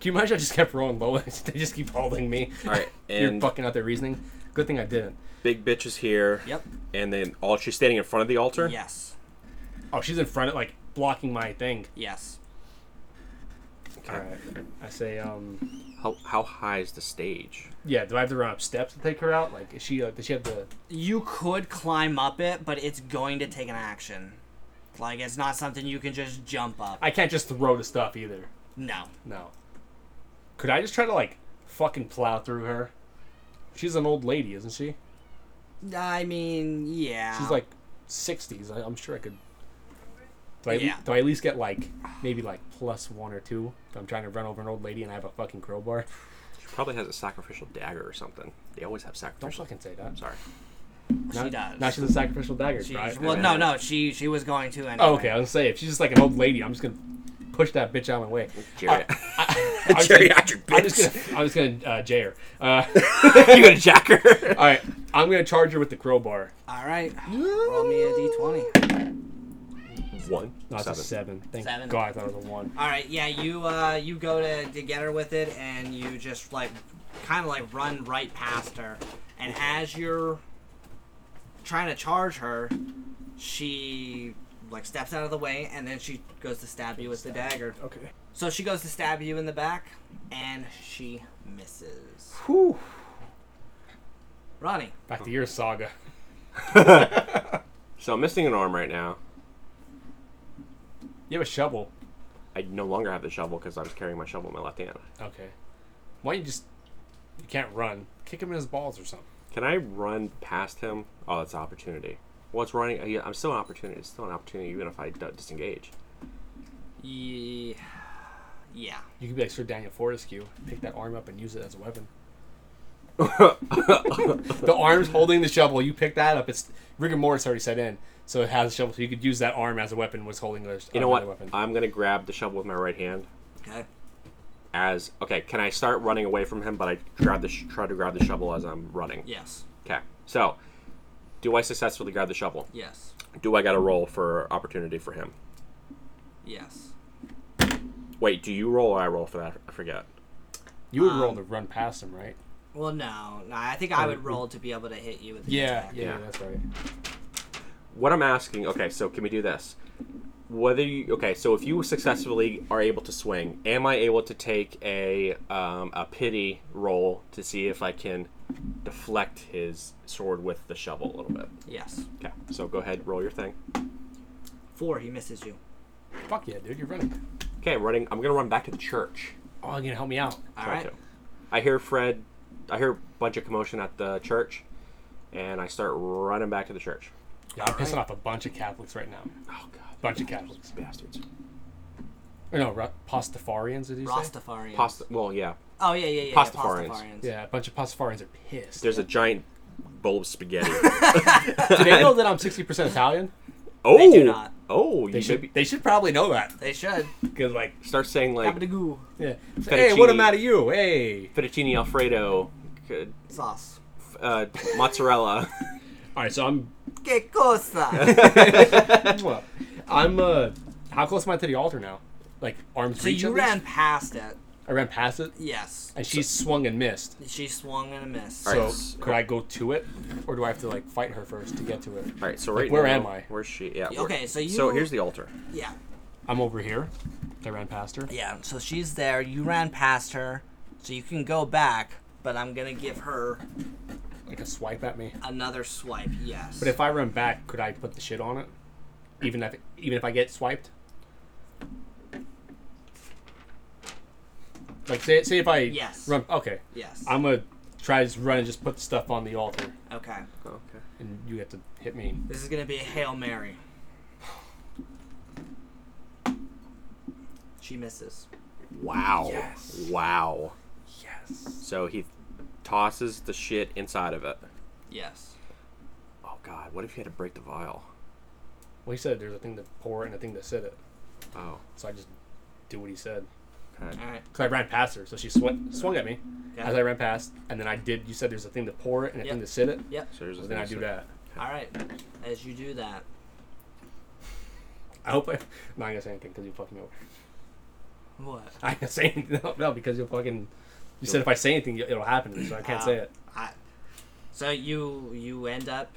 Speaker 2: Can you imagine I just kept rolling low? they just keep holding me.
Speaker 4: All right,
Speaker 2: You're
Speaker 4: and
Speaker 2: fucking out their reasoning. Good thing I didn't.
Speaker 4: big bitch is here.
Speaker 1: Yep.
Speaker 4: And then all she's standing in front of the altar.
Speaker 1: Yes.
Speaker 2: Oh, she's in front of like blocking my thing.
Speaker 1: Yes.
Speaker 2: All right. I say, um,
Speaker 4: How how high is the stage?
Speaker 2: yeah. Do I have to run up steps to take her out? Like, is she? Uh, does she have the?
Speaker 1: You could climb up it, but it's going to take an action. Like, it's not something you can just jump up.
Speaker 2: I can't just throw the stuff either.
Speaker 1: No.
Speaker 2: No. Could I just try to like fucking plow through her? She's an old lady, isn't she?
Speaker 1: I mean, yeah.
Speaker 2: She's like sixties. I'm sure I could. Do I,
Speaker 1: Yeah.
Speaker 2: do I at least get like maybe like plus one or two? If I'm trying to run over an old lady and I have a fucking crowbar.
Speaker 4: She probably has a sacrificial dagger or something. They always have
Speaker 2: Don't
Speaker 4: sacrificial.
Speaker 2: fucking say that.
Speaker 4: Sorry.
Speaker 2: Now-
Speaker 1: She does.
Speaker 2: Now she's a sacrificial dagger.
Speaker 1: She's,
Speaker 2: right?
Speaker 1: well, no, no, she she was going to. Anyway.
Speaker 2: Oh, okay, I was gonna say if she's just like an old lady, I'm just gonna push that bitch out of my way.
Speaker 4: Jerry,
Speaker 2: I'm just gonna-
Speaker 4: geriatric
Speaker 2: I'm just
Speaker 4: bitch.
Speaker 2: gonna, I'm just gonna uh, jay her. Uh,
Speaker 4: you gonna jack her?
Speaker 2: all right, I'm gonna charge her with the crowbar.
Speaker 1: All right. Roll me a d20.
Speaker 4: One.
Speaker 2: No, it's a
Speaker 4: seven.
Speaker 2: seven. Thank
Speaker 1: Seven.
Speaker 2: God, I thought it was a one.
Speaker 1: All right. Yeah, you uh you go to to get her with it, and you just like kind of like run right past her, and as you're trying to charge her, she like steps out of the way, and then she goes to stab you with the dagger.
Speaker 2: Okay.
Speaker 1: So she goes to stab you in the back, and she misses.
Speaker 2: Whew.
Speaker 1: Ronnie.
Speaker 2: Back to your saga.
Speaker 4: So I'm missing an arm right now.
Speaker 2: You have a shovel.
Speaker 4: I no longer have the shovel because I was carrying my shovel in my left hand.
Speaker 2: Okay. Why don't you just? You can't run. Kick him in his balls or something.
Speaker 4: Can I run past him? Oh, that's an opportunity. Well, it's running. yeah, I'm still an opportunity. It's still an opportunity, even if I d- disengage.
Speaker 1: Yeah. Yeah.
Speaker 2: You could be like Sir Daniel Fortescue, pick that arm up and use it as a weapon. the arm's holding the shovel. You pick that up. It's rigor mortis already set in, so it has a shovel. So you could use that arm as a weapon. Was holding the
Speaker 4: You know what?
Speaker 2: Weapon.
Speaker 4: I'm gonna grab the shovel with my right hand.
Speaker 1: Okay.
Speaker 4: As okay, can I start running away from him? But I grab the sh- try to grab the shovel as I'm running.
Speaker 1: Yes.
Speaker 4: Okay, so do I successfully grab the shovel?
Speaker 1: Yes.
Speaker 4: Do I got to roll for opportunity for him?
Speaker 1: Yes.
Speaker 4: Wait, do you roll or I roll for that? I forget.
Speaker 2: you would roll to run past him, right?
Speaker 1: Well, no, no. I think I would roll to be able to hit you with the attack.
Speaker 2: yeah,
Speaker 4: Yeah.
Speaker 2: that's right.
Speaker 4: What I'm asking, okay, so can we do this? Whether you okay, so if you successfully are able to swing, am I able to take a um, a pity roll to see if I can deflect his sword with the shovel a little bit?
Speaker 1: Yes.
Speaker 4: Okay, so go ahead, roll your thing.
Speaker 1: Four. He misses you.
Speaker 2: Fuck yeah, dude, you're running.
Speaker 4: Okay, I'm running. I'm gonna run back to the church.
Speaker 2: Oh, you're gonna help me out.
Speaker 1: All
Speaker 4: Try
Speaker 1: right.
Speaker 4: to. I hear Fred. I hear a bunch of commotion at the church, and I start running back to the church.
Speaker 2: Yeah, I'm pissing off a bunch of Catholics right now.
Speaker 4: Oh God,
Speaker 2: Bunch of Catholics.
Speaker 4: bastards!
Speaker 2: Or no, Ra- Pastafarians, did you say?
Speaker 1: Rastafarian.
Speaker 4: Pasta. Well, yeah.
Speaker 1: oh yeah, yeah, yeah.
Speaker 4: Pastafarians.
Speaker 1: Yeah, Pastafarians.
Speaker 2: Yeah, a bunch of Pastafarians are pissed.
Speaker 4: There's a giant bowl of spaghetti.
Speaker 2: Do they know that I'm 60% Italian?
Speaker 4: oh,
Speaker 1: They do not.
Speaker 4: oh,
Speaker 2: They
Speaker 4: you
Speaker 2: should,
Speaker 4: maybe
Speaker 2: they should probably know that.
Speaker 1: They should.
Speaker 2: Because, like,
Speaker 4: start saying like
Speaker 1: Abadagoo.
Speaker 2: Yeah. Hey, what
Speaker 4: Fettuccine.
Speaker 2: am out of you? Hey.
Speaker 4: fettuccine alfredo, c-
Speaker 1: Sauce.
Speaker 4: uh, mozzarella.
Speaker 2: All right, so I'm.
Speaker 1: Que cosa?
Speaker 2: I'm. uh How close am I to the altar now? Like arms
Speaker 1: so
Speaker 2: reach.
Speaker 1: you
Speaker 2: at least?
Speaker 1: ran past it.
Speaker 2: I ran past it,
Speaker 1: Yes.
Speaker 2: and she swung and missed.
Speaker 1: She swung and a miss.
Speaker 4: All
Speaker 2: So
Speaker 4: right, s-
Speaker 2: could I go to it, or do I have to like fight her first to get to it?
Speaker 4: All right, so right
Speaker 2: where
Speaker 4: now-
Speaker 2: am I?
Speaker 4: Where's she? Yeah.
Speaker 1: Okay,
Speaker 4: where-
Speaker 1: so you-
Speaker 4: So here's the altar.
Speaker 1: Yeah.
Speaker 2: I'm over here. I ran past her.
Speaker 1: Yeah. So she's there. You ran past her, so you can go back. But I'm gonna give her
Speaker 2: Like a swipe at me.
Speaker 1: another swipe. Yes.
Speaker 2: But if I run back, could I put the shit on it? Even if even if I get swiped. Like say say if I
Speaker 1: Yes.
Speaker 2: run okay.
Speaker 1: yes.
Speaker 2: I'm gonna try to just run and just put the stuff on the altar,
Speaker 1: okay.
Speaker 4: Okay.
Speaker 2: and you have to hit me.
Speaker 1: This is gonna be a hail mary. She misses.
Speaker 4: Wow.
Speaker 2: Yes.
Speaker 4: Wow.
Speaker 2: Yes.
Speaker 4: So he tosses the shit inside of it.
Speaker 1: Yes.
Speaker 4: Oh god, what if you had to break the vial?
Speaker 2: Well, he said there's a thing to pour and a thing to sit it.
Speaker 4: Oh,
Speaker 2: So I just do what he said.
Speaker 4: okay.
Speaker 1: All right.
Speaker 2: Because I ran past her, so she sw- swung at me
Speaker 1: Yeah.
Speaker 2: as I ran past, and then I did. You said there's a thing to pour it and a
Speaker 1: Yep.
Speaker 2: thing to sit it.
Speaker 1: Yep.
Speaker 4: So there's
Speaker 2: So
Speaker 4: a
Speaker 2: then I
Speaker 4: thing
Speaker 2: do
Speaker 4: to-
Speaker 2: that.
Speaker 1: All right. As you do that,
Speaker 2: I hope I. No, I'm gonna say anything because you fucking me over.
Speaker 1: what?
Speaker 2: I can't say anything. No, no because you'll fucking. You said if I say anything, it'll happen to me, so I can't
Speaker 1: Ah.
Speaker 2: say it.
Speaker 1: I, so you you end up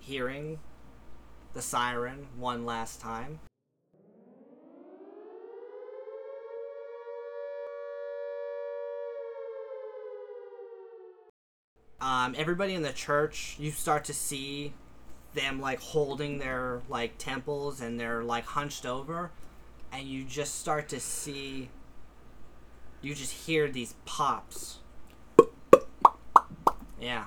Speaker 1: hearing the siren one last time. Um, everybody in the church, you start to see them like holding their like temples and they're like hunched over, and you just start to see. You just hear these pops yeah.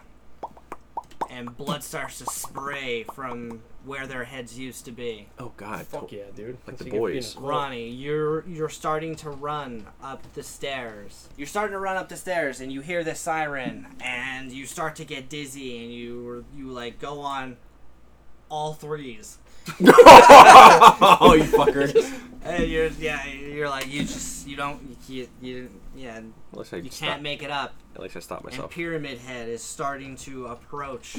Speaker 1: And blood starts to spray from where their heads used to be.
Speaker 4: Oh god.
Speaker 2: Fuck yeah, dude.
Speaker 4: Like
Speaker 2: So
Speaker 4: the
Speaker 2: you can be in
Speaker 4: boys.
Speaker 2: a cult.
Speaker 1: Ronnie, you're you're starting to run up the stairs. You're starting to run up the stairs and you hear the siren and you start to get dizzy and you you like go on all threes.
Speaker 4: oh, you fucker.
Speaker 1: And you're yeah, you're like you just you don't you, you didn't- yeah,
Speaker 4: At least I
Speaker 1: you
Speaker 4: stop-
Speaker 1: can't make it up.
Speaker 4: At least I stopped
Speaker 1: And
Speaker 4: myself.
Speaker 1: Pyramid Head is starting to approach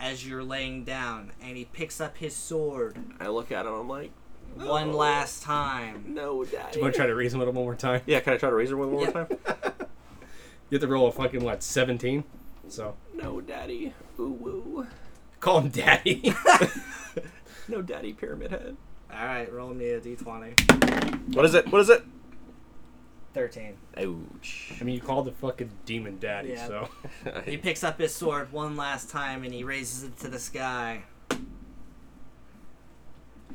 Speaker 1: as you're laying down, and he picks up his sword
Speaker 4: I look at him. I'm like,
Speaker 1: one last time.
Speaker 4: no,
Speaker 2: You
Speaker 4: daddy.
Speaker 2: want to try to reason with him one more time?
Speaker 4: Yeah, can I try to razor one more
Speaker 1: Yeah.
Speaker 4: time?
Speaker 2: You have to roll a fucking what, seventeen? So
Speaker 4: No, daddy. Ooh woo.
Speaker 2: call him daddy.
Speaker 4: No, daddy. Pyramid head.
Speaker 1: All right, roll me a d20.
Speaker 4: What is it? What is it?
Speaker 1: 13.
Speaker 4: Ouch.
Speaker 2: I mean, you called the fucking demon daddy.
Speaker 1: Yeah.
Speaker 2: So
Speaker 1: He picks up his sword one last time and he raises it to the sky.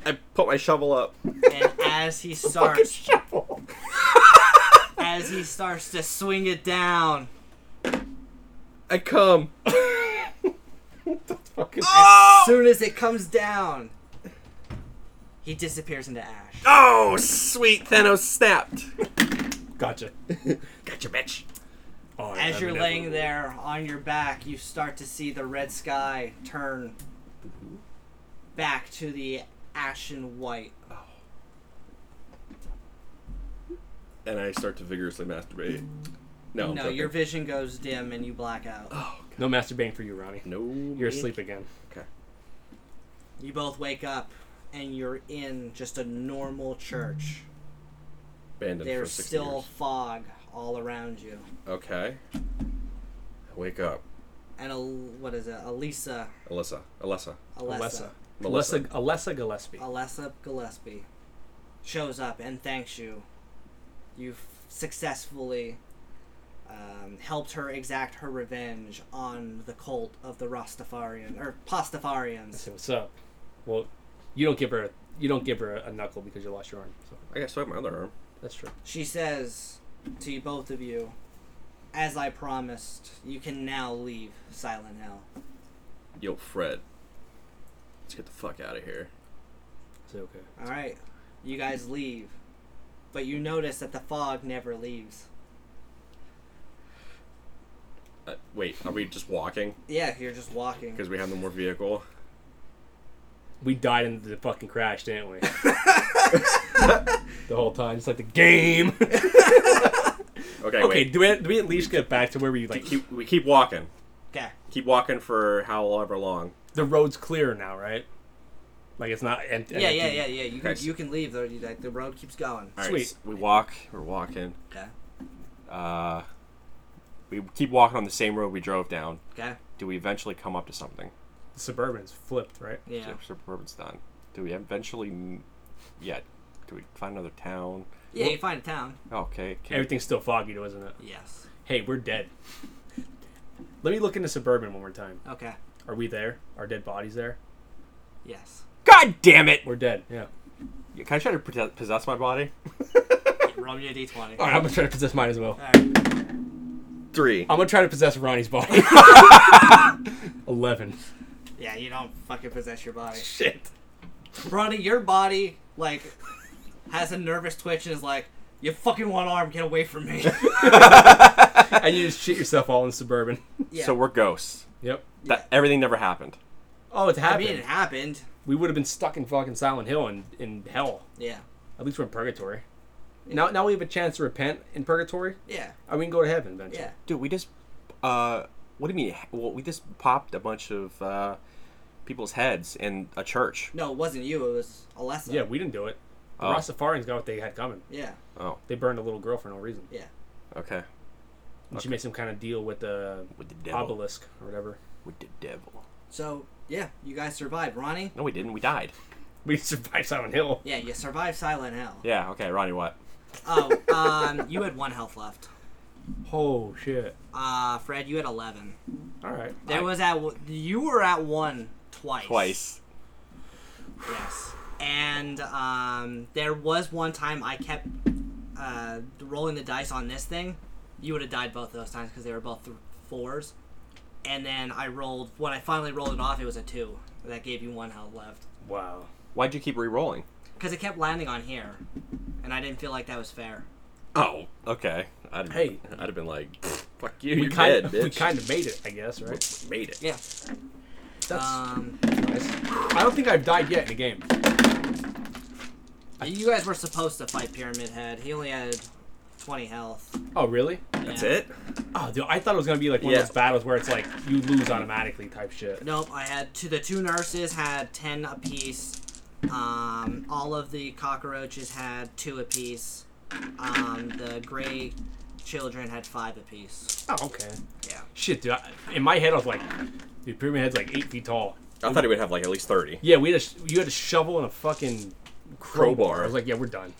Speaker 4: I put my shovel up.
Speaker 1: And as he starts, as he starts to swing it down,
Speaker 4: I come.
Speaker 2: fucking
Speaker 1: as soon as it comes down, he disappears into ash.
Speaker 4: Oh, sweet Thanos snapped.
Speaker 2: gotcha.
Speaker 4: Gotcha, bitch.
Speaker 2: Oh,
Speaker 1: As
Speaker 2: I'm
Speaker 1: you're
Speaker 2: never-
Speaker 1: laying there on your back, you start to see the red sky turn back to the ashen white.
Speaker 3: And I start to vigorously masturbate. No, I'm
Speaker 1: No,
Speaker 3: joking. Oh,
Speaker 1: your vision goes dim and you black out.
Speaker 2: no masturbating for you, Ronnie.
Speaker 3: no.
Speaker 2: You're
Speaker 3: man.
Speaker 2: asleep again.
Speaker 1: You both wake up and you're in just a normal church.
Speaker 3: Abandoned for
Speaker 1: There's
Speaker 3: six
Speaker 1: still
Speaker 3: years.
Speaker 1: fog all around you.
Speaker 3: Okay. Wake up,
Speaker 1: And El- what is it? Elisa,
Speaker 3: Alyssa. Alyssa.
Speaker 1: Alessa,
Speaker 2: Melissa.
Speaker 3: Melissa.
Speaker 2: Alessa Gillespie.
Speaker 1: Alessa Gillespie shows up and thanks you. You've successfully um, helped her exact her revenge on the cult of the Rastafarian or Pastafarians.
Speaker 2: So what's up? Well, you don't give her you don't give her a knuckle because you lost your arm. So
Speaker 3: I got stuck in my other arm.
Speaker 2: that's true.
Speaker 1: She says to you both of you, as I promised, you can now leave Silent Hill.
Speaker 3: Yo, Fred. Let's get the fuck out of here.
Speaker 2: It's okay.
Speaker 1: All right, you guys leave, but you notice that the fog never leaves.
Speaker 3: Uh, wait, are we just walking?
Speaker 1: Yeah, you're just walking.
Speaker 3: Because we have no more vehicle.
Speaker 2: We died in the fucking crash, didn't we? the whole time, just like the game.
Speaker 3: Okay,
Speaker 2: okay,
Speaker 3: wait.
Speaker 2: do we do we at least get back to where we like
Speaker 3: Keep, we keep walking.
Speaker 1: Okay.
Speaker 3: Keep walking for however long.
Speaker 2: the road's clear now, right? Like it's not empty.
Speaker 1: Yeah, yeah, yeah, yeah. You can,
Speaker 3: Okay.
Speaker 1: you can leave though. You, like, the road keeps going.
Speaker 3: All right,
Speaker 2: Sweet.
Speaker 3: s- we walk. We're walking.
Speaker 1: Okay.
Speaker 4: Uh, we keep walking on the same road we drove down.
Speaker 1: Okay.
Speaker 4: Do we eventually come up to something?
Speaker 2: Suburban's flipped, right?
Speaker 1: Yeah.
Speaker 4: Suburban's done. Do we eventually? m- Yeah. Do we find another town?
Speaker 1: Yeah. You find a town.
Speaker 4: Okay. Can
Speaker 2: Everything's still foggy, though, isn't it?
Speaker 1: Yes.
Speaker 2: Hey, we're dead. Let me look into Suburban one more time.
Speaker 1: Okay.
Speaker 2: Are we there? Our dead bodies there?
Speaker 1: Yes.
Speaker 4: God damn it!
Speaker 2: We're dead. Yeah.
Speaker 4: Can I try to prote- possess my body?
Speaker 1: Roll me a d20.
Speaker 2: All right, I'm gonna try to possess mine as well.
Speaker 1: All right.
Speaker 3: Three.
Speaker 2: I'm gonna try to possess Ronnie's body. Eleven.
Speaker 1: Yeah, you don't fucking possess your body.
Speaker 2: Shit.
Speaker 1: Ronnie, your body like has a nervous twitch and is like, You fucking one arm, get away from me.
Speaker 2: and you just shit yourself all in suburban.
Speaker 1: yeah.
Speaker 4: So we're ghosts.
Speaker 2: Yep.
Speaker 4: That everything never happened.
Speaker 2: Oh, it's
Speaker 1: I
Speaker 2: happened.
Speaker 1: mean, it happened.
Speaker 2: we would have been stuck in fucking Silent Hill and in hell.
Speaker 1: Yeah.
Speaker 2: At least we're in purgatory. Now, now we have a chance to repent in purgatory,
Speaker 1: Yeah.
Speaker 2: and we can go to heaven eventually.
Speaker 1: Yeah.
Speaker 4: Dude, we just uh what do you mean? Well, we just popped a bunch of uh people's heads in a church.
Speaker 1: No, it wasn't you. It was Alessa.
Speaker 2: Yeah, we didn't do it. The
Speaker 4: Oh.
Speaker 2: Rastafarians got what they had coming.
Speaker 1: Yeah.
Speaker 4: Oh,
Speaker 2: They burned a little girl for no reason.
Speaker 1: Yeah.
Speaker 4: okay.
Speaker 2: And She made some kind of deal with the
Speaker 4: With the devil.
Speaker 2: obelisk or whatever.
Speaker 4: With the devil.
Speaker 1: So yeah, you guys survived, Ronnie.
Speaker 4: No, we didn't. We died.
Speaker 2: We survived Silent Hill.
Speaker 1: Yeah, you survived Silent Hill.
Speaker 4: Yeah, okay, Ronnie, what?
Speaker 1: Oh, um, you had one health left.
Speaker 2: Oh shit!
Speaker 1: Uh, Fred, you had eleven.
Speaker 2: All right.
Speaker 1: There was at you were at one twice.
Speaker 4: Twice.
Speaker 1: Yes. And um, there was one time I kept uh, rolling the dice on this thing. You would have died both those times because they were both th- fours. And then I rolled when I finally rolled it off. It was a two that gave you one health left
Speaker 2: Wow.
Speaker 4: Why'd you keep re-rolling?
Speaker 1: because it kept landing on here, and I didn't feel like that was fair.
Speaker 4: Oh, okay. I'd,
Speaker 2: Hey.
Speaker 4: I'd have been like, fuck you.
Speaker 2: We
Speaker 4: you're
Speaker 2: kind of
Speaker 4: dead,
Speaker 2: we
Speaker 4: bitch.
Speaker 2: kind of made it, I guess. Right.
Speaker 4: made it.
Speaker 1: Yeah.
Speaker 2: That's
Speaker 1: Um,
Speaker 2: nice. I don't think I've died yet in a game.
Speaker 1: you guys were supposed to fight Pyramid Head. He only had twenty health.
Speaker 2: Oh really?
Speaker 4: That's
Speaker 1: Yeah.
Speaker 4: it.
Speaker 2: Oh, dude, I thought it was gonna be like one
Speaker 4: Yeah.
Speaker 2: of those battles where it's like you lose automatically type shit.
Speaker 1: Nope, I had two. The two nurses had ten apiece. Um, all of the cockroaches had two apiece. Um, the gray children had five apiece.
Speaker 2: Oh, okay.
Speaker 1: Yeah.
Speaker 2: Shit, dude. I, in my head, I was like, dude, pyramid head's like eight feet tall.
Speaker 4: I thought he would have like at least 30.
Speaker 2: Yeah, we had a sh- you had a shovel and a fucking crowbar.
Speaker 4: Crowbar.
Speaker 2: I was like, yeah, we're done.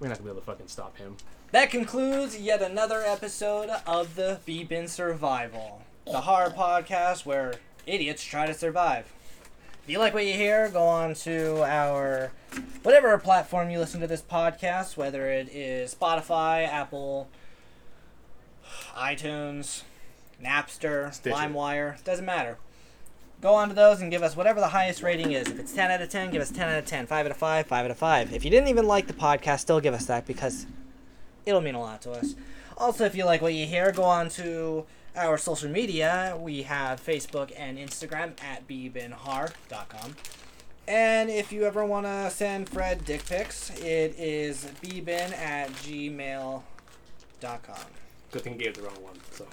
Speaker 2: We're not gonna be able to fucking stop him.
Speaker 1: That concludes yet another episode of the Bee Bin Survival, the horror podcast where idiots try to survive. If you like what you hear, go on to our whatever platform you listen to this podcast, whether it is Spotify, Apple, iTunes, Napster,
Speaker 2: Stitcher.
Speaker 1: LimeWire, doesn't matter. Go on to those and give us whatever the highest rating is. If it's 10 out of 10, give us 10 out of 10, 5 out of 5, 5 out of 5. If you didn't even like the podcast, still give us that because it'll mean a lot to us. Also, if you like what you hear, go on to our social media. We have Facebook and Instagram at bbinhar.com. And if you ever want to send Fred dick pics, it is bbin at gmail.com.
Speaker 2: Good thing I gave the wrong one. So,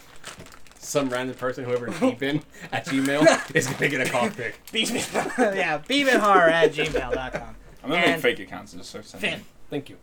Speaker 2: some random person, whoever it's deep in at Gmail, is gonna get a cock pick.
Speaker 1: yeah, bbinhar at gmail.com.
Speaker 6: I'm gonna
Speaker 1: And-
Speaker 6: make fake accounts. Just so
Speaker 1: Finn.
Speaker 2: Thank you.